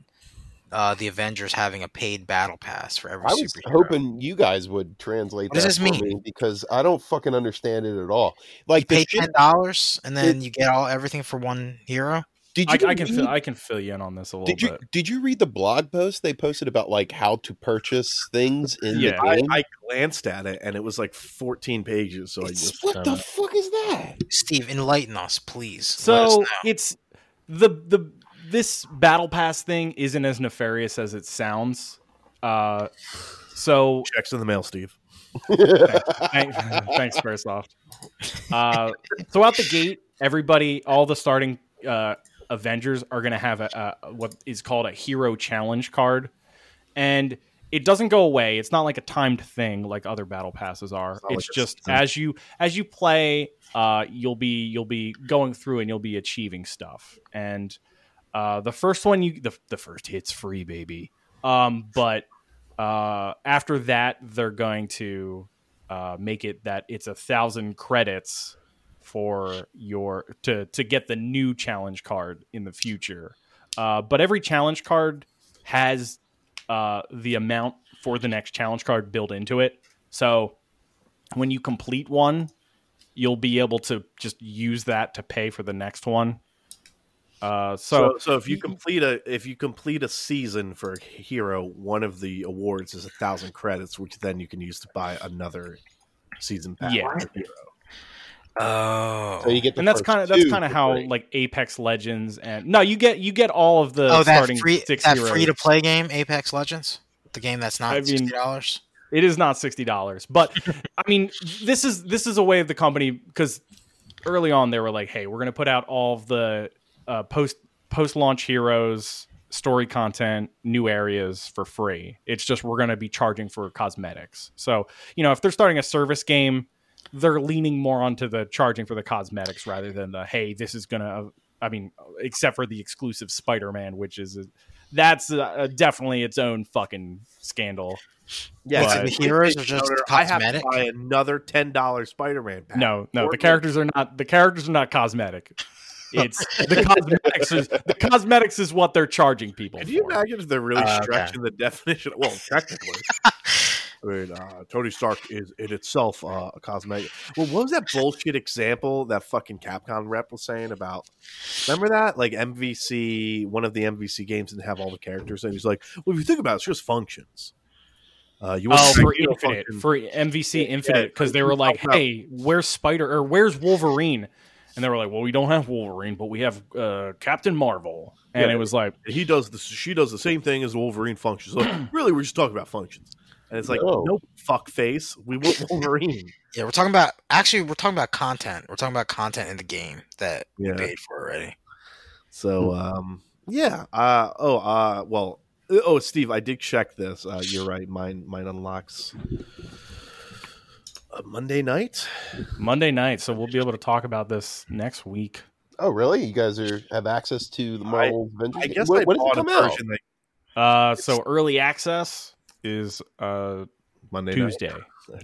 [SPEAKER 2] uh, the Avengers having a paid battle pass for every
[SPEAKER 4] I was
[SPEAKER 2] superhero?
[SPEAKER 4] hoping you guys would translate
[SPEAKER 2] What does
[SPEAKER 4] that
[SPEAKER 2] this
[SPEAKER 4] for
[SPEAKER 2] mean?
[SPEAKER 4] me because I don't fucking understand it at all.
[SPEAKER 2] like
[SPEAKER 4] Like, the
[SPEAKER 2] pay
[SPEAKER 4] shit-
[SPEAKER 2] ten dollars and then you get all everything for one hero.
[SPEAKER 4] did
[SPEAKER 3] I,
[SPEAKER 4] you
[SPEAKER 3] I can
[SPEAKER 4] read-
[SPEAKER 3] fill, I can fill you in on this a little
[SPEAKER 4] did you
[SPEAKER 3] bit.
[SPEAKER 4] did you read the blog post they posted about like how to purchase things in
[SPEAKER 3] Yeah.
[SPEAKER 4] the
[SPEAKER 1] I,
[SPEAKER 4] game?
[SPEAKER 1] I glanced at it and it was like 14 pages, so I
[SPEAKER 4] It's-
[SPEAKER 1] just
[SPEAKER 4] what the
[SPEAKER 1] kinda-
[SPEAKER 4] fuck is that?
[SPEAKER 2] Steve, enlighten us, please. Let us
[SPEAKER 3] So
[SPEAKER 2] know.
[SPEAKER 3] it's the the this battle pass thing isn't as nefarious as it sounds. Uh, so
[SPEAKER 1] checks in the mail, Steve.
[SPEAKER 3] Thank- Thanks, Fairsoft. Uh, throughout the gate, everybody, all the starting uh, Avengers are going to have a, a what is called a hero challenge card, and it doesn't go away. It's not like a timed thing like other battle passes are. It's,
[SPEAKER 1] not like a
[SPEAKER 3] just
[SPEAKER 1] season.
[SPEAKER 3] as you as you play, uh, you'll be you'll be going through and you'll be achieving stuff. And uh, the first one you the, the first hit's free, baby. Um, but uh, after that, they're going to uh, make it that it's a thousand credits for your to to get the new challenge card in the future. Uh, but every challenge card has uh, the amount for the next challenge card built into it. So when you complete one, you'll be able to just use that to pay for the next one. Uh,
[SPEAKER 1] So,
[SPEAKER 3] so,
[SPEAKER 1] so, if you complete a if you complete a season for a hero, one of the awards is a thousand credits, which then you can use to buy another season pass.
[SPEAKER 3] Yeah.
[SPEAKER 1] for hero.
[SPEAKER 2] oh,
[SPEAKER 4] So you get the
[SPEAKER 3] and that's
[SPEAKER 4] first
[SPEAKER 3] kind of that's
[SPEAKER 4] two
[SPEAKER 3] kind of
[SPEAKER 4] for
[SPEAKER 3] how
[SPEAKER 4] free.
[SPEAKER 3] like Apex Legends and no, you get you get all of the
[SPEAKER 2] oh that
[SPEAKER 3] starting
[SPEAKER 2] free
[SPEAKER 3] six
[SPEAKER 2] that
[SPEAKER 3] heroes.
[SPEAKER 2] free to play game, Apex Legends, the game that's not
[SPEAKER 3] I mean-
[SPEAKER 2] sixty dollars.
[SPEAKER 3] It is not sixty dollars, but I mean, this is this is a way of the company because early on they were like, "Hey, we're going to put out all of the uh, post post launch heroes, story content, new areas for free. It's just we're going to be charging for cosmetics." So you know, if they're starting a service game, they're leaning more onto the charging for the cosmetics rather than the "Hey, this is going to." I mean, except for the exclusive Spider-Man, which is that's uh, definitely its own fucking scandal.
[SPEAKER 1] Yeah,
[SPEAKER 3] What's it,
[SPEAKER 1] I-
[SPEAKER 2] the heroes are just
[SPEAKER 1] I have to
[SPEAKER 2] cosmetic?
[SPEAKER 1] buy another ten dollar Spider Man pack.
[SPEAKER 3] No, no, the
[SPEAKER 1] Or-
[SPEAKER 3] characters are not the characters are not cosmetic. It's the cosmetics is the cosmetics is what they're charging people
[SPEAKER 1] Could you
[SPEAKER 3] for.
[SPEAKER 1] imagine if they're really
[SPEAKER 2] Uh, okay.
[SPEAKER 1] stretching the definition? Well, technically. I mean, uh, Tony Stark is in itself uh, a cosmetic. Well, what was that bullshit example that fucking Capcom rep was saying about? Remember that? Like MVC, one of the MVC games didn't have all the characters. And he's like, well, if you think about it, it's just functions. Uh, you
[SPEAKER 3] Oh,
[SPEAKER 1] want
[SPEAKER 3] for
[SPEAKER 1] Magneto
[SPEAKER 3] Infinite,
[SPEAKER 1] function.
[SPEAKER 3] for MVC Infinite, because they were like,
[SPEAKER 1] Yeah.
[SPEAKER 3] "Hey, where's Spider or where's Wolverine?" And they were like, "Well, we don't have Wolverine, but we have uh, Captain Marvel." And
[SPEAKER 1] Yeah.
[SPEAKER 3] it was like,
[SPEAKER 1] he does this. She does the same thing as Wolverine functions. So really, we're just talking about functions. And it's like,
[SPEAKER 4] No.
[SPEAKER 1] nope, fuck face. We want Wolverine.
[SPEAKER 2] Yeah, we're talking about actually we're talking about content. We're talking about content in the game that
[SPEAKER 1] Yeah.
[SPEAKER 2] we paid for already.
[SPEAKER 1] So um yeah. Uh oh uh well oh Steve, I did check this. Uh you're right. Mine mine unlocks uh, Monday night.
[SPEAKER 3] "Monday night," so we'll be able to talk about this next week.
[SPEAKER 4] Oh, really? You guys are have access to the Marvel Avengers?
[SPEAKER 1] I guess
[SPEAKER 4] When-
[SPEAKER 1] I
[SPEAKER 4] when does it
[SPEAKER 1] bought a
[SPEAKER 4] come out?
[SPEAKER 1] version that
[SPEAKER 3] Uh, so early access is uh,
[SPEAKER 1] Monday night. Uh,
[SPEAKER 3] Tuesday,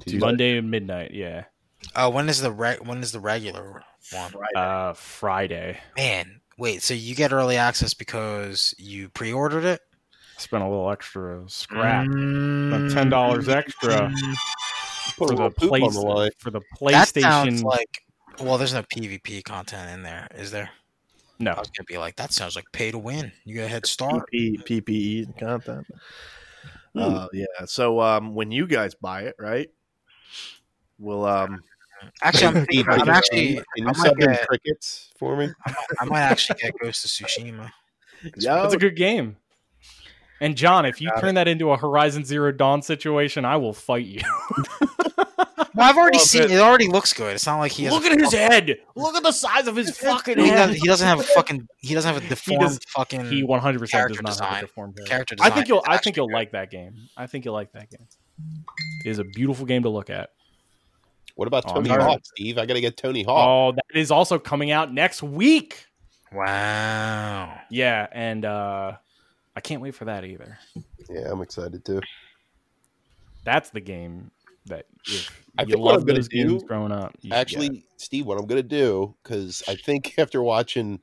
[SPEAKER 1] Tuesday.
[SPEAKER 3] Monday midnight. Yeah,
[SPEAKER 2] Oh, when is the re- when is the regular one?
[SPEAKER 3] uh, Friday.
[SPEAKER 2] Man, wait. So you get early access because you pre-ordered it?
[SPEAKER 3] spent a little extra scrap,
[SPEAKER 2] Mm.
[SPEAKER 3] about ten dollars extra.
[SPEAKER 4] Put a
[SPEAKER 3] for
[SPEAKER 4] little
[SPEAKER 3] the
[SPEAKER 4] poop
[SPEAKER 3] place
[SPEAKER 4] on the line.
[SPEAKER 3] for the
[SPEAKER 2] That sounds
[SPEAKER 3] PlayStation.
[SPEAKER 2] like. Well, there's no PvP content in there, is there?
[SPEAKER 3] no,
[SPEAKER 2] I was gonna be like, that sounds like pay to win. You got a head start.
[SPEAKER 1] PP, PPE content. Uh, yeah. So um, when you guys buy it, right? We'll um,
[SPEAKER 2] Actually, I'm,
[SPEAKER 4] Eat
[SPEAKER 2] thinking, I'm
[SPEAKER 4] bacon.
[SPEAKER 2] actually,
[SPEAKER 4] Can
[SPEAKER 2] I
[SPEAKER 4] you
[SPEAKER 2] might
[SPEAKER 4] sub in
[SPEAKER 2] get-
[SPEAKER 4] crickets for me?
[SPEAKER 2] I might actually get Ghost of Tsushima.
[SPEAKER 1] yo,
[SPEAKER 3] that's a good game. And John, if you
[SPEAKER 1] Got
[SPEAKER 3] turn that into a Horizon Zero Dawn situation, I will fight you.
[SPEAKER 2] Well, I've already
[SPEAKER 1] Well,
[SPEAKER 2] seen it.
[SPEAKER 1] but-
[SPEAKER 2] It already looks good. It's not like he has.
[SPEAKER 5] Look
[SPEAKER 2] a
[SPEAKER 5] at his
[SPEAKER 2] fuck-
[SPEAKER 5] head. Look at the size of his fucking
[SPEAKER 2] He,
[SPEAKER 5] head.
[SPEAKER 2] does, he doesn't have a fucking. He doesn't have a deformed
[SPEAKER 3] does-
[SPEAKER 2] fucking
[SPEAKER 3] he 100 percent does
[SPEAKER 2] Character
[SPEAKER 3] not have
[SPEAKER 2] design.
[SPEAKER 3] a deformed hair.
[SPEAKER 2] character design.
[SPEAKER 3] I think you'll.
[SPEAKER 2] is
[SPEAKER 3] I
[SPEAKER 2] actually
[SPEAKER 3] think you'll
[SPEAKER 2] good.
[SPEAKER 3] like that game. I think you'll like that game. It is a beautiful game to look at.
[SPEAKER 4] What about
[SPEAKER 3] Oh, I'm
[SPEAKER 4] Tony
[SPEAKER 3] sorry.
[SPEAKER 4] Hawk, Steve? I got to get Tony Hawk.
[SPEAKER 3] Oh, that is also coming out next week.
[SPEAKER 2] Wow.
[SPEAKER 3] Yeah, and uh I can't wait for that either.
[SPEAKER 1] Oh.
[SPEAKER 4] Yeah, I'm excited too.
[SPEAKER 3] That's the game that if
[SPEAKER 4] I
[SPEAKER 3] you
[SPEAKER 4] think what I'm
[SPEAKER 3] love
[SPEAKER 4] gonna
[SPEAKER 3] those games
[SPEAKER 4] do-
[SPEAKER 3] growing up. you should get
[SPEAKER 4] Actually,
[SPEAKER 3] it.
[SPEAKER 4] Steve, what I'm going to do because I think after watching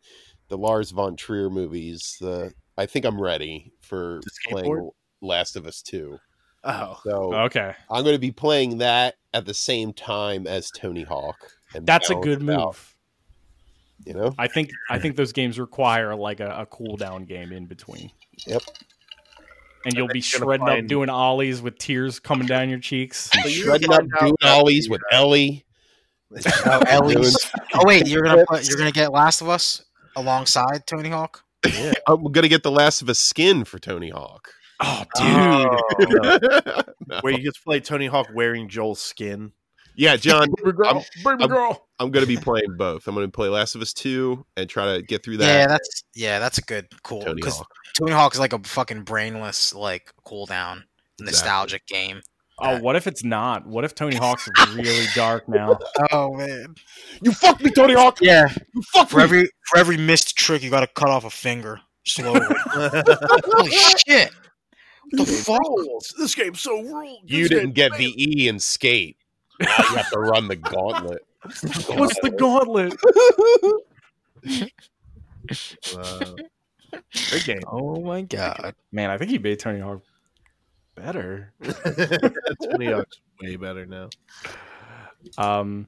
[SPEAKER 4] the Lars von Trier movies, uh, I think I'm ready for
[SPEAKER 1] The
[SPEAKER 4] playing
[SPEAKER 1] skateboard?
[SPEAKER 4] Last of Us Two.
[SPEAKER 1] oh,
[SPEAKER 4] So
[SPEAKER 3] okay,
[SPEAKER 4] I'm going to be playing that at the same time as Tony Hawk. And
[SPEAKER 3] that's a
[SPEAKER 4] balance
[SPEAKER 3] good
[SPEAKER 4] it
[SPEAKER 3] move.
[SPEAKER 4] out, you know,
[SPEAKER 3] I think I think those games require like a, a cool down game in between.
[SPEAKER 4] Yep.
[SPEAKER 3] And you'll
[SPEAKER 1] then
[SPEAKER 3] be
[SPEAKER 1] you're gonna
[SPEAKER 3] shredding up
[SPEAKER 1] find-
[SPEAKER 3] doing ollies with tears coming down your cheeks.
[SPEAKER 1] So you
[SPEAKER 4] shredding up
[SPEAKER 1] find out
[SPEAKER 4] doing
[SPEAKER 1] that uh,
[SPEAKER 4] ollies
[SPEAKER 1] the,
[SPEAKER 4] with Ellie.
[SPEAKER 2] Oh, Ellie's. oh wait, you're gonna
[SPEAKER 4] Yes.
[SPEAKER 2] put, you're gonna get Last of Us alongside Tony Hawk.
[SPEAKER 4] I'm going to get the Last of Us skin for Tony Hawk.
[SPEAKER 3] Oh,
[SPEAKER 2] Oh.
[SPEAKER 1] uh, Where you just play Tony Hawk wearing Joel's skin.
[SPEAKER 4] yeah, John,
[SPEAKER 3] baby girl, baby
[SPEAKER 4] I'm-
[SPEAKER 3] girl.
[SPEAKER 4] I'm going to be playing both. I'm going to play Last of Us Two and try to get through that.
[SPEAKER 2] yeah, that's yeah, that's a good cool
[SPEAKER 4] Tony
[SPEAKER 2] because
[SPEAKER 4] Hawk.
[SPEAKER 2] Tony Hawk is like a fucking brainless like cooldown nostalgic game.
[SPEAKER 3] Oh, what if it's not? What if Tony Hawk's really dark now?
[SPEAKER 2] Oh man,
[SPEAKER 4] You fucked me, Tony Hawk.
[SPEAKER 2] yeah.
[SPEAKER 4] You fucked
[SPEAKER 2] For every for every missed trick, you got to cut off a finger slowly. Holy shit! What the fuck?
[SPEAKER 1] This game's so rude.
[SPEAKER 4] You didn't get the E in skate. Now you have to run the gauntlet.
[SPEAKER 3] What's the gauntlet?
[SPEAKER 1] Good game.
[SPEAKER 2] Oh my god!
[SPEAKER 3] Man, I think he made Tony Hawk better.
[SPEAKER 1] Tony Hawk's way better now.
[SPEAKER 3] Um,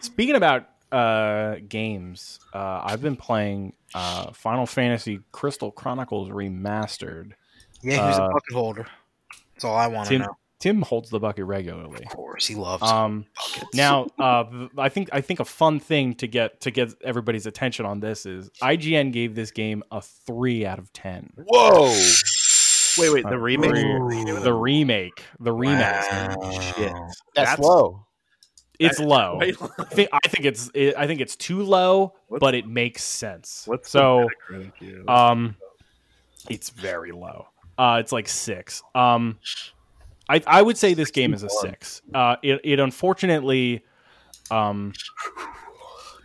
[SPEAKER 3] speaking about uh, games, uh, I've been playing uh, Final Fantasy Crystal Chronicles Remastered.
[SPEAKER 2] Yeah, who's
[SPEAKER 3] Uh,
[SPEAKER 2] a bucket holder? That's all I want to
[SPEAKER 3] Tim,
[SPEAKER 2] know.
[SPEAKER 3] Tim holds the bucket regularly.
[SPEAKER 2] Of course, he loves
[SPEAKER 3] Um,
[SPEAKER 2] buckets.
[SPEAKER 3] now, uh, th- I think I think a fun thing to get to get everybody's attention on this is IGN gave this game a three out of ten.
[SPEAKER 4] Whoa!
[SPEAKER 1] Wait, wait,
[SPEAKER 3] Uh,
[SPEAKER 1] the remake.
[SPEAKER 2] Ooh.
[SPEAKER 3] The remake, the remaster,
[SPEAKER 1] Shit.
[SPEAKER 4] That's,
[SPEAKER 3] That's-
[SPEAKER 4] low.
[SPEAKER 3] it's low.
[SPEAKER 1] Wait,
[SPEAKER 3] I think, I think it's it, I think it's too low,
[SPEAKER 1] What's-
[SPEAKER 3] but it makes sense.
[SPEAKER 1] what's
[SPEAKER 3] so?
[SPEAKER 1] the Metacritic here?
[SPEAKER 3] Um, it's very low. Uh, it's like six. Um, I I would say this game is a six. Uh, it it unfortunately, um,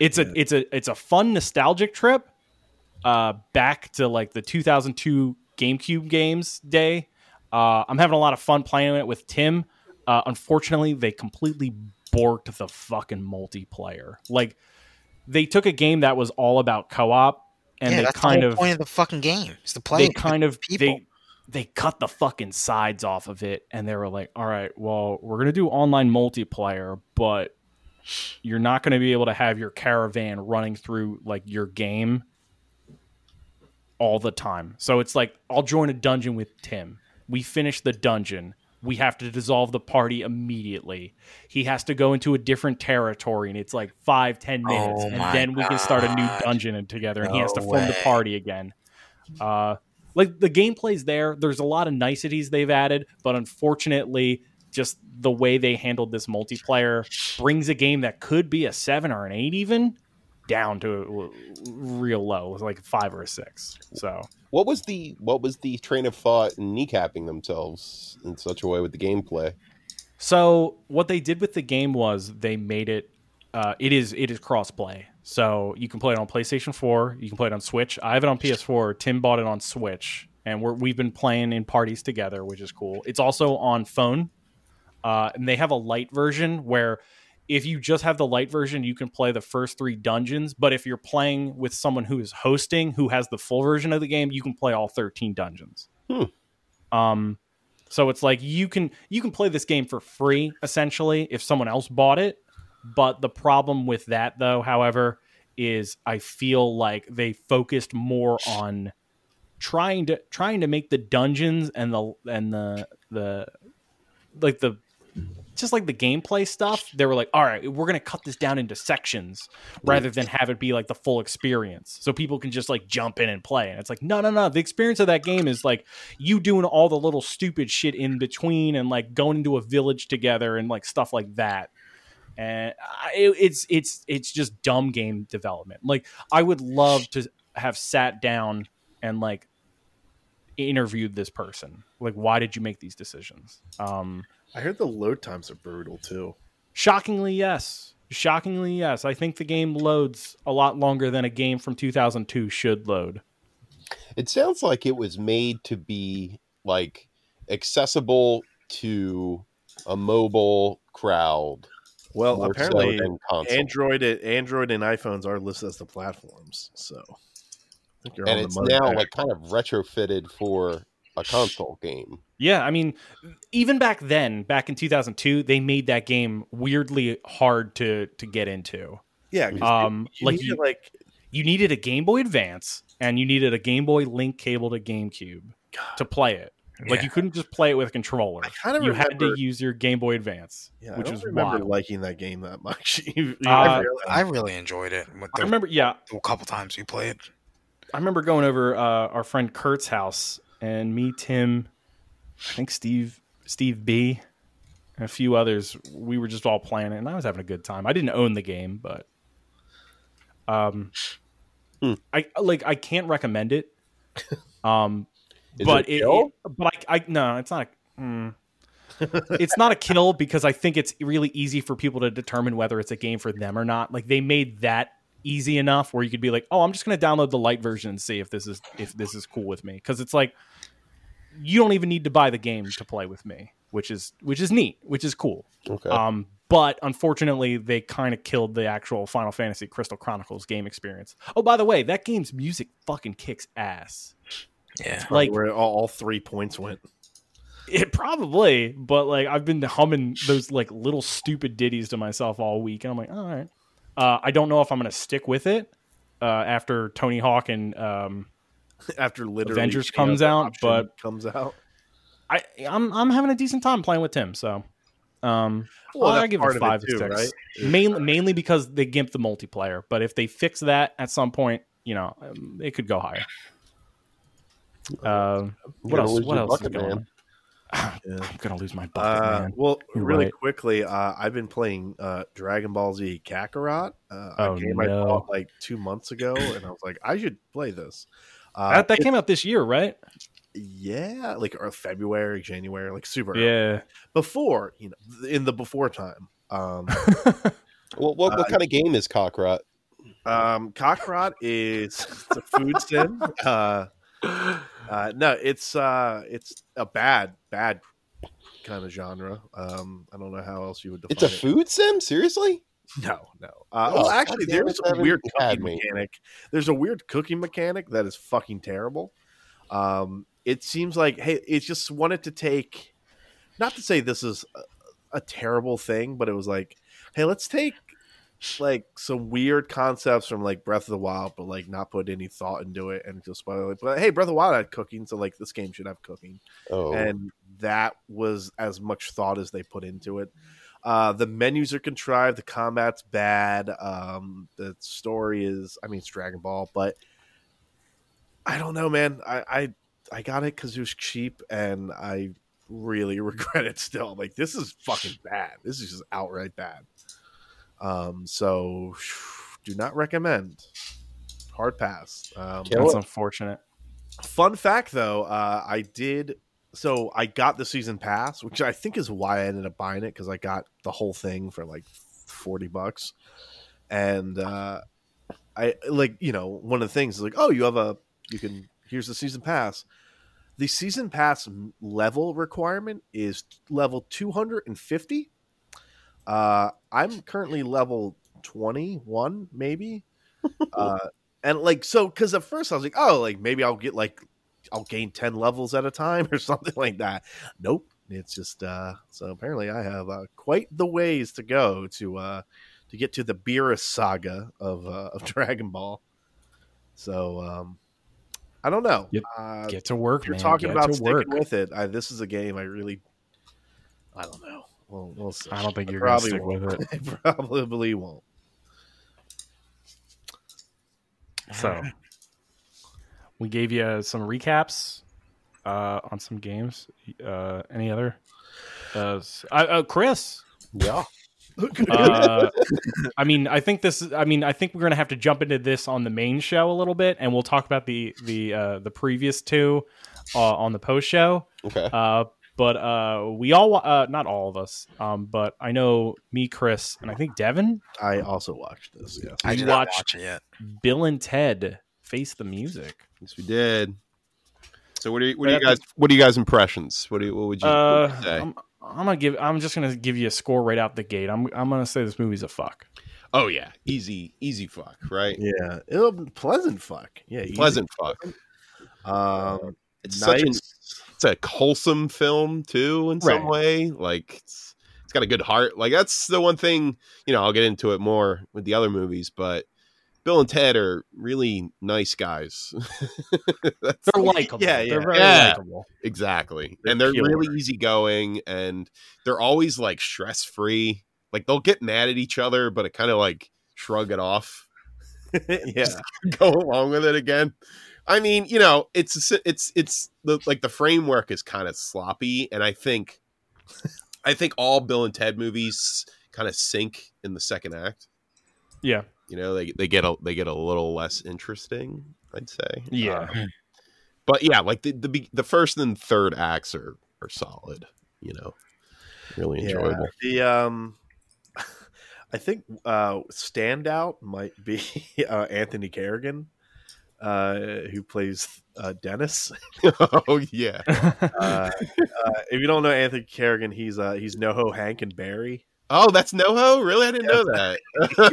[SPEAKER 3] it's a it's a it's a fun nostalgic trip, uh, back to like the 2002 GameCube games day. Uh, I'm having a lot of fun playing it with Tim. Uh, unfortunately, they completely borked the fucking multiplayer. Like, they took a game that was all about co-op and
[SPEAKER 2] yeah,
[SPEAKER 3] they
[SPEAKER 2] that's
[SPEAKER 3] kind
[SPEAKER 2] the whole
[SPEAKER 3] of
[SPEAKER 2] point of the fucking game. It's the
[SPEAKER 3] they
[SPEAKER 2] playing.
[SPEAKER 3] kind of
[SPEAKER 2] people.
[SPEAKER 3] they they cut the fucking sides off of it and they were like all right well we're going to do online multiplayer but you're not going to be able to have your caravan running through like your game all the time so it's like i'll join a dungeon with tim we finish the dungeon we have to dissolve the party immediately he has to go into a different territory and it's like five ten minutes
[SPEAKER 2] Oh
[SPEAKER 3] and
[SPEAKER 2] my
[SPEAKER 3] then we can start a new
[SPEAKER 2] God.
[SPEAKER 3] dungeon and together and he has to
[SPEAKER 2] No
[SPEAKER 3] form the
[SPEAKER 2] way.
[SPEAKER 3] party again uh, like the gameplay's there. There's a lot of niceties they've added, but unfortunately, just the way they handled this multiplayer brings a game that could be a seven or an eight even down to a real low, It was like a five or a six. So
[SPEAKER 4] What was the what was the train of thought in kneecapping themselves in such a way with the gameplay?
[SPEAKER 3] So what they did with the game was they made it. Uh, it is it is crossplay. So you can play it on PlayStation 4. You can play it on Switch. I have it on PS4. Tim bought it on Switch, and we're, we've been playing in parties together, which is cool. It's also on phone, uh, and they have a light version where if you just have the light version, you can play the first three dungeons. But if you're playing with someone who is hosting, who has the full version of the game, you can play all 13 dungeons.
[SPEAKER 4] Hmm.
[SPEAKER 3] Um, So it's like you can you can play this game for free essentially if someone else bought it. But the problem with that though, however, is I feel like they focused more on trying to trying to make the dungeons and the and the the like the just like the gameplay stuff, they were like, all right, we're going to cut this down into sections rather than have it be like the full experience. So people can just like jump in and play. And it's like, no, no, no. The experience of that game is like you doing all the little stupid shit in between and like going into a village together and like stuff like that. And I- it, it's it's it's just dumb game development. Like I would love to have sat down and like interviewed this person. Like why did you make these decisions? Um
[SPEAKER 1] I heard the load times are brutal too.
[SPEAKER 3] Shockingly, yes. Shockingly, yes. I think the game loads a lot longer than a game from 2002 should load.
[SPEAKER 4] It sounds like it was made to be like accessible to a mobile crowd.
[SPEAKER 1] Well,
[SPEAKER 4] more so
[SPEAKER 1] apparently
[SPEAKER 4] than console.
[SPEAKER 1] Android Android and iPhones are listed as the platforms. So I think you're
[SPEAKER 4] and
[SPEAKER 1] on
[SPEAKER 4] it's
[SPEAKER 1] the money
[SPEAKER 4] now
[SPEAKER 1] there.
[SPEAKER 4] like kind of retrofitted for a console game.
[SPEAKER 3] Yeah, I mean, even back then, back in 2002, they made that game weirdly hard to to get into.
[SPEAKER 1] yeah, 'cause
[SPEAKER 3] Um,
[SPEAKER 1] you,
[SPEAKER 3] like
[SPEAKER 1] like you,
[SPEAKER 3] you-
[SPEAKER 1] like
[SPEAKER 3] You needed a Game Boy Advance and you needed a Game Boy Link cable to GameCube to play it. Like
[SPEAKER 2] Yeah.
[SPEAKER 3] you couldn't just play it with a controller.
[SPEAKER 1] I kind of
[SPEAKER 3] You
[SPEAKER 1] remember,
[SPEAKER 3] had to use your Game Boy Advance,
[SPEAKER 1] yeah,
[SPEAKER 3] which
[SPEAKER 1] I don't
[SPEAKER 3] is
[SPEAKER 1] remember
[SPEAKER 3] wild.
[SPEAKER 1] liking that game that much. You- you
[SPEAKER 3] Uh,
[SPEAKER 1] really-
[SPEAKER 2] I really enjoyed it. With
[SPEAKER 3] I
[SPEAKER 2] the,
[SPEAKER 3] remember, yeah,
[SPEAKER 2] the couple times we played.
[SPEAKER 3] I remember going over uh, our friend Kurt's house and me, Tim, I think Steve, Steve B, and a few others. We were just all playing it, and I was having a good time. I didn't own the game, but um,
[SPEAKER 4] Hmm.
[SPEAKER 3] I like I can't recommend it. Um,
[SPEAKER 4] Is
[SPEAKER 3] but
[SPEAKER 4] it
[SPEAKER 3] it,
[SPEAKER 4] kill?
[SPEAKER 3] it- but I, I no, it's not. A, mm. it's not a kill because I think it's really easy for people to determine whether it's a game for them or not. Like they made that easy enough where you could be like, "Oh, I'm just going to download the light version and see if this is if this is cool with me." Cuz it's like you don't even need to buy the game to play with me, which is which is neat, which is cool.
[SPEAKER 4] Okay.
[SPEAKER 3] Um, but unfortunately, they kind of killed the actual Final Fantasy Crystal Chronicles game experience. Oh, by the way, that game's music fucking kicks ass.
[SPEAKER 2] Yeah.
[SPEAKER 3] Like
[SPEAKER 1] where all, all three points went.
[SPEAKER 3] It probably, but like I've been humming those like little stupid ditties to myself all week, and I'm like, all right. Uh, I don't know if I'm gonna stick with it uh, after Tony Hawk and um,
[SPEAKER 1] after literally
[SPEAKER 3] Avengers
[SPEAKER 1] any
[SPEAKER 3] comes
[SPEAKER 1] other
[SPEAKER 3] out,
[SPEAKER 1] option
[SPEAKER 3] but-
[SPEAKER 1] comes out.
[SPEAKER 3] I I'm I'm having a decent time playing with Tim, so um,
[SPEAKER 1] Well,
[SPEAKER 3] I
[SPEAKER 1] that's
[SPEAKER 3] give
[SPEAKER 1] part
[SPEAKER 3] it
[SPEAKER 1] of
[SPEAKER 3] five
[SPEAKER 1] it too,
[SPEAKER 3] sticks.
[SPEAKER 1] right?
[SPEAKER 3] Mainly mainly because they gimp the multiplayer, but if they fix that at some point, you know, um, it could go higher. Um, what
[SPEAKER 4] You're
[SPEAKER 3] else?
[SPEAKER 4] losing
[SPEAKER 3] What
[SPEAKER 4] your
[SPEAKER 3] else is
[SPEAKER 4] bucket,
[SPEAKER 3] going
[SPEAKER 4] man.
[SPEAKER 3] on? I'm gonna lose my bucket,
[SPEAKER 1] Uh,
[SPEAKER 3] man.
[SPEAKER 1] well,
[SPEAKER 3] You're
[SPEAKER 1] really
[SPEAKER 3] right.
[SPEAKER 1] quickly, uh, I've been playing uh, Dragon Ball Z Kakarot, uh,
[SPEAKER 3] Oh,
[SPEAKER 1] a game I
[SPEAKER 3] no.
[SPEAKER 1] bought like two months ago, and I was like, I should play this. Uh,
[SPEAKER 3] That, that came out this year, right?
[SPEAKER 1] yeah, like or February, January, like super. early.
[SPEAKER 3] Yeah.
[SPEAKER 1] before you know, in the before time. Um,
[SPEAKER 4] Well, what,
[SPEAKER 1] uh,
[SPEAKER 4] what kind of game is Cockrot?
[SPEAKER 1] um, Kakarot is it's a food sim. Uh, uh, no, it's uh, it's a bad, bad kind of genre. Um, I don't know how else you would define
[SPEAKER 4] It's a
[SPEAKER 1] it.
[SPEAKER 4] food sim? Seriously?
[SPEAKER 1] No, no. Uh,
[SPEAKER 4] Oh,
[SPEAKER 1] well, actually,
[SPEAKER 4] goddamn
[SPEAKER 1] there's
[SPEAKER 4] it,
[SPEAKER 1] a
[SPEAKER 4] Evan,
[SPEAKER 1] weird
[SPEAKER 4] you had
[SPEAKER 1] cooking
[SPEAKER 4] me.
[SPEAKER 1] mechanic. There's a weird cooking mechanic that is fucking terrible. Um, it seems like hey, it just wanted to take. Not to say this is a, a terrible thing, but it was like, hey, let's take like some weird concepts from like Breath of the Wild, but like not put any thought into it, and just by like, but hey, Breath of the Wild had cooking, so like this game should have cooking
[SPEAKER 4] Oh,
[SPEAKER 1] and that was as much thought as they put into it. Uh, the menus are contrived. The combat's bad. Um, the story is, I mean, it's Dragon Ball, but I don't know, man. I I, I got it because it was cheap, and I really regret it still. Like this is fucking bad. This is just outright bad. Um, so do not recommend. Hard pass. Um,
[SPEAKER 4] Kill
[SPEAKER 3] That's
[SPEAKER 4] it.
[SPEAKER 3] unfortunate.
[SPEAKER 1] Fun fact, though, uh, I did. So I got the season pass, which I think is why I ended up buying it because I got the whole thing for like forty bucks, and uh, I like you know one of the things is like oh you have a you can here's the season pass. The season pass m- level requirement is level two hundred and fifty. Uh, I'm currently level twenty one, maybe. uh, and like so, because at first I was like, oh, like maybe I'll get like I'll gain 10 levels at a time or something like that. Nope. It's just uh so apparently I have uh, quite the ways to go to uh to get to the Beerus saga of uh, of Dragon Ball. So um I don't know.
[SPEAKER 3] Yep.
[SPEAKER 1] Uh,
[SPEAKER 3] Get to work,
[SPEAKER 1] if you're
[SPEAKER 3] man.
[SPEAKER 1] talking
[SPEAKER 3] Get
[SPEAKER 1] about
[SPEAKER 3] to
[SPEAKER 1] sticking
[SPEAKER 3] work.
[SPEAKER 1] with it, I, this is a game I really, I don't know. We'll, we'll see.
[SPEAKER 3] I don't think
[SPEAKER 1] I
[SPEAKER 3] you're going to
[SPEAKER 1] probably
[SPEAKER 3] stick
[SPEAKER 1] won't.
[SPEAKER 3] with it.
[SPEAKER 1] I probably won't.
[SPEAKER 3] So we gave you some recaps uh, on some games. Uh, any other? Uh, s- uh, uh, Chris,
[SPEAKER 4] Yeah.
[SPEAKER 3] uh, I mean, I think this. is- I mean, I think we're gonna have to jump into this on the main show a little bit, and we'll talk about the the uh, the previous two uh, on the post show.
[SPEAKER 4] Okay.
[SPEAKER 3] Uh, but uh, we all, wa- uh, not all of us, um, but I know me, Chris, and I think Devin,
[SPEAKER 1] I also watched this. Yes.
[SPEAKER 2] I
[SPEAKER 3] You
[SPEAKER 2] did not
[SPEAKER 3] watched-
[SPEAKER 2] watch it yet.
[SPEAKER 3] Bill, and Ted face the music.
[SPEAKER 4] Yes, we did. So what are you, what are
[SPEAKER 3] But
[SPEAKER 4] you guys what are you guys impressions? What do you, what would you, what would
[SPEAKER 3] Uh,
[SPEAKER 4] you say?
[SPEAKER 3] I'm, I'm gonna give. I'm just gonna give you a score right out the gate. I'm I'm gonna say this movie's a fuck.
[SPEAKER 4] oh yeah, easy easy fuck, right?
[SPEAKER 1] Yeah. It'll, pleasant fuck. Yeah. easy.
[SPEAKER 4] Pleasant fuck.
[SPEAKER 3] Uh,
[SPEAKER 1] Um,
[SPEAKER 4] It's such an,
[SPEAKER 1] nice.
[SPEAKER 4] it's a wholesome film too in some
[SPEAKER 3] Right.
[SPEAKER 4] way. Like it's it's got a good heart. Like that's the one thing, you know, I'll get into it more with the other movies, but Bill and Ted are really nice guys.
[SPEAKER 5] They're likable.
[SPEAKER 1] Yeah,
[SPEAKER 5] They're
[SPEAKER 1] yeah.
[SPEAKER 5] very
[SPEAKER 4] Yeah.
[SPEAKER 5] likable.
[SPEAKER 4] Exactly.
[SPEAKER 1] They're
[SPEAKER 4] and they're
[SPEAKER 1] pure.
[SPEAKER 4] really easygoing and they're always like stress free. Like they'll get mad at each other, but it kind of like shrug it off,
[SPEAKER 1] yeah.
[SPEAKER 4] go along with it again. I mean, you know, it's it's it's the like the framework is kind of sloppy, and I think I think all Bill and Ted movies kind of sink in the second act.
[SPEAKER 3] Yeah.
[SPEAKER 4] You know, they they get a they get a little less interesting, I'd say.
[SPEAKER 3] Yeah.
[SPEAKER 4] Um, but yeah, like the the, be- the first and third acts are are solid. You know, really
[SPEAKER 1] Yeah.
[SPEAKER 4] enjoyable.
[SPEAKER 1] The um, I think uh, standout might be uh, Anthony Kerrigan, uh, who plays uh, Dennis.
[SPEAKER 4] oh yeah,
[SPEAKER 1] Uh, uh, if you don't know Anthony Kerrigan, he's uh, he's NoHo Hank and Barry.
[SPEAKER 4] oh that's NoHo. Really, I didn't know that.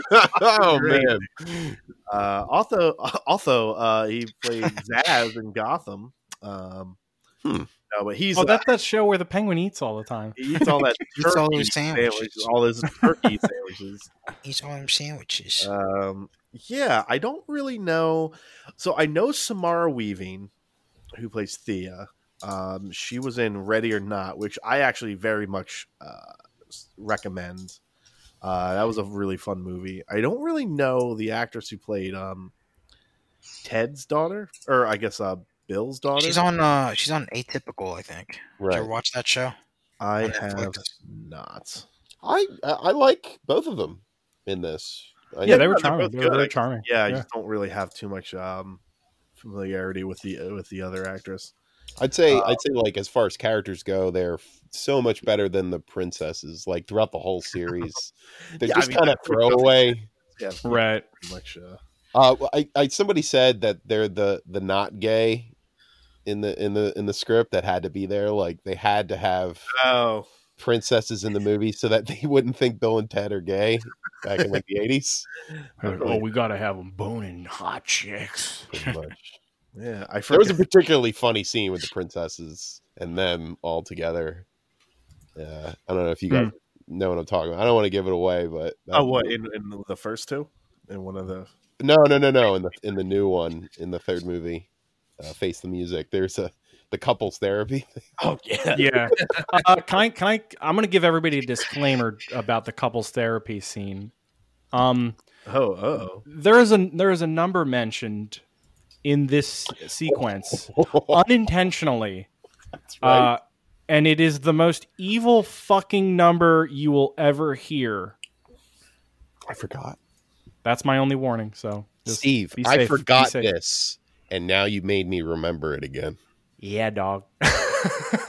[SPEAKER 4] oh
[SPEAKER 1] Great.
[SPEAKER 4] man,
[SPEAKER 1] Uh, also, also uh, he played Zaz in Gotham. Um,
[SPEAKER 4] Hmm.
[SPEAKER 1] No, but he's
[SPEAKER 3] Oh,
[SPEAKER 1] uh,
[SPEAKER 3] that's that show where the penguin eats all the time.
[SPEAKER 1] he eats all that
[SPEAKER 2] Eats
[SPEAKER 1] turkey
[SPEAKER 2] all those sandwiches.
[SPEAKER 1] all his turkey sandwiches.
[SPEAKER 2] Eat all them sandwiches.
[SPEAKER 1] Um, yeah, I don't really know. So I know Samara Weaving, who plays Thea. Um, she was in Ready or Not, which I actually very much uh, s- recommend. Uh, that was a really fun movie. I don't really know the actress who played um, Ted's daughter, or I guess uh, Bill's daughter.
[SPEAKER 2] she's on. Uh, she's on Atypical. I think. Did you ever watch that show?
[SPEAKER 1] I
[SPEAKER 2] on Netflix.
[SPEAKER 1] have not.
[SPEAKER 4] I I I like both of them in this. I,
[SPEAKER 3] Yeah, they were
[SPEAKER 1] they're
[SPEAKER 3] charming.
[SPEAKER 1] both
[SPEAKER 3] They were
[SPEAKER 1] good.
[SPEAKER 3] very charming.
[SPEAKER 1] Yeah, I
[SPEAKER 3] Yeah.
[SPEAKER 1] just don't really have too much um, familiarity with the with the other actress.
[SPEAKER 4] I'd say
[SPEAKER 1] Uh,
[SPEAKER 4] I'd say like as far as characters go, they're f- so much better than the princesses. Like throughout the whole series, they're
[SPEAKER 1] Yeah, I
[SPEAKER 4] just
[SPEAKER 1] mean,
[SPEAKER 4] kind of
[SPEAKER 1] that's-
[SPEAKER 4] throwaway.
[SPEAKER 1] Yeah,
[SPEAKER 3] Right.
[SPEAKER 1] pretty much. Uh,
[SPEAKER 4] Uh, well, I, I somebody said that they're the the not gay in the in the in the script that had to be there. Like they had to have
[SPEAKER 1] Oh,
[SPEAKER 4] princesses in the movie so that they wouldn't think Bill and Ted are gay back in like the eighties.
[SPEAKER 3] Like, oh, we gotta have them boning hot chicks.
[SPEAKER 1] yeah. I
[SPEAKER 4] There was a
[SPEAKER 1] forget.
[SPEAKER 4] particularly funny scene with the princesses and them all together. Uh, I don't know if you guys know what I'm talking about. I don't want to give it away, but
[SPEAKER 1] Hmm. oh, what in, in the first two? In one of the
[SPEAKER 4] No, no, no, no. In the in the new one, in the third movie, uh, face the music. There's a the couples therapy.
[SPEAKER 1] oh yeah,
[SPEAKER 3] Yeah. Uh, can I? Can I? I'm gonna give everybody a disclaimer about the couples therapy scene. Um,
[SPEAKER 1] oh oh
[SPEAKER 3] there is a there is a number mentioned in this sequence unintentionally, uh, and it is the most evil fucking number you will ever hear.
[SPEAKER 4] I forgot.
[SPEAKER 3] That's my only warning. So just-
[SPEAKER 4] Steve,
[SPEAKER 3] be
[SPEAKER 4] I
[SPEAKER 3] safe, be
[SPEAKER 4] forgot
[SPEAKER 3] safe.
[SPEAKER 4] this, and now you made me remember it again.
[SPEAKER 3] Yeah, dog.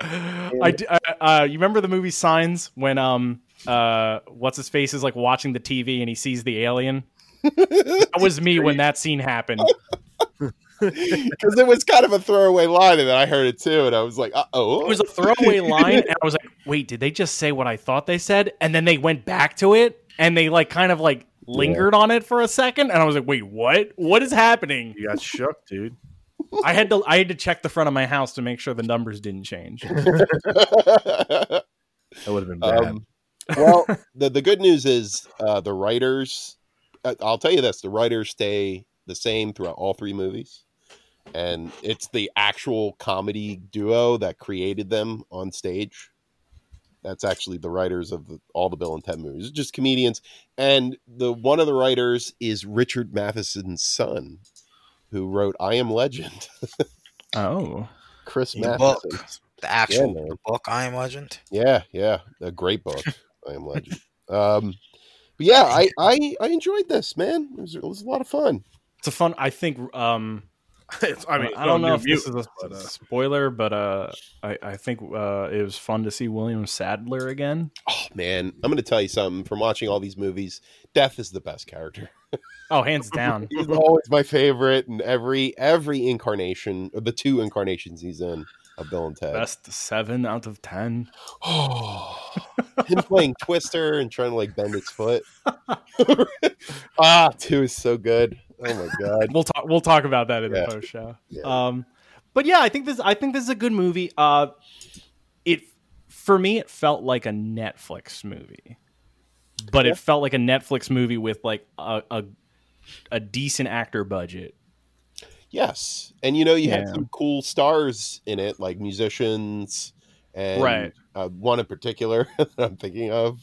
[SPEAKER 3] I, d- I- uh, you remember the movie Signs when um uh what's his face is like watching the TV and he sees the alien. That was me when that scene happened.
[SPEAKER 4] Because it was kind of a throwaway line, and then I heard it too, and I was like, "Uh oh."
[SPEAKER 3] It was a throwaway line, and I was like, "Wait, did they just say what I thought they said?" And then they went back to it, and they like kind of like lingered on it for a second, and I was like, "Wait, what? What is happening?"
[SPEAKER 1] you got shook, dude.
[SPEAKER 3] I had to I had to check the front of my house to make sure the numbers didn't change.
[SPEAKER 1] That would have been bad.
[SPEAKER 4] um, well, the, the good news is uh, the writers, I- I'll tell you this, the writers stay the same throughout all three movies. And it's the actual comedy duo that created them on stage. That's actually the writers of the, all the Bill and Ted movies, just comedians. And the one of the writers is Richard Matheson's son, who wrote "I Am Legend."
[SPEAKER 3] Oh,
[SPEAKER 4] Chris
[SPEAKER 2] Your
[SPEAKER 4] Matheson.
[SPEAKER 2] book. The actual
[SPEAKER 4] man.
[SPEAKER 2] book, I Am Legend.
[SPEAKER 4] Yeah, yeah, a great book. I am Legend. Um, but yeah, I, I I enjoyed this, man. It was, it was a lot of fun.
[SPEAKER 3] it's a fun. I think. Um,
[SPEAKER 1] It's- I mean,
[SPEAKER 3] I don't
[SPEAKER 1] no
[SPEAKER 3] know
[SPEAKER 1] new
[SPEAKER 3] if this is
[SPEAKER 1] mutants,
[SPEAKER 3] a
[SPEAKER 1] but, uh,
[SPEAKER 3] spoiler, but uh, I I think uh, it was fun to see William Sadler again.
[SPEAKER 4] Oh man, I'm gonna tell you something. From watching all these movies, Death is the best character.
[SPEAKER 3] Oh, hands down.
[SPEAKER 4] He's always my favorite, in every every incarnation, or the two incarnations he's in of Bill and Ted.
[SPEAKER 3] Best seven out of ten.
[SPEAKER 4] Oh, him playing Twister and trying to like bend his foot. ah, two is so good. Oh my god.
[SPEAKER 3] We'll talk. We'll talk about that in
[SPEAKER 4] Yeah.
[SPEAKER 3] the post show.
[SPEAKER 4] Yeah.
[SPEAKER 3] Um, but yeah, I think this. I think this is a good movie. Uh, it for me, it felt like a Netflix movie, but it felt like a Netflix movie with like a a, a decent actor budget.
[SPEAKER 4] Yes, and you know you had
[SPEAKER 3] Yeah.
[SPEAKER 4] some cool stars in it, like musicians, and
[SPEAKER 3] Right.
[SPEAKER 4] uh, one in particular that I'm thinking of,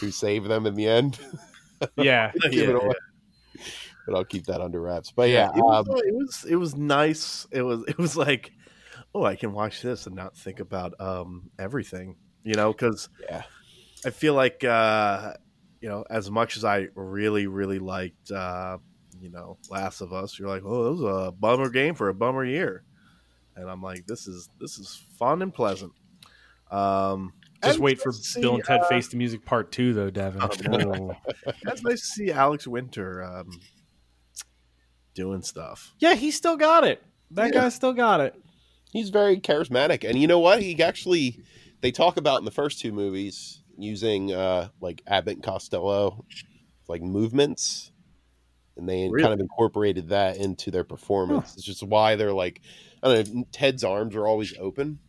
[SPEAKER 4] who saved them in the end.
[SPEAKER 3] Yeah,
[SPEAKER 4] Give
[SPEAKER 1] Yeah,
[SPEAKER 4] it away. But I'll keep that under wraps. But yeah,
[SPEAKER 1] it, was,
[SPEAKER 4] um,
[SPEAKER 1] uh, it was it was nice. It was it was like, oh, I can watch this and not think about um everything, you know, because
[SPEAKER 4] Yeah.
[SPEAKER 1] I feel like uh, you know, as much as I really really liked uh, you know, Last of Us, you're like, oh, that was a bummer game for a bummer year, and I'm like, this is this is fun and pleasant. Um,
[SPEAKER 3] just
[SPEAKER 1] and
[SPEAKER 3] wait for
[SPEAKER 1] nice to see,
[SPEAKER 3] Bill and Ted Face the Music Part Two, though, Devin.
[SPEAKER 1] Oh. That's nice to see Alex Winter um, doing stuff.
[SPEAKER 3] yeah, he still got it. That
[SPEAKER 4] Yeah.
[SPEAKER 3] guy still got it.
[SPEAKER 4] he's very charismatic, and you know what? He actually they talk about in the first two movies using uh, like Abbott and Costello, like movements, and they
[SPEAKER 1] Really?
[SPEAKER 4] kind of incorporated that into their performance. It's just why they're like, I don't know. Ted's arms are always open.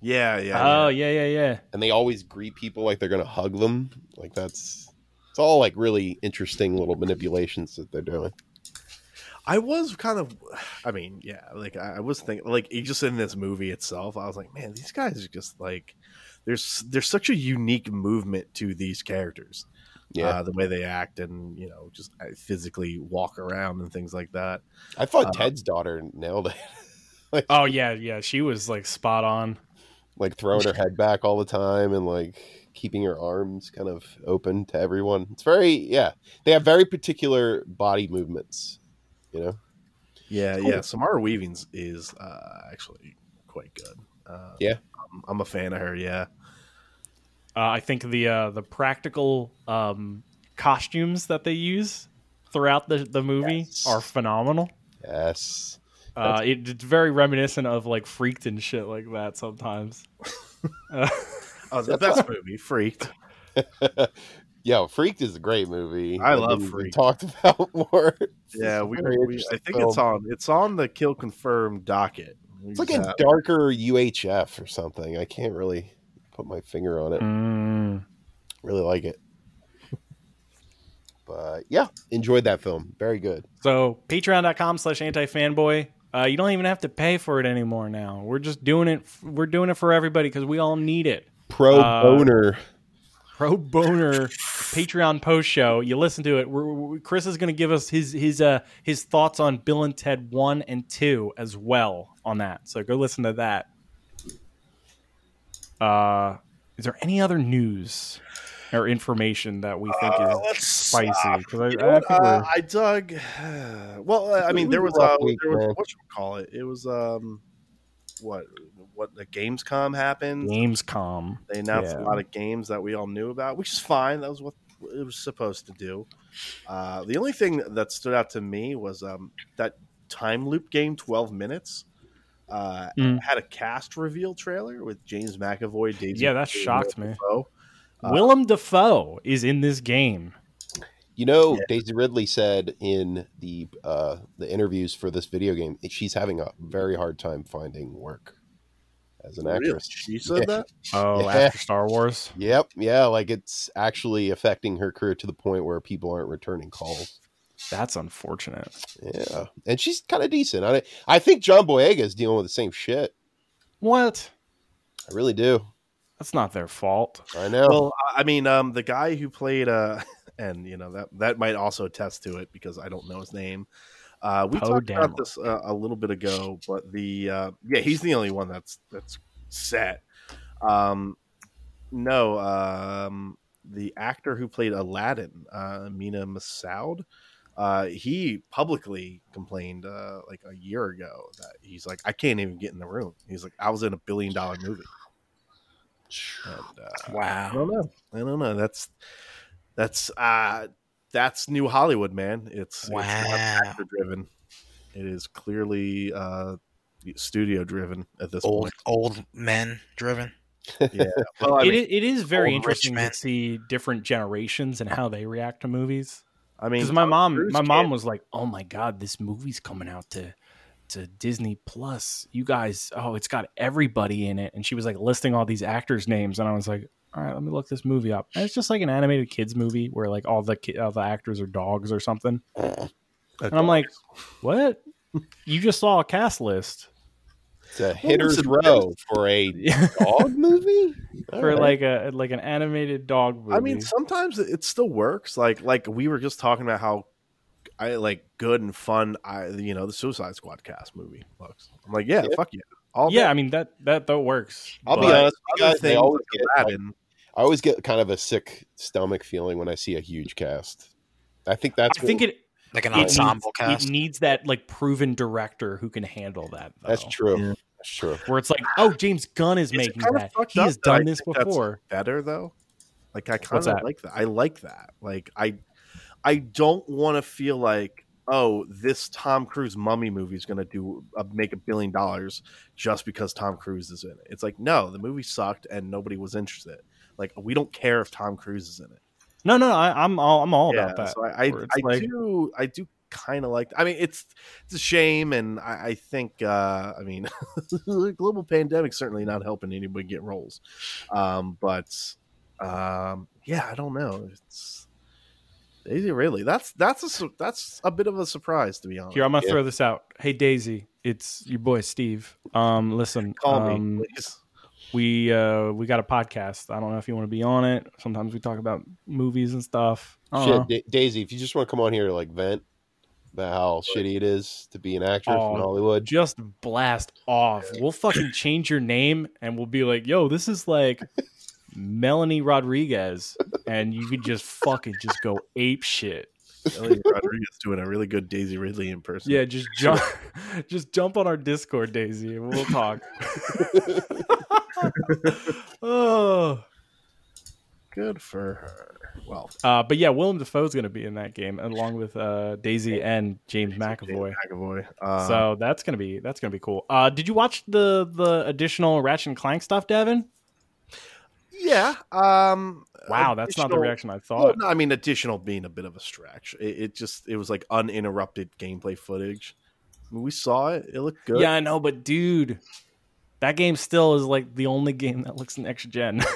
[SPEAKER 1] Yeah, yeah.
[SPEAKER 3] Oh yeah, yeah, yeah.
[SPEAKER 4] and they always greet people like they're gonna hug them. Like that's it's all like really interesting little manipulations that they're doing.
[SPEAKER 1] I was kind of, I mean, yeah, like I, I was thinking, like it- just in this movie itself, I was like, man, these guys are just like, there's there's such a unique movement to these characters,
[SPEAKER 4] Yeah,
[SPEAKER 1] uh, the way they act and you know just uh, physically walk around and things like that.
[SPEAKER 4] I thought
[SPEAKER 1] uh,
[SPEAKER 4] Ted's daughter nailed it,
[SPEAKER 3] Oh yeah, yeah. She was like spot on.
[SPEAKER 4] like throwing her head back all the time and like keeping her arms kind of open to everyone. It's very yeah. They have very particular body movements. You know,
[SPEAKER 1] Yeah, yeah. Samara Weaving's is uh, actually quite good. Uh,
[SPEAKER 4] Yeah.
[SPEAKER 1] I'm, I'm a fan of her. Yeah,
[SPEAKER 3] Uh, I think the uh, the practical um, costumes that they use throughout the the movie
[SPEAKER 4] Yes.
[SPEAKER 3] are phenomenal.
[SPEAKER 4] yes.
[SPEAKER 3] Uh, it, it's very reminiscent of like freaked and shit like that sometimes. Uh,
[SPEAKER 1] oh, the best movie, Freaked.
[SPEAKER 4] Yo, Freaked is a great movie.
[SPEAKER 1] I
[SPEAKER 4] that
[SPEAKER 1] love
[SPEAKER 4] we- we
[SPEAKER 1] Freaked.
[SPEAKER 4] Talked about more.
[SPEAKER 1] Yeah, we,
[SPEAKER 4] Very
[SPEAKER 1] we I
[SPEAKER 4] interesting
[SPEAKER 1] think
[SPEAKER 4] film.
[SPEAKER 1] it's on it's on the Kill Confirmed docket.
[SPEAKER 4] It's like a darker UHF or something. I can't really put my finger on it.
[SPEAKER 3] mm.
[SPEAKER 4] Really like it. But yeah, enjoyed that film. Very good.
[SPEAKER 3] So patreon.com slash antifanboy. Uh, you don't even have to pay for it anymore now. We're just doing it. f- We're doing it for everybody because we all need it.
[SPEAKER 4] Pro
[SPEAKER 3] Uh,
[SPEAKER 4] boner.
[SPEAKER 3] pro boner Patreon post show. You listen to it. We're, we Chris is going to give us his his uh his thoughts on Bill and Ted one and two as well on that. So go listen to that. Uh, is there any other news or information that we think
[SPEAKER 4] Oh,
[SPEAKER 1] Uh,
[SPEAKER 3] is
[SPEAKER 1] let's
[SPEAKER 3] spicy? Because I,
[SPEAKER 1] You
[SPEAKER 3] I
[SPEAKER 1] know what?
[SPEAKER 3] think
[SPEAKER 1] Uh,
[SPEAKER 3] we're
[SPEAKER 1] I dug. Well, I mean, there was
[SPEAKER 4] Rough
[SPEAKER 1] uh,
[SPEAKER 4] week,
[SPEAKER 1] there was
[SPEAKER 4] man.
[SPEAKER 1] what you call it. It was um, what what the Gamescom happened.
[SPEAKER 3] Gamescom.
[SPEAKER 1] They announced
[SPEAKER 3] Yeah.
[SPEAKER 1] a lot of games that we all knew about, which is fine. That was what it was supposed to do. Uh, the only thing that stood out to me was um, that time loop game, twelve minutes. Uh,
[SPEAKER 3] Mm.
[SPEAKER 1] Had a cast reveal trailer with James McAvoy, Daisy.
[SPEAKER 3] Yeah, that
[SPEAKER 1] Ridley,
[SPEAKER 3] shocked
[SPEAKER 1] Willem
[SPEAKER 3] me.
[SPEAKER 1] Dafoe. Uh,
[SPEAKER 3] Willem Dafoe is in this game.
[SPEAKER 4] You know, Daisy Ridley said in the uh, the interviews for this video game, eh, she's having a very hard time finding work as an
[SPEAKER 1] Really?
[SPEAKER 4] actress.
[SPEAKER 1] She said that?
[SPEAKER 3] Oh,
[SPEAKER 4] Yeah.
[SPEAKER 3] after Star Wars.
[SPEAKER 4] Yep, yeah, like it's actually affecting her career to the point where people aren't returning calls.
[SPEAKER 3] That's unfortunate.
[SPEAKER 4] Yeah, and she's kind of decent. I I think John Boyega is dealing with the same shit.
[SPEAKER 3] What?
[SPEAKER 4] I really do.
[SPEAKER 3] That's not their fault.
[SPEAKER 4] I know.
[SPEAKER 1] Well, I- I mean, um, the guy who played, uh, and you know that that might also attest to it because I don't know his name. Uh, we
[SPEAKER 3] Poe
[SPEAKER 1] talked
[SPEAKER 3] Dameron.
[SPEAKER 1] about this uh, a little bit ago, but the uh, yeah, he's the only one that's that's set. Um, no, um, the actor who played Aladdin, uh, Mina Masoud, uh, he publicly complained uh, like a year ago that he's like, I can't even get in the room. He's like, I was in a billion dollar movie. And, uh, I
[SPEAKER 2] Wow.
[SPEAKER 1] don't know. I don't know. That's that's uh that's new Hollywood, man. It's
[SPEAKER 2] Wow.
[SPEAKER 1] it's not actor driven. It is clearly uh studio driven at this
[SPEAKER 2] Old
[SPEAKER 1] point.
[SPEAKER 2] old men driven.
[SPEAKER 1] Well, I
[SPEAKER 3] It
[SPEAKER 1] mean,
[SPEAKER 3] i- it is very
[SPEAKER 2] old rich
[SPEAKER 3] interesting
[SPEAKER 2] man.
[SPEAKER 3] to see different generations and how they react to movies.
[SPEAKER 1] I mean,
[SPEAKER 3] Because my
[SPEAKER 1] Tom
[SPEAKER 3] mom,
[SPEAKER 1] Cruise
[SPEAKER 3] my mom
[SPEAKER 1] can't-
[SPEAKER 3] was like, "Oh my god, this movie's coming out to to Disney Plus. You guys, oh, it's got everybody in it." And she was like listing all these actors' names, and I was like, "All right, let me look this movie up." And it's just like an animated kids movie where like all the ki- all the actors are dogs or something. And I'm like, "What? You just saw a cast list
[SPEAKER 4] It's a hitter's
[SPEAKER 1] listen,
[SPEAKER 4] row for a dog movie
[SPEAKER 3] for like a like an animated dog movie?"
[SPEAKER 1] I mean, sometimes it it still works. Like like we were just talking about how I like good and fun. I you know the Suicide Squad cast movie looks. I'm like, yeah,
[SPEAKER 4] Yeah.
[SPEAKER 1] fuck yeah, all
[SPEAKER 3] yeah,
[SPEAKER 1] day.
[SPEAKER 3] I mean that that that works.
[SPEAKER 4] I'll be
[SPEAKER 1] But
[SPEAKER 4] honest, with you
[SPEAKER 1] other
[SPEAKER 4] guys, they
[SPEAKER 1] things
[SPEAKER 4] always
[SPEAKER 1] like
[SPEAKER 4] get, like,
[SPEAKER 1] Aladdin,
[SPEAKER 4] I always get kind of a sick stomach feeling when I see a huge cast. I think that's
[SPEAKER 3] I think
[SPEAKER 4] what-
[SPEAKER 3] it
[SPEAKER 2] Like an
[SPEAKER 3] it
[SPEAKER 2] ensemble
[SPEAKER 3] needs,
[SPEAKER 2] cast.
[SPEAKER 3] It needs that like proven director who can handle that. Though.
[SPEAKER 4] that's true.
[SPEAKER 1] Yeah.
[SPEAKER 4] That's true.
[SPEAKER 3] Where it's like, oh, James Gunn is
[SPEAKER 1] It's
[SPEAKER 3] making
[SPEAKER 1] kinda
[SPEAKER 3] that.
[SPEAKER 1] fucked
[SPEAKER 3] He
[SPEAKER 1] up
[SPEAKER 3] has
[SPEAKER 1] that I
[SPEAKER 3] done this
[SPEAKER 1] think that's-
[SPEAKER 3] before.
[SPEAKER 1] better though. Like I kind
[SPEAKER 3] What's
[SPEAKER 1] of
[SPEAKER 3] that?
[SPEAKER 1] like that. I like that. Like I, I don't want to feel like oh this Tom Cruise mummy movie is going to do uh, make a billion dollars just because Tom Cruise is in it. It's like no, the movie sucked and nobody was interested. Like we don't care if Tom Cruise is in it.
[SPEAKER 3] No, no, I, I'm all, I'm all about that.
[SPEAKER 1] So I, I,
[SPEAKER 3] where it's
[SPEAKER 1] I
[SPEAKER 3] like-
[SPEAKER 1] do, I do kind of like. I mean, it's it's a shame, and I, I think, uh, I mean, global pandemic certainly not helping anybody get roles. Um, but um, yeah, I don't know. It's Daisy Ridley. That's that's a su- that's a bit of a surprise to be honest.
[SPEAKER 3] Here, I'm gonna
[SPEAKER 4] Yeah.
[SPEAKER 3] throw this out. Hey, Daisy, it's your boy Steve. Um, listen,
[SPEAKER 1] Call
[SPEAKER 3] um,
[SPEAKER 1] me, please.
[SPEAKER 3] we uh, we got a podcast. I don't know if you want to be on it. Sometimes we talk about movies and stuff. I don't
[SPEAKER 1] Uh-huh.
[SPEAKER 4] Shit, Da- Daisy, if you just want to come on here to like vent about how shitty it is to be an actress
[SPEAKER 3] Oh.
[SPEAKER 4] in Hollywood,
[SPEAKER 3] just blast off. We'll fucking change your name and we'll be like, yo, this is like Melanie Rodriguez. And you could just fucking just go ape shit.
[SPEAKER 1] Elliot Rodriguez doing a really good Daisy Ridley in person.
[SPEAKER 3] Yeah, just jump just jump on our Discord, Daisy, and we'll talk. oh.
[SPEAKER 1] good for her. Well,
[SPEAKER 3] Uh, but yeah, Willem Dafoe's gonna be in that game along with uh, Daisy and James McAvoy.
[SPEAKER 1] McAvoy. Uh,
[SPEAKER 3] So that's gonna be that's gonna be cool. Uh, did you watch the the additional Ratchet and Clank stuff, Devin?
[SPEAKER 1] yeah. Um,
[SPEAKER 3] Wow, that's not the
[SPEAKER 1] additional-
[SPEAKER 3] reaction I thought.
[SPEAKER 1] Well, no, I mean, additional being a bit of a stretch. It, it just it was like uninterrupted gameplay footage. I mean, we saw it; it looked good.
[SPEAKER 3] Yeah, I know, but dude, that game still is like the only game that looks next gen.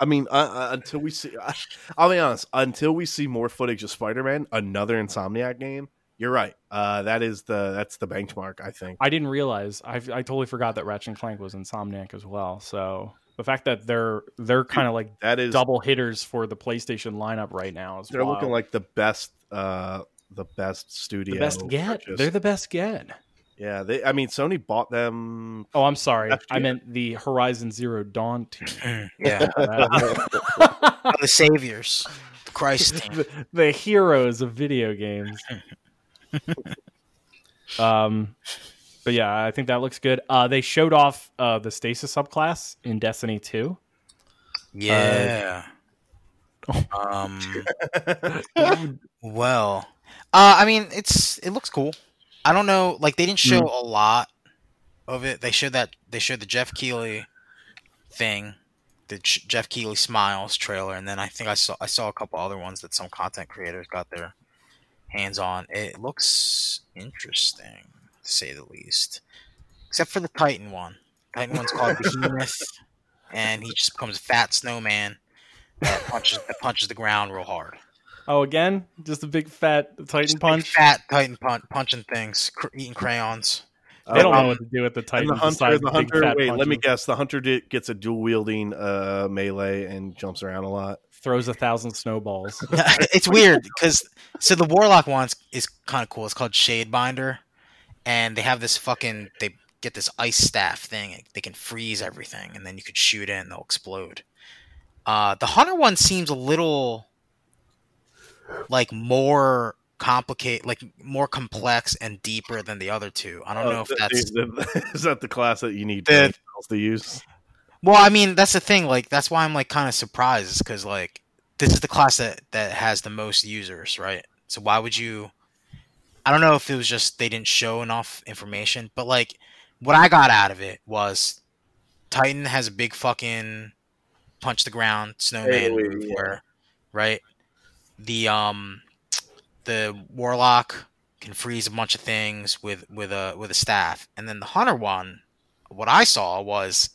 [SPEAKER 1] I mean, uh, uh, until we see, I, I'll be honest. Until we see more footage of Spider-Man, another Insomniac game. You're right. Uh, that is the that's the benchmark. I think.
[SPEAKER 3] I didn't realize. I I totally forgot that Ratchet and Clank was Insomniac as well. So the fact that they're they're kind of like
[SPEAKER 1] That is.
[SPEAKER 3] double hitters for the PlayStation lineup right now is
[SPEAKER 1] they're
[SPEAKER 3] wild.
[SPEAKER 1] looking like the best. Uh, the best studio.
[SPEAKER 3] the best get.
[SPEAKER 1] purchase.
[SPEAKER 3] They're the best get.
[SPEAKER 1] yeah. They. I mean, Sony bought them.
[SPEAKER 3] Oh, I'm sorry.
[SPEAKER 1] Last
[SPEAKER 3] I
[SPEAKER 1] year.
[SPEAKER 3] meant the Horizon Zero Dawn team.
[SPEAKER 2] Mm, yeah. the saviors. The Christ team.
[SPEAKER 3] the, the heroes of video games. um, but yeah, I think that looks good. Uh, they showed off uh, the stasis subclass in Destiny 2.
[SPEAKER 2] Yeah.
[SPEAKER 1] Uh,
[SPEAKER 2] um. well, uh, I mean, it's it looks cool. I don't know, like they didn't show a lot of it. They showed that they showed the Jeff Keeley thing, the Ch- Jeff Keighley Smiles trailer, and then I think I saw I saw a couple other ones that some content creators got their hands on. It looks interesting, to say the least. Except for the Titan one. Titan one's called Behemoth, and he just becomes a fat snowman that punches that punches the ground real hard.
[SPEAKER 3] Oh, again, just a big fat
[SPEAKER 2] Just
[SPEAKER 3] Titan
[SPEAKER 2] a big
[SPEAKER 3] punch.
[SPEAKER 2] fat Titan punch, punching things, cr- eating crayons.
[SPEAKER 3] They don't
[SPEAKER 1] Um,
[SPEAKER 3] know what to do at the
[SPEAKER 1] And
[SPEAKER 3] Titans.
[SPEAKER 1] the hunter,
[SPEAKER 3] besides
[SPEAKER 1] the
[SPEAKER 3] big
[SPEAKER 1] hunter.
[SPEAKER 3] fat
[SPEAKER 1] Wait, let me
[SPEAKER 3] punches.
[SPEAKER 1] guess. The hunter did, gets a dual wielding uh, melee and jumps around a lot.
[SPEAKER 3] Throws a thousand snowballs.
[SPEAKER 2] it's weird because so the warlock one is, is kind of cool. It's called Shadebinder, and they have this fucking they get this ice staff thing. They can freeze everything, and then you could shoot it, and they'll explode. Uh, the hunter one seems a little like more complicated, like more complex and deeper than the other two. I don't
[SPEAKER 3] Oh,
[SPEAKER 2] know
[SPEAKER 1] Uh,
[SPEAKER 2] if
[SPEAKER 1] the-
[SPEAKER 2] that's
[SPEAKER 1] the- the- is that the class that you need
[SPEAKER 2] The-
[SPEAKER 1] for anything else to use?
[SPEAKER 2] Well, I mean, that's the thing. Like, that's why I'm like kind of surprised because like this is the class that that has the most users, right? So why would you? I don't know if it was just they didn't show enough information, but like what I got out of it was Titan has a big fucking punch the ground snowman
[SPEAKER 1] Hey,
[SPEAKER 2] move where, right? The um the warlock can freeze a bunch of things with with a with a staff, and then the hunter one. What I saw was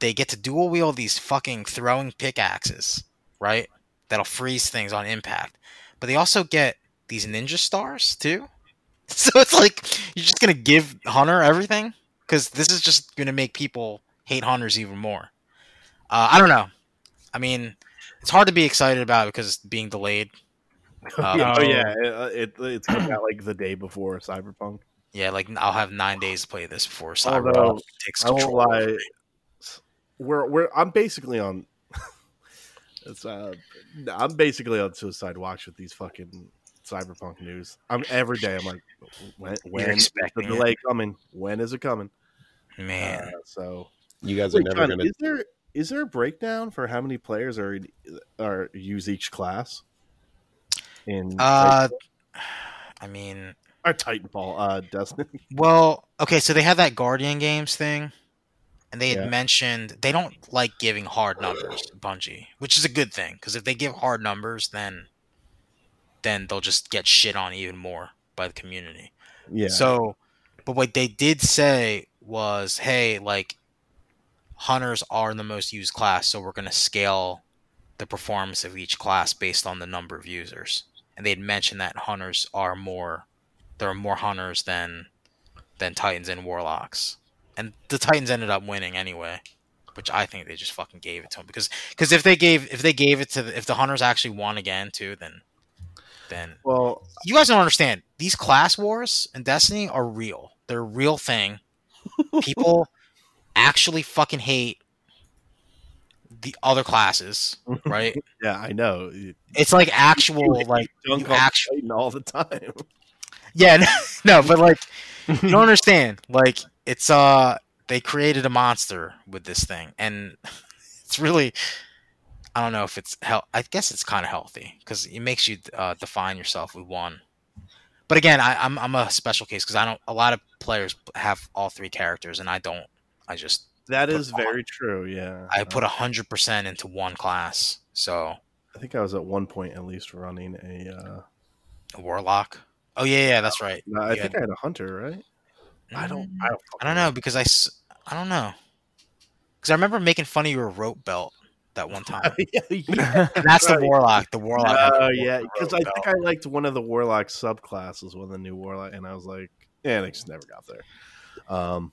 [SPEAKER 2] they get to dual wield these fucking throwing pickaxes, right? That'll freeze things on impact. But they also get these ninja stars too. So it's like you're just gonna give Hunter everything because this is just gonna make people hate Hunters even more. Uh, I don't know. I mean, it's hard to be excited about because it's being delayed. Uh,
[SPEAKER 1] Yeah,
[SPEAKER 3] Oh.
[SPEAKER 1] oh yeah, it, it, it's coming out like the day before Cyberpunk.
[SPEAKER 2] Yeah, like I'll have nine days to play this before Cyberpunk
[SPEAKER 1] Although,
[SPEAKER 2] takes
[SPEAKER 1] I won't
[SPEAKER 2] control.
[SPEAKER 1] lie. We're we're I'm basically on. It's uh, I'm basically on suicide watch with these fucking cyberpunk news. I'm every day. I'm like, when when
[SPEAKER 2] You're
[SPEAKER 1] is the
[SPEAKER 2] expecting it.
[SPEAKER 1] delay coming? When is it coming?
[SPEAKER 2] Man,
[SPEAKER 1] Uh, so
[SPEAKER 4] You guys are
[SPEAKER 1] Wait,
[SPEAKER 4] never
[SPEAKER 1] John,
[SPEAKER 4] gonna.
[SPEAKER 1] is there is there a breakdown for how many players are in- are use each class? In
[SPEAKER 2] uh, I mean,
[SPEAKER 1] uh, Titanfall, uh, Destiny.
[SPEAKER 2] Well, okay, so they had that Guardian Games thing, and they had
[SPEAKER 1] Yeah.
[SPEAKER 2] mentioned they don't like giving hard numbers to Bungie, which is a good thing because if they give hard numbers, then then they'll just get shit on even more by the community.
[SPEAKER 1] Yeah.
[SPEAKER 2] So, but what they did say was, hey, like hunters are the most used class, so we're going to scale the performance of each class based on the number of users. And they had mentioned that hunters are more, there are more hunters than than titans and warlocks, and the titans ended up winning anyway. Which I think they just fucking gave it to them because because if they gave if they gave it to the, if the hunters actually won again too then then
[SPEAKER 1] well,
[SPEAKER 2] you guys don't understand. These class wars in Destiny are real. They're a real thing. People actually fucking hate the other classes, right?
[SPEAKER 1] yeah, I know.
[SPEAKER 2] It's like actual,
[SPEAKER 1] You
[SPEAKER 2] like
[SPEAKER 1] dunk
[SPEAKER 2] you
[SPEAKER 1] on
[SPEAKER 2] actu-
[SPEAKER 1] Titan all the time.
[SPEAKER 2] yeah, no, but like you don't understand. Like it's uh, they created a monster with this thing, and it's really, I don't know if it's hell. I guess it's kind of healthy because it makes you uh, define yourself with one. But again, I, I'm I'm a special case because I don't. A lot of players have all three characters, and I don't. I just
[SPEAKER 1] That
[SPEAKER 2] Put
[SPEAKER 1] is
[SPEAKER 2] on.
[SPEAKER 1] very true. Yeah,
[SPEAKER 2] I put hundred percent into one class. So
[SPEAKER 1] I think I was at one point at least running a. Uh,
[SPEAKER 2] a warlock. Oh yeah, yeah, that's right.
[SPEAKER 1] no, I
[SPEAKER 2] Yeah.
[SPEAKER 1] think I had a hunter, right? I don't. I don't.
[SPEAKER 2] I don't know because I, s- I don't know because I remember making fun of your rope belt that one time.
[SPEAKER 1] yeah, you-
[SPEAKER 2] And that's the
[SPEAKER 1] Right.
[SPEAKER 2] warlock. The warlock. had
[SPEAKER 1] Oh
[SPEAKER 2] the
[SPEAKER 1] yeah,
[SPEAKER 2] rope
[SPEAKER 1] because I
[SPEAKER 2] belt.
[SPEAKER 1] think I liked one of the warlock subclasses, one of the new warlock, and I was like, yeah, they just never got there. Um,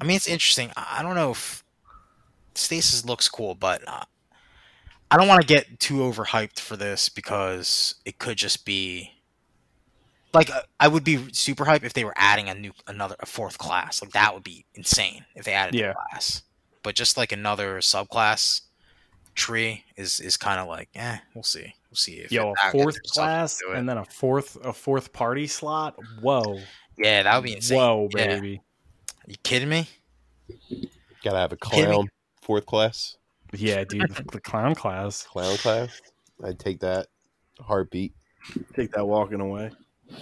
[SPEAKER 2] I mean, it's interesting. I I don't know if Stasis looks cool, but uh, I don't want to get too overhyped for this because it could just be like uh, I would be super hype if they were adding a new another a fourth class. Like that would be insane if they added
[SPEAKER 3] Yeah.
[SPEAKER 2] a class. But just like another subclass tree is is kind of like eh. We'll see. We'll see if
[SPEAKER 3] Yo,
[SPEAKER 2] it-
[SPEAKER 3] a
[SPEAKER 2] if
[SPEAKER 3] fourth
[SPEAKER 2] there's something
[SPEAKER 3] class
[SPEAKER 2] to it.
[SPEAKER 3] and then a fourth a fourth party slot. Whoa,
[SPEAKER 2] yeah, that would be insane.
[SPEAKER 3] whoa,
[SPEAKER 2] Yeah.
[SPEAKER 3] baby.
[SPEAKER 2] You kidding me?
[SPEAKER 4] Gotta have a
[SPEAKER 2] kidding me?
[SPEAKER 4] clown fourth class,
[SPEAKER 3] Yeah, dude, the, the clown class.
[SPEAKER 4] clown class. I'd take that heartbeat.
[SPEAKER 1] take that walking away.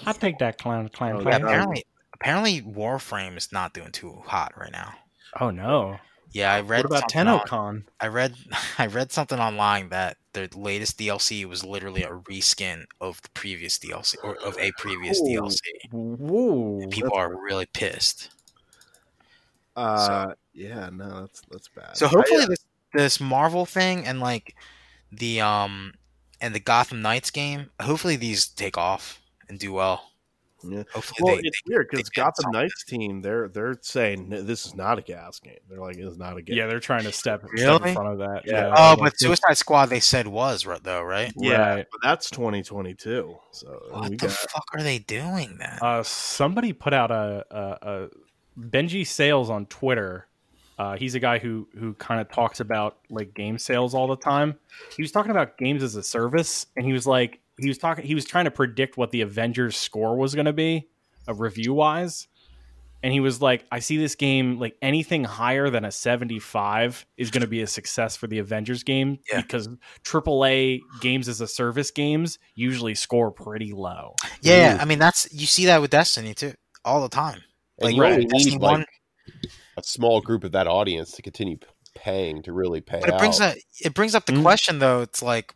[SPEAKER 3] I take that clown clown
[SPEAKER 1] Oh,
[SPEAKER 2] Yeah,
[SPEAKER 3] class.
[SPEAKER 1] that-
[SPEAKER 2] apparently, apparently Warframe is not doing too hot right now.
[SPEAKER 3] Oh no,
[SPEAKER 2] Yeah, I read
[SPEAKER 3] what about
[SPEAKER 2] something on-
[SPEAKER 3] TennoCon?
[SPEAKER 2] I read I read something online that the latest DLC was literally a reskin of the previous DLC or of a previous
[SPEAKER 1] Ooh.
[SPEAKER 2] DLC.
[SPEAKER 3] Whoa,
[SPEAKER 2] People are really pissed.
[SPEAKER 1] Uh, yeah, no, that's that's bad. uh,
[SPEAKER 2] So hopefully this this Marvel thing and like the um and the Gotham Knights game, hopefully these take off and do well.
[SPEAKER 1] Yeah.
[SPEAKER 2] Hopefully
[SPEAKER 1] well,
[SPEAKER 2] they,
[SPEAKER 1] it's weird because
[SPEAKER 2] they did
[SPEAKER 1] Gotham
[SPEAKER 2] something.
[SPEAKER 1] Knights team, they're they're saying "No, this is not a gas game. They're like, it's not a game.
[SPEAKER 3] yeah, they're trying to step, step
[SPEAKER 2] Really?
[SPEAKER 3] in front of that.
[SPEAKER 1] Yeah.
[SPEAKER 2] Oh,
[SPEAKER 3] like,
[SPEAKER 2] but Suicide Squad they said was right though, right?
[SPEAKER 1] yeah.
[SPEAKER 3] Right.
[SPEAKER 1] But that's 2022. So
[SPEAKER 2] What
[SPEAKER 1] Oh, we
[SPEAKER 2] the
[SPEAKER 1] got-
[SPEAKER 2] fuck are they doing then?
[SPEAKER 3] Uh, somebody put out a, a, a Benji Sales on Twitter. Uh, he's a guy who who kind of talks about like game sales all the time. He was talking about games as a service, and he was like, he was talking, he was trying to predict what the Avengers score was going to be, uh, review wise. And he was like, I see this game like anything higher than a seventy five is going to be a success for the Avengers game
[SPEAKER 2] Yeah.
[SPEAKER 3] because AAA games as a service games usually score pretty low.
[SPEAKER 2] yeah, I mean that's you see that with Destiny too all the time.
[SPEAKER 4] And
[SPEAKER 2] Like
[SPEAKER 4] you only
[SPEAKER 2] right, Destiny
[SPEAKER 4] need
[SPEAKER 2] one,
[SPEAKER 4] like a small group of that audience to continue p- paying to really pay
[SPEAKER 2] But it brings
[SPEAKER 4] out.
[SPEAKER 2] up it brings up the
[SPEAKER 3] Mm.
[SPEAKER 2] question though. It's like,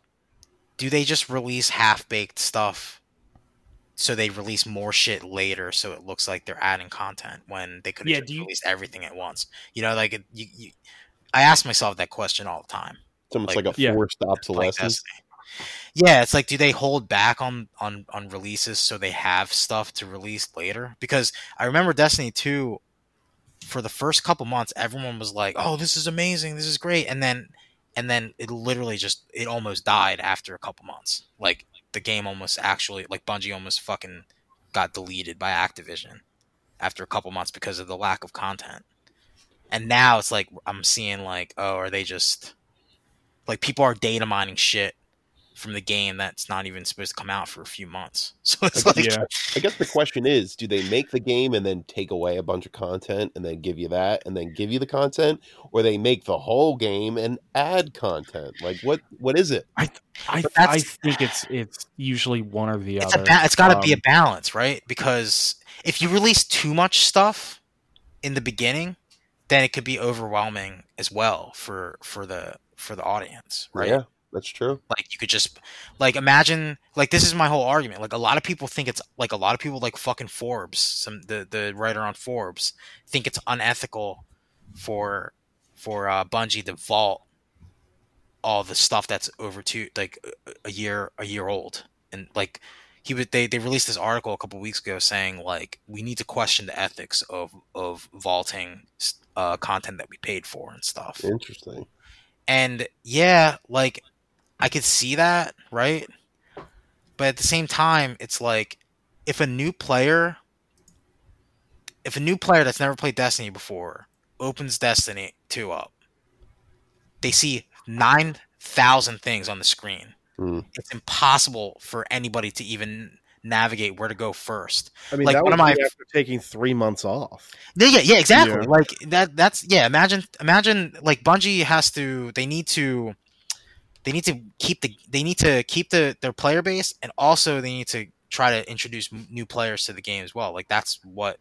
[SPEAKER 2] do they just release half baked stuff, so they release more shit later, so it looks like they're adding content when they could have
[SPEAKER 3] Yeah,
[SPEAKER 2] just
[SPEAKER 3] do you-
[SPEAKER 2] released everything at once? You know, like it- you, you, I ask myself that question all the time.
[SPEAKER 4] it's almost
[SPEAKER 2] like-
[SPEAKER 4] like, a
[SPEAKER 3] yeah.
[SPEAKER 4] forced
[SPEAKER 2] Like
[SPEAKER 4] obsolescence.
[SPEAKER 2] Destiny. Yeah, it's like, do they hold back on on on releases so they have stuff to release later? Because I remember Destiny two, for the first couple months, everyone was like, "Oh, this is amazing, this is great," and then and then it literally just it almost died after a couple months. Like the game almost actually like Bungie almost fucking got deleted by Activision after a couple months because of the lack of content. And now it's like I'm seeing like, oh, are they just like people are data mining shit from the game that's not even supposed to come out for a few months. So it's like,
[SPEAKER 3] yeah.
[SPEAKER 4] I guess the question is, do they make the game and then take away a bunch of content and then give you that and then give you the content, or they make the whole game and add content? Like what? What is it?
[SPEAKER 3] I,
[SPEAKER 2] But that's-
[SPEAKER 3] I think it's it's usually one or the
[SPEAKER 2] it's
[SPEAKER 3] other.
[SPEAKER 2] a ba- it's got to be a
[SPEAKER 3] Um,
[SPEAKER 2] balance, right? Because if you release too much stuff in the beginning, then it could be overwhelming as well for for the for the audience, right?
[SPEAKER 4] Yeah, that's true.
[SPEAKER 2] Like you could just like imagine like this is my whole argument. Like a lot of people think it's like a lot of people like fucking Forbes, some the the writer on Forbes think it's unethical for for uh, Bungie to vault all the stuff that's over two like a- a year a year old and like he would they, they released this article a couple weeks ago saying like we need to question the ethics of of vaulting uh, content that we paid for and stuff
[SPEAKER 4] Interesting.
[SPEAKER 2] and yeah, like I could see that, right? But at the same time, it's like if a new player if a new player that's never played Destiny before opens Destiny 2 up, they see 9,000 things on the screen.
[SPEAKER 4] Mm.
[SPEAKER 2] It's impossible for anybody to even navigate where to go first.
[SPEAKER 1] I mean,
[SPEAKER 2] Like,
[SPEAKER 1] that
[SPEAKER 2] one
[SPEAKER 1] would
[SPEAKER 2] of
[SPEAKER 1] be
[SPEAKER 2] my-
[SPEAKER 1] after taking three months off.
[SPEAKER 2] No, yeah, yeah, exactly.
[SPEAKER 1] Yeah.
[SPEAKER 2] Like that. That's yeah. Imagine, imagine like Bungie has to. They need to. They need to keep the. They need to keep the their player base, and also they need to try to introduce m- new players to the game as well. Like that's what.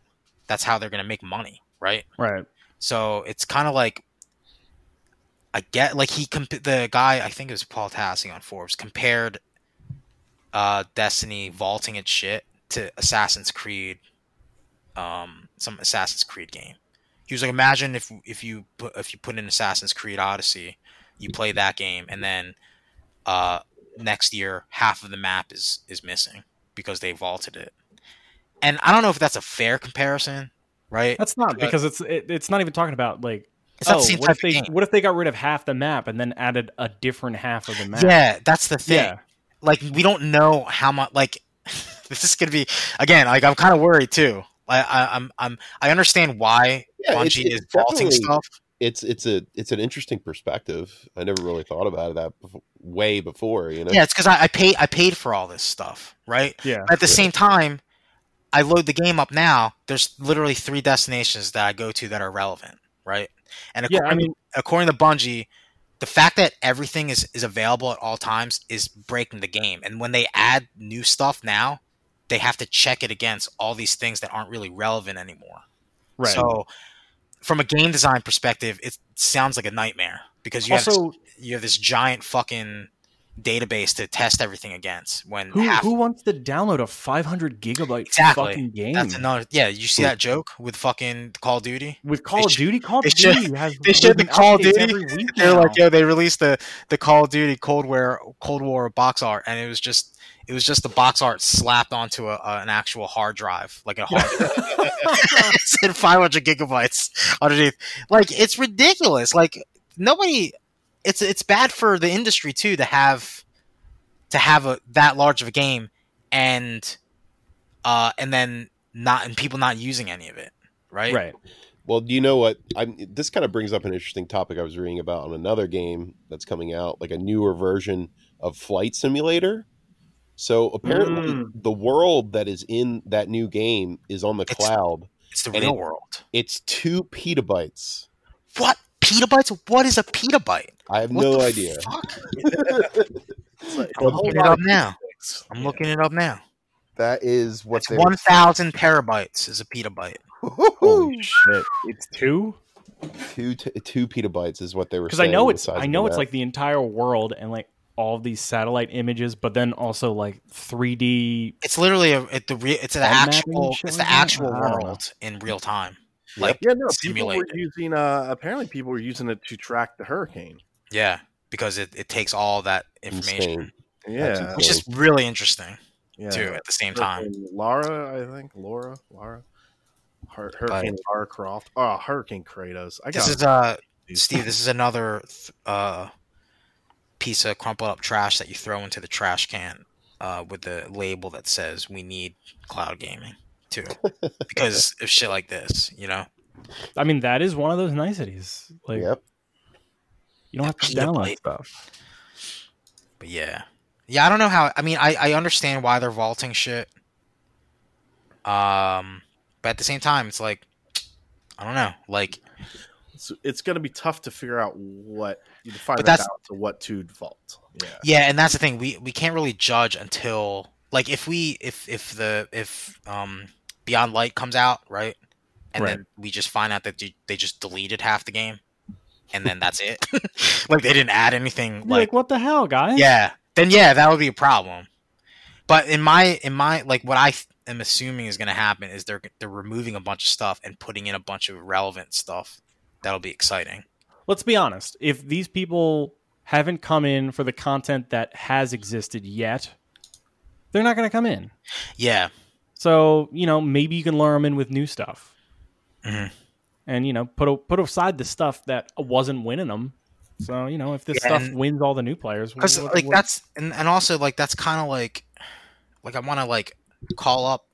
[SPEAKER 2] That's how they're gonna make money, right?
[SPEAKER 3] right.
[SPEAKER 2] So it's kind of like I get like he comp- the guy I think it was Paul Tassi on Forbes compared uh Destiny vaulting its shit to Assassin's Creed um some Assassin's Creed game. He was like imagine if if you put if you put in Assassin's Creed Odyssey, you play that game and then uh next year half of the map is is missing because they vaulted it. And I don't know if that's a fair comparison, right?
[SPEAKER 3] That's not
[SPEAKER 2] But-
[SPEAKER 3] because it's it, it's not even talking about like
[SPEAKER 2] It's not
[SPEAKER 3] oh
[SPEAKER 2] the same
[SPEAKER 3] what if
[SPEAKER 2] type of
[SPEAKER 3] they
[SPEAKER 2] game.
[SPEAKER 3] what if they got rid of half the map and then added a different half of the map?
[SPEAKER 2] Yeah, that's the thing.
[SPEAKER 3] Yeah.
[SPEAKER 2] Like we don't know how much. Like this is gonna be again. Like I'm kind of worried too. I, I I'm I'm I understand why
[SPEAKER 4] Yeah, it's,
[SPEAKER 2] Bungie
[SPEAKER 4] it's
[SPEAKER 2] is vaulting
[SPEAKER 4] definitely-
[SPEAKER 2] stuff.
[SPEAKER 4] It's it's a it's an interesting perspective. I never really thought about it that befo- way before. You know,
[SPEAKER 2] Yeah, it's because I, I paid I paid for all this stuff, right?
[SPEAKER 3] Yeah.
[SPEAKER 2] But at the same time, I load the game up now. There's literally three destinations that I go to that are relevant, right? And
[SPEAKER 3] Yeah,
[SPEAKER 2] according,
[SPEAKER 3] I mean
[SPEAKER 2] according to Bungie, the fact that everything is, is available at all times is breaking the game. And when they add new stuff now, they have to check it against all these things that aren't really relevant anymore.
[SPEAKER 3] right.
[SPEAKER 2] So from a game design perspective, it sounds like a nightmare because you have
[SPEAKER 3] also,
[SPEAKER 2] this, you have this giant fucking database to test everything against. When
[SPEAKER 3] who,
[SPEAKER 2] half,
[SPEAKER 3] who wants to download a 500 gigabyte
[SPEAKER 2] Exactly.
[SPEAKER 3] fucking game?
[SPEAKER 2] that's another yeah, you see that joke with fucking Call of Duty.
[SPEAKER 3] with Call
[SPEAKER 2] They
[SPEAKER 3] of
[SPEAKER 2] should-
[SPEAKER 3] Duty, Call of
[SPEAKER 2] they should-
[SPEAKER 3] Duty has
[SPEAKER 2] they should
[SPEAKER 3] there's
[SPEAKER 2] be Call of
[SPEAKER 3] updates
[SPEAKER 2] Duty.
[SPEAKER 3] every week
[SPEAKER 2] They're
[SPEAKER 3] now.
[SPEAKER 2] like, yo, they released the the Call of Duty Cold War Cold War box art, and it was just it was just the box art slapped onto a, a- an actual hard drive, like a hard. it said 500 gigabytes underneath. Like it's ridiculous. Like nobody. It's it's bad for the industry too to have to have a that large of a game and uh and then not and people not using any of it, right?
[SPEAKER 3] right.
[SPEAKER 4] Well, do you know what? I'm, this kind of brings up an interesting topic I was reading about on another game that's coming out, like a newer version of Flight Simulator. So apparently,
[SPEAKER 3] Mm.
[SPEAKER 4] the world that is in that new game is on the
[SPEAKER 2] It's-
[SPEAKER 4] cloud.
[SPEAKER 2] It's the
[SPEAKER 4] And
[SPEAKER 2] real
[SPEAKER 4] it-
[SPEAKER 2] world.
[SPEAKER 4] It's two petabytes.
[SPEAKER 2] What petabytes? What is a petabyte?
[SPEAKER 4] I have
[SPEAKER 2] What
[SPEAKER 4] no
[SPEAKER 2] the
[SPEAKER 4] idea.
[SPEAKER 2] Fuck?
[SPEAKER 1] a
[SPEAKER 2] I'm
[SPEAKER 1] whole
[SPEAKER 2] looking it
[SPEAKER 1] lot
[SPEAKER 2] up
[SPEAKER 1] of
[SPEAKER 2] now.
[SPEAKER 1] things.
[SPEAKER 2] I'm looking it up now.
[SPEAKER 4] That is what
[SPEAKER 2] It's one Oh. thousand terabytes is a petabyte.
[SPEAKER 4] Holy sh-
[SPEAKER 3] Shit. It's two.
[SPEAKER 4] two t- two petabytes is what they were.
[SPEAKER 3] because I
[SPEAKER 4] saying
[SPEAKER 3] know
[SPEAKER 4] the
[SPEAKER 3] it's
[SPEAKER 4] size
[SPEAKER 3] I
[SPEAKER 4] of
[SPEAKER 3] know it's
[SPEAKER 4] that.
[SPEAKER 3] like the entire world and like all these satellite images, but then also like 3D.
[SPEAKER 2] It's literally a it, the re, it's an
[SPEAKER 3] Thumb mapping
[SPEAKER 2] actual
[SPEAKER 3] and shit
[SPEAKER 2] it's
[SPEAKER 3] like
[SPEAKER 2] the
[SPEAKER 3] that?
[SPEAKER 2] actual
[SPEAKER 3] I don't know.
[SPEAKER 2] world in real time. Like
[SPEAKER 1] yeah, no,
[SPEAKER 2] simulated.
[SPEAKER 1] people were using. Uh, apparently, people were using it to track the hurricane.
[SPEAKER 2] yeah, because it, it takes all that information,
[SPEAKER 4] Insane.
[SPEAKER 1] Yeah,
[SPEAKER 4] That's
[SPEAKER 2] which is really interesting
[SPEAKER 1] yeah.
[SPEAKER 2] too. At the same time,
[SPEAKER 1] Hurricane Laura, I think Laura, Laura, Hur- Hurricane Laura Croft. Oh, Hurricane Kratos. I
[SPEAKER 2] this
[SPEAKER 1] got
[SPEAKER 2] is uh Steve. This is another th- uh piece of crumpled up trash that you throw into the trash can uh, with the label that says "We need cloud gaming" too, because of shit like this, you know.
[SPEAKER 3] I mean, that is one of those niceties. Like
[SPEAKER 4] Yep.
[SPEAKER 3] you don't have to
[SPEAKER 2] Yeah,
[SPEAKER 3] download
[SPEAKER 2] like-
[SPEAKER 3] stuff.
[SPEAKER 2] But yeah, yeah, I don't know how. I mean, I I understand why they're vaulting shit. Um, but at the same time, it's like I don't know. Like,
[SPEAKER 1] it's, it's going to be tough to figure out what to find
[SPEAKER 2] But
[SPEAKER 1] that
[SPEAKER 2] that's-
[SPEAKER 1] out to what to vault. Yeah,
[SPEAKER 2] yeah, and that's the thing. We we can't really judge until like if we if if the if um Beyond Light comes out right, and then we just find out that they- they just deleted half the game, and then that's it. like they didn't add anything.
[SPEAKER 3] You're like,
[SPEAKER 2] Like
[SPEAKER 3] what the hell, guys?
[SPEAKER 2] yeah then yeah that would be a problem but in my in my like what i th- am assuming is going to happen is they're they're removing a bunch of stuff and putting in a bunch of relevant stuff that'll be exciting
[SPEAKER 3] Let's be honest. If these people haven't come in for the content that has existed yet, they're not going to come in.
[SPEAKER 2] yeah
[SPEAKER 3] So you know, maybe you can lure them in with new stuff,
[SPEAKER 2] Mhm.
[SPEAKER 3] and you know, put a, put aside the stuff that wasn't winning them. So you know, if this
[SPEAKER 2] Yeah,
[SPEAKER 3] stuff
[SPEAKER 2] and-
[SPEAKER 3] wins all the new players,
[SPEAKER 2] because
[SPEAKER 3] what-
[SPEAKER 2] like
[SPEAKER 3] what-
[SPEAKER 2] that's and, and also like that's kind of like like i want to like call up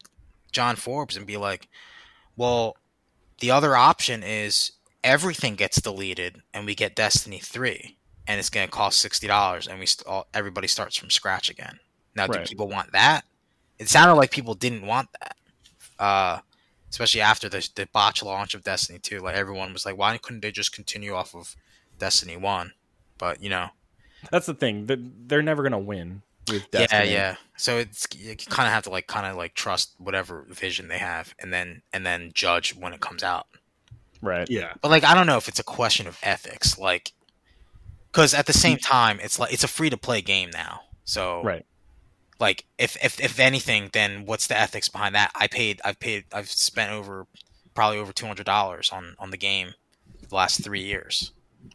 [SPEAKER 2] john forbes and be like well the other option is everything gets deleted and we get destiny 3 and it's going to cost $60 and we st- all, everybody starts from scratch again now do
[SPEAKER 3] Right.
[SPEAKER 2] people want that it sounded like people didn't want that uh especially after the, the botch launch of destiny 2 like everyone was like why couldn't they just continue off of destiny 1 but you know
[SPEAKER 3] That's the thing. They're, they're never gonna win with
[SPEAKER 2] yeah,
[SPEAKER 3] Destiny.
[SPEAKER 2] yeah. So it's you kind of have to like kind of like trust whatever vision they have, and then and then judge when it comes out.
[SPEAKER 3] Right.
[SPEAKER 1] yeah.
[SPEAKER 2] But like, I don't know if it's a question of ethics, like, because at the same time, it's like it's a free to play game now. So
[SPEAKER 3] Right.
[SPEAKER 2] like, if if if anything, then what's the ethics behind that? I paid, I've paid, I've spent over probably over two hundred dollars on on the game the last three years,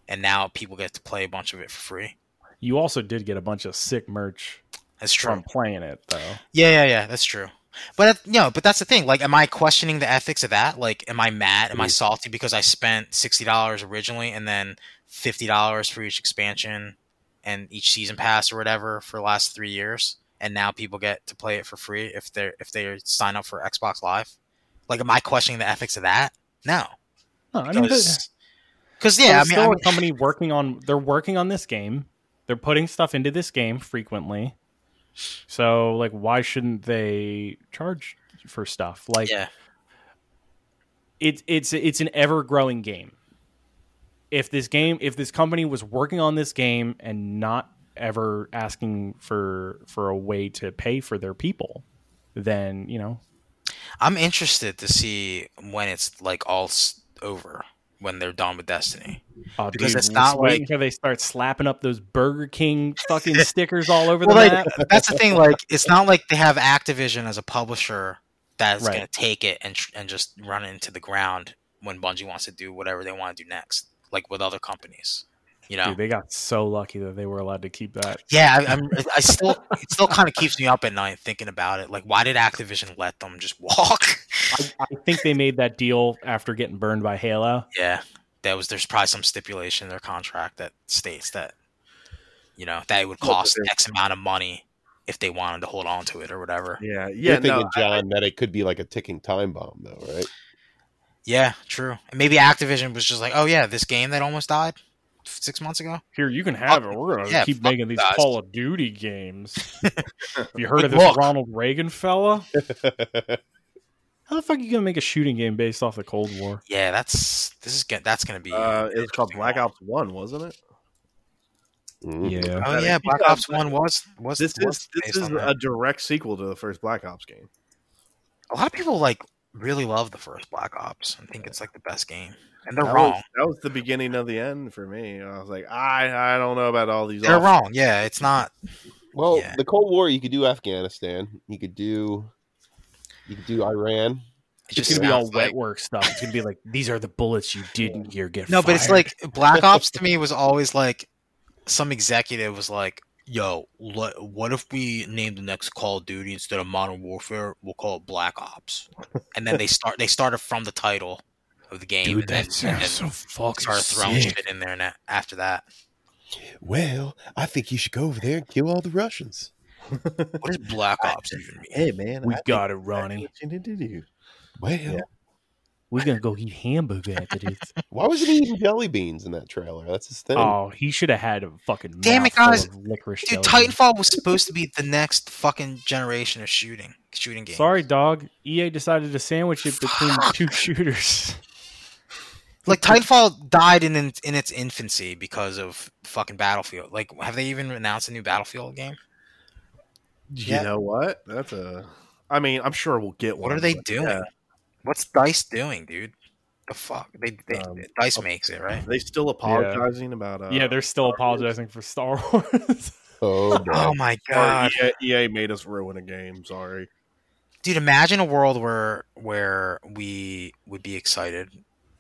[SPEAKER 2] and now people get to play a bunch of it for free.
[SPEAKER 3] You also did get a bunch of sick merch
[SPEAKER 2] That's true.
[SPEAKER 3] from playing it, though.
[SPEAKER 2] Yeah, yeah, yeah. That's true. But you know, but that's the thing. Like, am I questioning the ethics of that? Like, am I mad?
[SPEAKER 3] Mm.
[SPEAKER 2] Am I salty because I spent sixty dollars originally and then fifty dollars for each expansion and each season pass or whatever for the last three years, and now people get to play it for free if they are if they sign up for Xbox Live? Like, am I questioning the ethics of that? No,
[SPEAKER 3] No, I mean, the,
[SPEAKER 2] because yeah, I mean,
[SPEAKER 3] still
[SPEAKER 2] I
[SPEAKER 3] a company working on. They're working on this game. They're putting stuff into this game frequently. So, like, why shouldn't they charge for stuff? Like,
[SPEAKER 2] mean, yeah,
[SPEAKER 3] it's it's it's an ever growing game. If this game, if this company was working on this game and not ever asking for for a way to pay for their people, then you know
[SPEAKER 2] I'm interested to see when it's like all s- over. when they're done with Destiny.
[SPEAKER 3] Oh,
[SPEAKER 2] Because
[SPEAKER 3] dude,
[SPEAKER 2] it's
[SPEAKER 3] just
[SPEAKER 2] not
[SPEAKER 3] wait
[SPEAKER 2] like-
[SPEAKER 3] until they start slapping up those Burger King fucking stickers all over the
[SPEAKER 2] Well,
[SPEAKER 3] map.
[SPEAKER 2] like, that's the thing. Like, it's not like they have Activision as a publisher that's
[SPEAKER 3] Right.
[SPEAKER 2] going to take it and tr- and just run it into the ground when Bungie wants to do whatever they want to do next, like with other companies. You know?
[SPEAKER 3] Dude, they got so lucky that they were allowed to keep that.
[SPEAKER 2] yeah, I, I'm. I still, it still kind of keeps me up at night thinking about it. Like, why did Activision let them just walk?
[SPEAKER 3] I, I think they made that deal after getting burned by Halo.
[SPEAKER 2] yeah, that was. There's probably some stipulation in their contract that states that, you know, that it would
[SPEAKER 1] Well, but
[SPEAKER 2] cost
[SPEAKER 1] they're-
[SPEAKER 2] X amount of money if they wanted to hold on to it or whatever.
[SPEAKER 1] Yeah, yeah.
[SPEAKER 4] You're thinking,
[SPEAKER 1] no,
[SPEAKER 4] John, that it could be like a ticking time bomb, though, right?
[SPEAKER 2] Yeah, true. And maybe Activision was just like, oh yeah, this game that almost died f- six months ago.
[SPEAKER 3] Here, you can have it. We're gonna
[SPEAKER 2] Yeah,
[SPEAKER 3] keep
[SPEAKER 2] fuck
[SPEAKER 3] making these
[SPEAKER 2] guys.
[SPEAKER 3] Call of Duty games. Have you heard of this
[SPEAKER 2] Look.
[SPEAKER 3] Ronald Reagan fella?
[SPEAKER 4] That's
[SPEAKER 3] How the fuck are you gonna make a shooting game based off the Cold War?
[SPEAKER 2] Yeah, that's this is good. That's gonna be.
[SPEAKER 1] uh, it was called
[SPEAKER 2] interesting.
[SPEAKER 1] Black Ops One, wasn't it?
[SPEAKER 4] Mm-hmm.
[SPEAKER 3] Yeah,
[SPEAKER 2] Oh yeah, Black Ops One was was
[SPEAKER 1] This
[SPEAKER 2] was
[SPEAKER 1] is this
[SPEAKER 2] based
[SPEAKER 1] is
[SPEAKER 2] on
[SPEAKER 1] a
[SPEAKER 2] that.
[SPEAKER 1] direct sequel to the first Black Ops game.
[SPEAKER 2] a lot of people like really love the first Black Ops and think it's like the best game, and they're
[SPEAKER 1] That
[SPEAKER 2] wrong.
[SPEAKER 1] was, that was the beginning of the end for me. I was like, I I don't know about all these.
[SPEAKER 2] they're
[SPEAKER 1] off-
[SPEAKER 2] wrong. Yeah, it's not.
[SPEAKER 4] Well,
[SPEAKER 2] Yeah.
[SPEAKER 4] the Cold War, you could do Afghanistan. You could do. You could do Iran.
[SPEAKER 2] It
[SPEAKER 3] it's
[SPEAKER 2] just
[SPEAKER 3] gonna be all
[SPEAKER 2] sounds like-
[SPEAKER 3] wet work stuff. It's gonna be like these are the bullets you didn't hear get.
[SPEAKER 2] No, but it's
[SPEAKER 3] fired.
[SPEAKER 2] like Black Ops to me was always like some executive was like, "Yo, le- what if we name the next Call of Duty instead of Modern Warfare? We'll call it Black Ops." And then they start they started from the title of the game,
[SPEAKER 3] dude,
[SPEAKER 2] and then,
[SPEAKER 3] that sounds so
[SPEAKER 2] and
[SPEAKER 3] fucking
[SPEAKER 2] started throwing
[SPEAKER 3] sick.
[SPEAKER 2] shit in there. And a- after that,
[SPEAKER 4] Well, I think you should go over there and kill all the Russians.
[SPEAKER 2] what does Black Ops even mean?
[SPEAKER 1] Hey man,
[SPEAKER 5] We
[SPEAKER 1] I think
[SPEAKER 5] got it,
[SPEAKER 1] that's
[SPEAKER 5] Ronnie.
[SPEAKER 1] what you need to do.
[SPEAKER 4] Well,
[SPEAKER 5] We're gonna go eat hamburger after this.
[SPEAKER 4] why wasn't he eating jelly beans in that trailer? That's his thing.
[SPEAKER 3] Oh, he should have had a fucking
[SPEAKER 2] Damn it,
[SPEAKER 3] mouthful
[SPEAKER 2] guys.
[SPEAKER 3] of licorice
[SPEAKER 2] Dude,
[SPEAKER 3] jelly.
[SPEAKER 2] Titanfall was supposed to be the next fucking generation of shooting shooting games.
[SPEAKER 3] Sorry, dog. EA decided to sandwich it between
[SPEAKER 2] Fuck.
[SPEAKER 3] two shooters.
[SPEAKER 2] like Titanfall died in in its infancy because of fucking Battlefield. Like, have they even announced a new Battlefield game?
[SPEAKER 1] You
[SPEAKER 2] Yeah.
[SPEAKER 1] know what? That's a. I mean, I'm sure we'll get one.
[SPEAKER 2] What are they
[SPEAKER 1] but
[SPEAKER 2] doing?
[SPEAKER 1] yeah.
[SPEAKER 2] What's Dice doing, dude? The fuck? They, they
[SPEAKER 1] Um,
[SPEAKER 2] Dice makes it, right?
[SPEAKER 1] Are they still apologizing about? Uh,
[SPEAKER 3] yeah, they're still apologizing for Star Wars.
[SPEAKER 4] Oh, boy.
[SPEAKER 2] Oh my
[SPEAKER 1] sorry,
[SPEAKER 2] god,
[SPEAKER 1] EA, EA made us ruin E a game. Sorry.
[SPEAKER 2] dude! Imagine a world where where we would be excited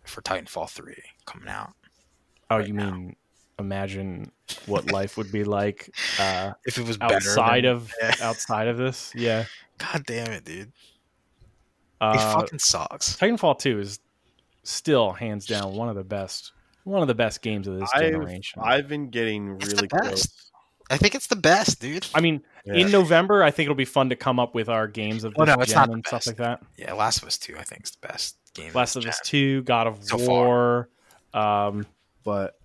[SPEAKER 2] for Titanfall three coming out
[SPEAKER 3] oh,
[SPEAKER 2] Right
[SPEAKER 3] you
[SPEAKER 2] now.
[SPEAKER 3] mean imagine what life would be like uh,
[SPEAKER 2] if it was better
[SPEAKER 3] outside
[SPEAKER 2] than-
[SPEAKER 3] of
[SPEAKER 2] Yeah.
[SPEAKER 3] outside of this? Yeah.
[SPEAKER 2] God damn it, dude! It
[SPEAKER 3] Uh,
[SPEAKER 2] fucking sucks.
[SPEAKER 3] Titanfall Two is still hands down one of the best, one of the best games of this
[SPEAKER 1] I've-
[SPEAKER 3] generation. I,
[SPEAKER 1] I've been getting
[SPEAKER 2] It's the
[SPEAKER 1] really
[SPEAKER 2] best.
[SPEAKER 1] close.
[SPEAKER 2] I think it's the best, dude.
[SPEAKER 3] mean,
[SPEAKER 1] Yeah.
[SPEAKER 3] in November, I think it'll be fun to come up with our games of this
[SPEAKER 2] Well, Oh, no, it's
[SPEAKER 3] gen
[SPEAKER 2] not the
[SPEAKER 3] and stuff
[SPEAKER 2] best.
[SPEAKER 3] like that.
[SPEAKER 2] yeah, Last of Us two, I think is the best game.
[SPEAKER 3] Last of
[SPEAKER 2] this
[SPEAKER 3] Us
[SPEAKER 2] gen.
[SPEAKER 3] Two, God of
[SPEAKER 2] So
[SPEAKER 3] War, um,
[SPEAKER 1] but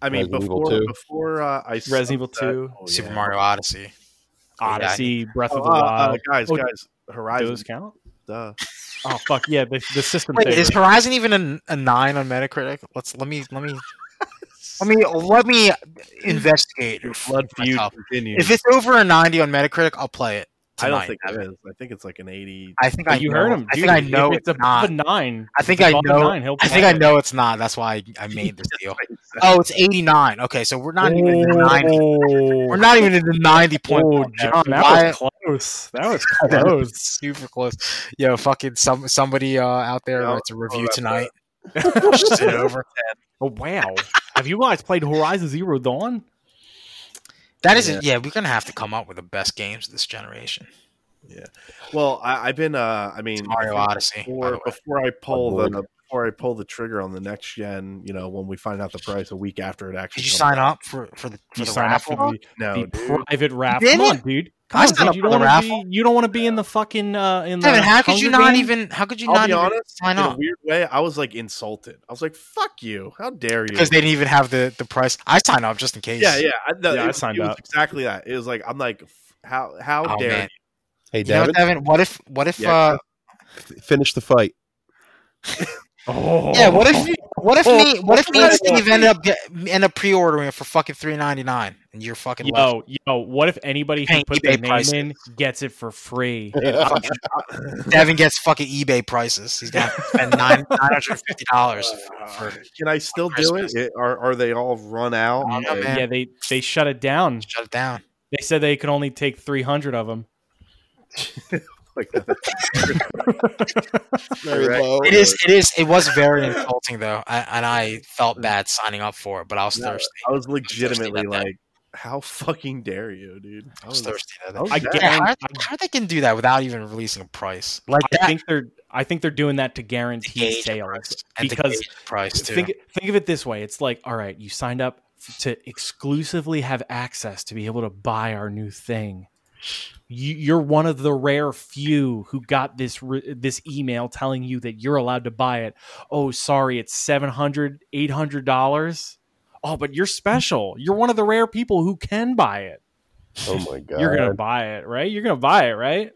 [SPEAKER 1] I mean,
[SPEAKER 4] Resident Evil
[SPEAKER 1] before
[SPEAKER 4] 2.
[SPEAKER 1] before uh, I
[SPEAKER 3] Resident Evil
[SPEAKER 1] sucked at-
[SPEAKER 3] 2.
[SPEAKER 1] oh,
[SPEAKER 2] Super
[SPEAKER 1] yeah.
[SPEAKER 2] Mario Odyssey. Yeah, I
[SPEAKER 3] Odyssey,
[SPEAKER 2] think-
[SPEAKER 3] Breath
[SPEAKER 1] Oh,
[SPEAKER 3] of the
[SPEAKER 1] uh, uh,
[SPEAKER 3] Wild.
[SPEAKER 1] guys,
[SPEAKER 3] Oh,
[SPEAKER 1] guys,
[SPEAKER 3] Do
[SPEAKER 1] Horizon.
[SPEAKER 3] those count?
[SPEAKER 1] Duh.
[SPEAKER 3] Oh fuck yeah, the, the system
[SPEAKER 2] Wait,
[SPEAKER 3] thing.
[SPEAKER 2] is Horizon even a, a nine on Metacritic? Let's let me let me let me let me investigate.
[SPEAKER 1] Blood feud
[SPEAKER 2] myself.
[SPEAKER 1] continues.
[SPEAKER 2] If it's over a ninety on Metacritic, I'll play it.
[SPEAKER 1] I don't
[SPEAKER 2] Tonight.
[SPEAKER 1] think it is. I think it's like an eighty.
[SPEAKER 2] I think I
[SPEAKER 3] you
[SPEAKER 2] know-
[SPEAKER 3] heard him.
[SPEAKER 2] I
[SPEAKER 3] dude.
[SPEAKER 2] think I
[SPEAKER 3] If
[SPEAKER 2] know
[SPEAKER 3] it's
[SPEAKER 2] it's not.
[SPEAKER 3] above a nine.
[SPEAKER 2] I think I
[SPEAKER 3] above a
[SPEAKER 2] know.
[SPEAKER 3] nine, he'll
[SPEAKER 2] I
[SPEAKER 3] play
[SPEAKER 2] think I
[SPEAKER 3] it.
[SPEAKER 2] know it's not. That's why I, I made this deal. Oh, it's eighty nine. Okay, so we're not even in the ninety.
[SPEAKER 3] Oh,
[SPEAKER 2] We're not even in the ninety point.
[SPEAKER 3] Oh,
[SPEAKER 2] zone.
[SPEAKER 3] John, that
[SPEAKER 2] Why-
[SPEAKER 3] was close. That was
[SPEAKER 2] That
[SPEAKER 3] close.
[SPEAKER 2] was super close. Yo, fucking some somebody uh, out there
[SPEAKER 1] Yeah,
[SPEAKER 2] writes a review
[SPEAKER 1] Oh, that's
[SPEAKER 2] tonight. Just sit over.
[SPEAKER 3] oh wow. Have you guys played Horizon Zero Dawn?
[SPEAKER 2] That isn't. Yeah. we're gonna have to come up with the best games of this generation.
[SPEAKER 1] Well, I, I've been. Uh, I
[SPEAKER 2] It's
[SPEAKER 1] mean,
[SPEAKER 2] Mario Odyssey. by the
[SPEAKER 1] before,
[SPEAKER 2] way.
[SPEAKER 1] before I pull
[SPEAKER 4] Lord.
[SPEAKER 1] the before I pull the trigger on the next gen, you know, when we find out the price a week after it actually.
[SPEAKER 2] Did
[SPEAKER 1] comes
[SPEAKER 2] you sign
[SPEAKER 1] out.
[SPEAKER 2] up for for the for
[SPEAKER 3] You
[SPEAKER 2] the
[SPEAKER 3] sign up
[SPEAKER 2] raffle?
[SPEAKER 3] for the,
[SPEAKER 1] No,
[SPEAKER 3] the
[SPEAKER 1] dude.
[SPEAKER 3] private raffle.
[SPEAKER 2] Did
[SPEAKER 3] Come on, dude. Come
[SPEAKER 2] I
[SPEAKER 3] on,
[SPEAKER 2] signed
[SPEAKER 3] dude.
[SPEAKER 2] up
[SPEAKER 3] You
[SPEAKER 2] for
[SPEAKER 3] don't
[SPEAKER 2] the
[SPEAKER 3] want to
[SPEAKER 2] raffle.
[SPEAKER 3] be. You don't want to be in the fucking uh, in the.
[SPEAKER 2] Devin, how could
[SPEAKER 3] Hunger
[SPEAKER 2] you not
[SPEAKER 3] Games?
[SPEAKER 2] even? How could you
[SPEAKER 1] I'll
[SPEAKER 2] not
[SPEAKER 1] be
[SPEAKER 2] even
[SPEAKER 1] honest.
[SPEAKER 2] sign
[SPEAKER 1] in a
[SPEAKER 2] up?
[SPEAKER 1] weird way, I was like insulted. I was like, "Fuck you! How dare you!"
[SPEAKER 2] Because they didn't even have the the price. I signed up just in case.
[SPEAKER 1] yeah, yeah, I, no,
[SPEAKER 3] Yeah,
[SPEAKER 1] it,
[SPEAKER 3] I
[SPEAKER 1] was-
[SPEAKER 3] signed
[SPEAKER 1] it was
[SPEAKER 3] up.
[SPEAKER 1] exactly that. It was like I'm like, f- "How how
[SPEAKER 2] Oh,
[SPEAKER 1] dare
[SPEAKER 2] man.
[SPEAKER 4] Hey,
[SPEAKER 2] You know,
[SPEAKER 4] Devin,
[SPEAKER 2] what, Devin, what if what if
[SPEAKER 1] Yeah,
[SPEAKER 2] uh
[SPEAKER 4] finish the fight.
[SPEAKER 3] Oh.
[SPEAKER 2] yeah, what if What
[SPEAKER 1] Oh,
[SPEAKER 2] if me? What if me and Steve end up get, end up pre-ordering it for fucking three ninety nine, and you're fucking left?
[SPEAKER 3] Yo, yo, what if anybody who
[SPEAKER 2] Paying
[SPEAKER 3] put
[SPEAKER 2] eBay
[SPEAKER 3] their name
[SPEAKER 2] prices.
[SPEAKER 3] in gets it for free?
[SPEAKER 2] Devin gets fucking eBay prices. He's gonna have to spend nine nine hundred fifty dollars for. for-
[SPEAKER 1] Uh, Can I still do it?
[SPEAKER 2] Christmas.
[SPEAKER 1] It- Are are they all run out?
[SPEAKER 2] I don't know,
[SPEAKER 1] Like,
[SPEAKER 2] man.
[SPEAKER 3] yeah, they they shut it down.
[SPEAKER 2] Shut it down.
[SPEAKER 3] They said they could only take 300 of them.
[SPEAKER 1] like that.
[SPEAKER 4] Very
[SPEAKER 1] Correct.
[SPEAKER 4] low.
[SPEAKER 2] It is. It is. It was very insulting though, I, and I felt bad signing up for it. But I was
[SPEAKER 1] Mm. No,
[SPEAKER 2] thirsty.
[SPEAKER 1] I was legitimately
[SPEAKER 2] that day.
[SPEAKER 1] like, how fucking dare you, dude? I
[SPEAKER 2] I was
[SPEAKER 1] was
[SPEAKER 2] thirsty. That day.
[SPEAKER 1] I was
[SPEAKER 3] I
[SPEAKER 1] mad.
[SPEAKER 2] Yeah, how,
[SPEAKER 3] guarantee,
[SPEAKER 2] how they can do that without even releasing a price like
[SPEAKER 3] I
[SPEAKER 2] that?
[SPEAKER 3] think they're I think they're doing that to
[SPEAKER 2] to
[SPEAKER 3] guarantee
[SPEAKER 2] gauge the
[SPEAKER 3] sales
[SPEAKER 2] price, and to
[SPEAKER 3] because
[SPEAKER 2] gauge the price too.
[SPEAKER 3] think think of it this way. It's like, all right, you signed up f- to exclusively have access to be able to buy our new thing. You, you're one of the rare few who got this re- this email telling you that you're allowed to buy it. Oh, sorry, it's 700 800 dollars. Oh, but you're special. You're one of the rare people who can buy it.
[SPEAKER 4] Oh my god!
[SPEAKER 3] You're gonna buy it, right? You're gonna buy it, right?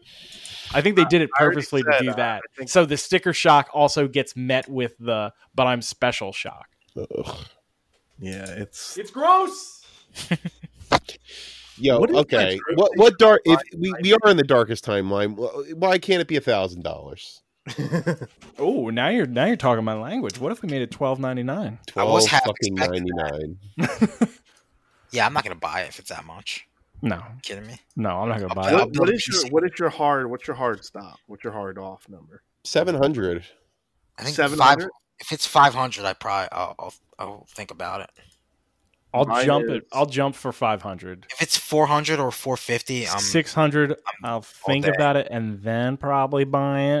[SPEAKER 3] I think they did it
[SPEAKER 1] I already
[SPEAKER 3] purposely to
[SPEAKER 1] said,
[SPEAKER 3] do
[SPEAKER 1] uh,
[SPEAKER 3] that.
[SPEAKER 1] I think-
[SPEAKER 3] So the sticker shock also gets met with the "but I'm special" shock.
[SPEAKER 4] Ugh.
[SPEAKER 1] Yeah, it's
[SPEAKER 3] It's gross.
[SPEAKER 4] Yo,
[SPEAKER 1] What is
[SPEAKER 4] okay.
[SPEAKER 1] that?
[SPEAKER 4] What what dark? If we we are in the darkest timeline, wh- why can't it be a thousand dollars?
[SPEAKER 3] Oh, now you're now you're talking my language. What if we made it twelve ninety nine?
[SPEAKER 2] I
[SPEAKER 4] Twelve
[SPEAKER 2] was half
[SPEAKER 4] fucking
[SPEAKER 2] expecting
[SPEAKER 4] ninety nine.
[SPEAKER 2] yeah, I'm not gonna buy it if it's that much.
[SPEAKER 3] No,
[SPEAKER 2] You kidding me?
[SPEAKER 3] no, I'm not gonna buy
[SPEAKER 2] I'll
[SPEAKER 1] what,
[SPEAKER 3] it.
[SPEAKER 2] build
[SPEAKER 1] what
[SPEAKER 2] a
[SPEAKER 1] is your
[SPEAKER 2] PC.
[SPEAKER 1] what is your hard what's your hard stop? What's your hard off number?
[SPEAKER 4] Seven hundred.
[SPEAKER 2] I think five.
[SPEAKER 1] 700?
[SPEAKER 2] If it's five hundred, I probably I'll, I'll I'll think about it.
[SPEAKER 3] I'll
[SPEAKER 1] Mine
[SPEAKER 3] jump
[SPEAKER 1] is-
[SPEAKER 3] it. I'll jump for five hundred.
[SPEAKER 2] If it's four hundred or four fifty, um, I'm
[SPEAKER 3] Six hundred. I'll think
[SPEAKER 2] day.
[SPEAKER 3] about it and then probably buy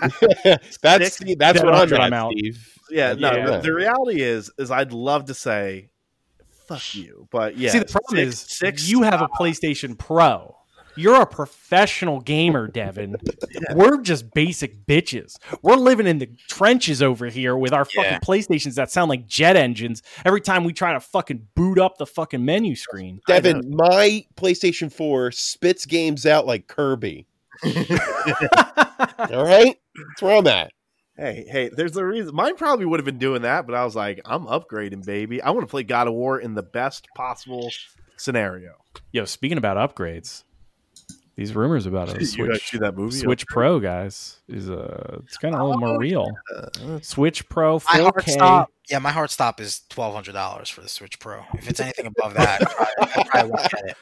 [SPEAKER 3] it.
[SPEAKER 4] that's the, that's what I'm,
[SPEAKER 3] 700, I'm
[SPEAKER 4] at,
[SPEAKER 3] out.
[SPEAKER 4] Steve.
[SPEAKER 1] Yeah, no.
[SPEAKER 3] Yeah.
[SPEAKER 1] The, the reality is, is I'd love to say, "Fuck you," but yeah.
[SPEAKER 3] See, the problem
[SPEAKER 1] six-
[SPEAKER 3] is
[SPEAKER 1] six.
[SPEAKER 3] you have a PlayStation Pro. You're a professional gamer, Devin. We're just basic bitches. We're living in the trenches over here with our
[SPEAKER 2] Yeah.
[SPEAKER 3] fucking PlayStations that sound like jet engines every time we try to fucking boot up the fucking menu screen.
[SPEAKER 4] Devin, my PlayStation 4 spits games out like Kirby. All right, that's where I'm at.
[SPEAKER 1] Hey, hey, there's a reason. Mine probably would have been doing that, but I was like, "I'm upgrading, baby. I want to play God of War in the best possible scenario."
[SPEAKER 3] Yo, speaking about upgrades, these rumors about a
[SPEAKER 1] You guys
[SPEAKER 3] Switch
[SPEAKER 1] see that movie? Oh,
[SPEAKER 3] Switch Pro, guys, is uh it's kind of a little more real.
[SPEAKER 1] Uh,
[SPEAKER 3] Switch Pro
[SPEAKER 2] my hard
[SPEAKER 3] 4K.
[SPEAKER 2] stop. Yeah, my hard stop is twelve hundred dollars for the Switch Pro. If it's anything above that, I probably, I probably won't get it.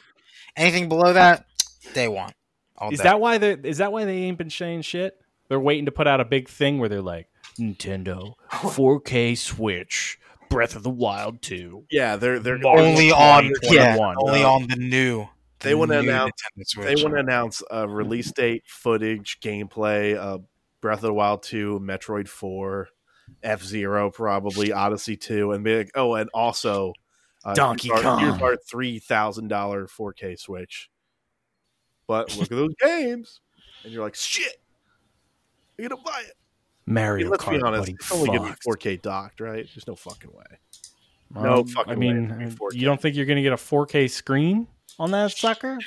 [SPEAKER 2] Anything below that, day one. All
[SPEAKER 3] Is
[SPEAKER 2] day.
[SPEAKER 3] that why they is that why they ain't been saying shit? They're waiting to put out a big thing where they're like Nintendo 4K Switch Breath of the Wild 2.
[SPEAKER 1] yeah, they're they're
[SPEAKER 2] only on yeah,
[SPEAKER 3] 2021,
[SPEAKER 2] only
[SPEAKER 1] no.
[SPEAKER 2] on the new? the
[SPEAKER 1] They wanna
[SPEAKER 2] new
[SPEAKER 1] announce-
[SPEAKER 2] Nintendo
[SPEAKER 1] They
[SPEAKER 2] Switch.
[SPEAKER 1] want to announce a release date, footage, gameplay, uh, Breath of the Wild 2, Metroid 4, F Zero, probably Odyssey 2, and be like, oh, and also uh,
[SPEAKER 3] Donkey
[SPEAKER 1] here's our,
[SPEAKER 3] Kong.
[SPEAKER 1] Here's our three thousand dollar 4K Switch. But look at those games, and you're like, shit, you're gonna buy it. I
[SPEAKER 3] Mario
[SPEAKER 1] mean, let's
[SPEAKER 3] Kart.
[SPEAKER 1] be honest,
[SPEAKER 3] buddy,
[SPEAKER 1] it's only gonna be
[SPEAKER 3] fucked.
[SPEAKER 1] 4K docked, right? There's no fucking way.
[SPEAKER 3] Um,
[SPEAKER 1] no fucking
[SPEAKER 3] I
[SPEAKER 1] way
[SPEAKER 3] mean, uh,
[SPEAKER 1] it'll be 4K.
[SPEAKER 3] you don't think you're going to get a 4K screen on that sucker?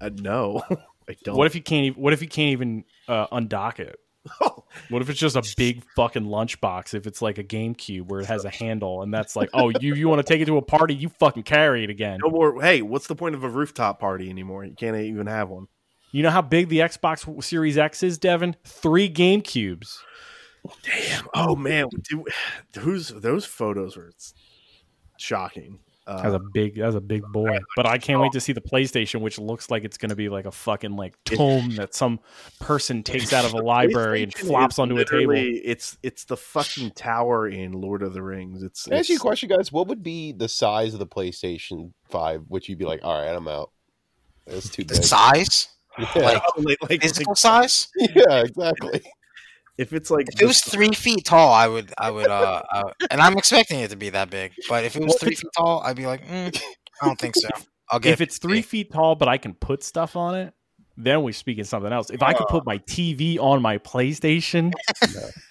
[SPEAKER 1] Uh, no, I don't.
[SPEAKER 3] What if you can't even what if you can't even uh, undock it? What if it's just a big fucking lunchbox? If it's like a GameCube where it has a handle and that's like, oh, you you want to take it to a party? You fucking carry it again.
[SPEAKER 1] no more? Hey, what's the point of a rooftop party anymore? You can't even have one.
[SPEAKER 3] You know how big the Xbox Series X is, Devin? Three GameCubes.
[SPEAKER 1] Damn. Oh man, Dude, who's those photos were s- shocking.
[SPEAKER 3] That's
[SPEAKER 1] Uh,
[SPEAKER 4] Um,
[SPEAKER 3] a big. That's a big boy. But I can't wait to see the PlayStation, which looks like it's going to be like a fucking like tome that some person takes out of a library and
[SPEAKER 1] PlayStation
[SPEAKER 3] flops
[SPEAKER 1] is
[SPEAKER 3] onto a table.
[SPEAKER 1] literally- It's it's the fucking tower in Lord of the Rings. It's,
[SPEAKER 4] Can I ask you a
[SPEAKER 1] it's-
[SPEAKER 4] question, guys? What would be the size of the PlayStation 5? Which you'd be like, all right, I'm out. That's too
[SPEAKER 2] the
[SPEAKER 4] big.
[SPEAKER 2] size,
[SPEAKER 4] Yeah,
[SPEAKER 2] like
[SPEAKER 1] Oh, like- like-
[SPEAKER 2] physical
[SPEAKER 1] like,
[SPEAKER 2] size.
[SPEAKER 4] yeah, exactly.
[SPEAKER 1] if it's like
[SPEAKER 2] If it was three feet tall, I would, I would, uh, I would- and I'm expecting it to be that big. But if it was three feet tall, I'd be like, mm, I don't think so. I'll get
[SPEAKER 3] If it's three feet tall, but I can put stuff on it, then we speak in something else. If I could
[SPEAKER 4] Oh.
[SPEAKER 3] put my TV on my PlayStation,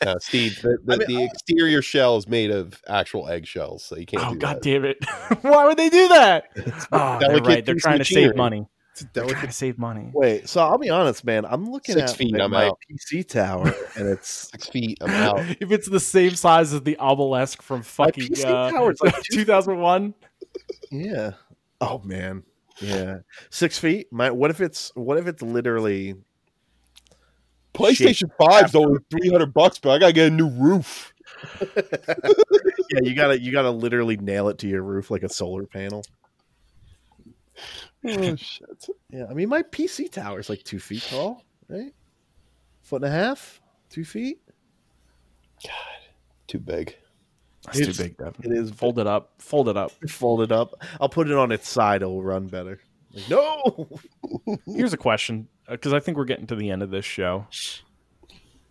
[SPEAKER 4] No, Steve, the, the,
[SPEAKER 1] I mean,
[SPEAKER 4] the exterior shell is made of actual eggshells, so you can't
[SPEAKER 3] oh
[SPEAKER 4] do
[SPEAKER 3] god
[SPEAKER 4] that.
[SPEAKER 3] damn it! Why would they do that? Oh, they're
[SPEAKER 4] delicate
[SPEAKER 3] right. They're
[SPEAKER 4] piece of
[SPEAKER 3] trying to save
[SPEAKER 4] machinery.
[SPEAKER 3] money.
[SPEAKER 4] It's a
[SPEAKER 6] We're trying
[SPEAKER 4] delicate
[SPEAKER 6] to save money.
[SPEAKER 1] Wait, so I'll be honest, man. I'm looking
[SPEAKER 4] Six
[SPEAKER 1] at
[SPEAKER 4] feet,
[SPEAKER 1] like,
[SPEAKER 4] I'm
[SPEAKER 1] my
[SPEAKER 4] out.
[SPEAKER 1] PC tower, and it's
[SPEAKER 4] six feet. I'm out.
[SPEAKER 3] if it's the same size as the obelisk from fucking
[SPEAKER 1] PC
[SPEAKER 3] uh,
[SPEAKER 1] tower's like
[SPEAKER 3] 2001,
[SPEAKER 1] yeah. Oh man, yeah. Six feet. My what if it's what if it's literally
[SPEAKER 4] PlayStation Five's only three hundred bucks, but I gotta get a new roof.
[SPEAKER 1] yeah? You gotta you gotta literally nail it to your roof like a solar panel. Hmm.
[SPEAKER 4] Oh shit!
[SPEAKER 1] Yeah, I mean my PC tower is like two feet tall, right? Foot and a half, two feet.
[SPEAKER 4] Too big.
[SPEAKER 6] That's
[SPEAKER 1] It's-
[SPEAKER 6] too big, Devin.
[SPEAKER 1] It is
[SPEAKER 3] fold it up, fold it up.
[SPEAKER 1] folded up. I'll put it on its side. It'll run better. Like, no.
[SPEAKER 3] Here's a question because I think we're getting to the end of this show,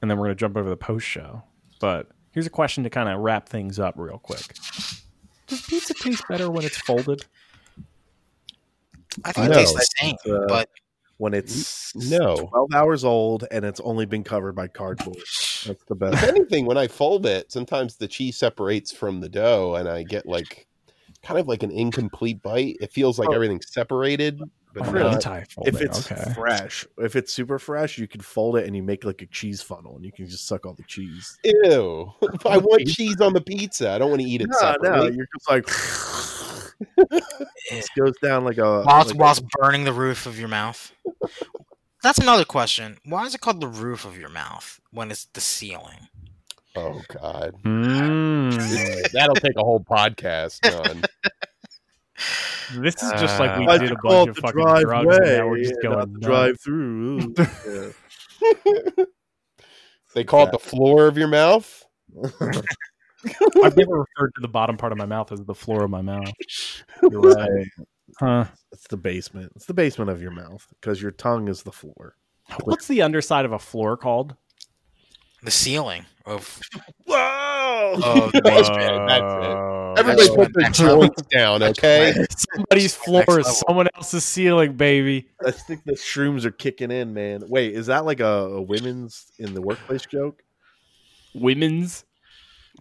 [SPEAKER 3] and then we're going to jump over the post show. But here's a question to kind of wrap things up real quick. Does pizza taste better when it's folded?
[SPEAKER 2] I think
[SPEAKER 4] No.
[SPEAKER 2] it tastes the same,
[SPEAKER 1] It's, uh,
[SPEAKER 2] but
[SPEAKER 1] When it's
[SPEAKER 4] No.
[SPEAKER 1] twelve hours old and it's only been covered by cardboard. That's the best.
[SPEAKER 4] If anything, when I fold it, sometimes the cheese separates from the dough, and I get like kind of like an incomplete bite. It feels like everything's separated, but
[SPEAKER 1] Oh,
[SPEAKER 4] not.
[SPEAKER 1] really?
[SPEAKER 3] Anti-folded,
[SPEAKER 1] if it's
[SPEAKER 3] okay.
[SPEAKER 1] fresh, if it's super fresh, you can fold it and you make like a cheese funnel, and you can just suck all the cheese.
[SPEAKER 4] Ew! I want cheese on the pizza. I don't want to eat it separately.
[SPEAKER 1] you're just like it goes down like a.
[SPEAKER 2] whilst,
[SPEAKER 1] like-
[SPEAKER 2] whilst burning the roof of your mouth. That's another question. Why is it called the roof of your mouth when it's the ceiling?
[SPEAKER 4] Oh god,
[SPEAKER 1] Hmm.
[SPEAKER 3] Mm.
[SPEAKER 4] that'll take a whole podcast. On.
[SPEAKER 3] This is just like we
[SPEAKER 2] Uh,
[SPEAKER 1] Why'd
[SPEAKER 3] did
[SPEAKER 1] you
[SPEAKER 3] a
[SPEAKER 1] call
[SPEAKER 3] bunch
[SPEAKER 1] it
[SPEAKER 3] of
[SPEAKER 1] the
[SPEAKER 3] fucking drugs, and now we're
[SPEAKER 1] driveway
[SPEAKER 3] just
[SPEAKER 1] and not the
[SPEAKER 3] going nuts.
[SPEAKER 1] drive through. Yeah.
[SPEAKER 4] They call it the floor of your mouth.
[SPEAKER 3] I've never referred to the bottom part of my mouth as the floor of my mouth.
[SPEAKER 1] You're right.
[SPEAKER 3] Huh.
[SPEAKER 1] It's the basement. It's the basement of your mouth because your tongue is the floor.
[SPEAKER 3] What's the underside of a floor called?
[SPEAKER 2] The ceiling of
[SPEAKER 1] Whoa!
[SPEAKER 2] of the
[SPEAKER 4] That's
[SPEAKER 2] basement.
[SPEAKER 4] it, that's it.
[SPEAKER 3] Oh.
[SPEAKER 2] Everybody
[SPEAKER 4] Everybody put their
[SPEAKER 2] Next level.
[SPEAKER 4] joints down, okay?
[SPEAKER 3] Somebody's floor
[SPEAKER 2] Next
[SPEAKER 3] is
[SPEAKER 2] level.
[SPEAKER 3] someone else's ceiling, baby.
[SPEAKER 1] I think the shrooms are kicking in, man. Wait, is that like a, a women's in the workplace joke?
[SPEAKER 3] Women's.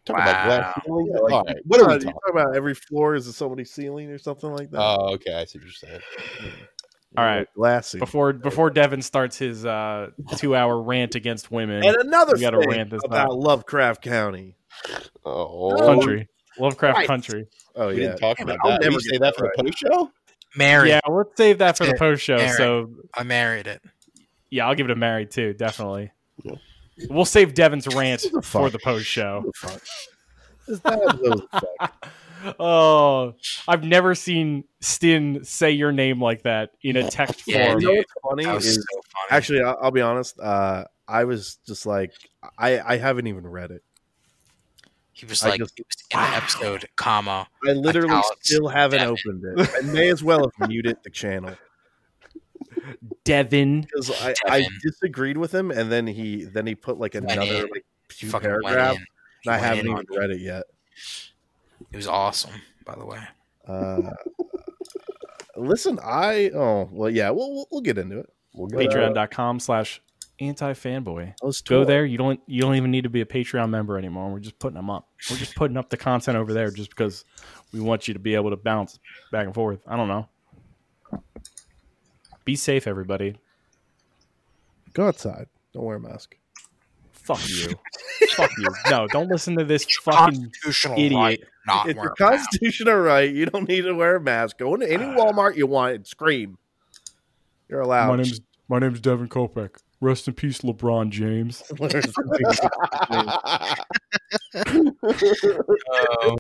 [SPEAKER 4] Talking about glass
[SPEAKER 2] Wow.
[SPEAKER 4] ceilings?
[SPEAKER 1] Yeah, like-
[SPEAKER 4] All right, what are we
[SPEAKER 1] Uh, you
[SPEAKER 4] talking?
[SPEAKER 1] talking about? Every floor is somebody's ceiling or something like that.
[SPEAKER 4] Oh, okay, I see what you're saying.
[SPEAKER 3] All right.
[SPEAKER 1] glassy.
[SPEAKER 3] Before before Devin starts his uh, two hour rant against women,
[SPEAKER 1] And another
[SPEAKER 3] We gotta
[SPEAKER 1] thing
[SPEAKER 3] rant this
[SPEAKER 1] about
[SPEAKER 3] out.
[SPEAKER 1] Lovecraft County.
[SPEAKER 4] Oh,
[SPEAKER 3] country, Lovecraft
[SPEAKER 1] Christ.
[SPEAKER 3] country.
[SPEAKER 1] Oh
[SPEAKER 4] we
[SPEAKER 1] yeah,
[SPEAKER 4] didn't talk
[SPEAKER 2] Yeah,
[SPEAKER 4] about
[SPEAKER 1] but I'll
[SPEAKER 4] that. Did
[SPEAKER 1] never
[SPEAKER 4] we say
[SPEAKER 1] get
[SPEAKER 4] that
[SPEAKER 1] that
[SPEAKER 4] for the post show?
[SPEAKER 2] Married.
[SPEAKER 3] Yeah, we'll save that for the post show.
[SPEAKER 2] Married.
[SPEAKER 3] So
[SPEAKER 2] I married it.
[SPEAKER 3] yeah, I'll give it a Mary too, definitely.
[SPEAKER 4] Yeah.
[SPEAKER 3] We'll save Devin's rant
[SPEAKER 1] the fuck?
[SPEAKER 3] for the post show.
[SPEAKER 1] Is that those fuck-
[SPEAKER 3] oh, I've never seen Stin say your name like that in a text
[SPEAKER 2] Yeah,
[SPEAKER 1] You
[SPEAKER 3] form.
[SPEAKER 1] know what's funny
[SPEAKER 2] That was
[SPEAKER 1] is
[SPEAKER 2] so funny.
[SPEAKER 1] actually I'll, I'll be honest. Uh, I was just like I I haven't even read it.
[SPEAKER 2] he was
[SPEAKER 1] I
[SPEAKER 2] like
[SPEAKER 1] just-
[SPEAKER 2] he was in the episode, comma.
[SPEAKER 1] I literally
[SPEAKER 2] Italics.
[SPEAKER 1] still haven't
[SPEAKER 2] Damn it.
[SPEAKER 1] opened it. I may as well have muted the channel
[SPEAKER 3] Devin.
[SPEAKER 1] because I, I
[SPEAKER 2] Devin.
[SPEAKER 1] disagreed with him, and then he then he put like
[SPEAKER 2] Went
[SPEAKER 1] another
[SPEAKER 2] in.
[SPEAKER 1] like
[SPEAKER 2] He
[SPEAKER 1] few
[SPEAKER 2] fucking went
[SPEAKER 1] paragraphs,
[SPEAKER 2] in. He
[SPEAKER 1] and I
[SPEAKER 2] went
[SPEAKER 1] haven't
[SPEAKER 2] in
[SPEAKER 1] even
[SPEAKER 2] on-
[SPEAKER 1] read it yet.
[SPEAKER 2] It was awesome, by the way.
[SPEAKER 1] Uh, listen, I oh well, yeah, we'll we'll, we'll get into it.
[SPEAKER 4] We'll get
[SPEAKER 1] Patreon.
[SPEAKER 3] Patreon.com slash anti fanboy.
[SPEAKER 1] Those
[SPEAKER 3] Go there. You don't you don't even need to be a Patreon member anymore. We're just putting them up. We're just putting up the content over there just because we want you to be able to bounce back and forth. I don't know. Be safe, everybody.
[SPEAKER 1] Go outside. Don't wear a mask.
[SPEAKER 3] Fuck you. Fuck you. No, don't listen to this fucking
[SPEAKER 2] Constitutional
[SPEAKER 3] idiot.
[SPEAKER 2] right not
[SPEAKER 1] it's
[SPEAKER 2] wearing
[SPEAKER 1] your
[SPEAKER 2] a mask. Uh.
[SPEAKER 1] constitutional right. You don't need to wear a mask. Go into any Walmart you want and scream. You're allowed.
[SPEAKER 3] My name's my name's Devin Kopeck. Rest in peace, LeBron James.
[SPEAKER 4] it.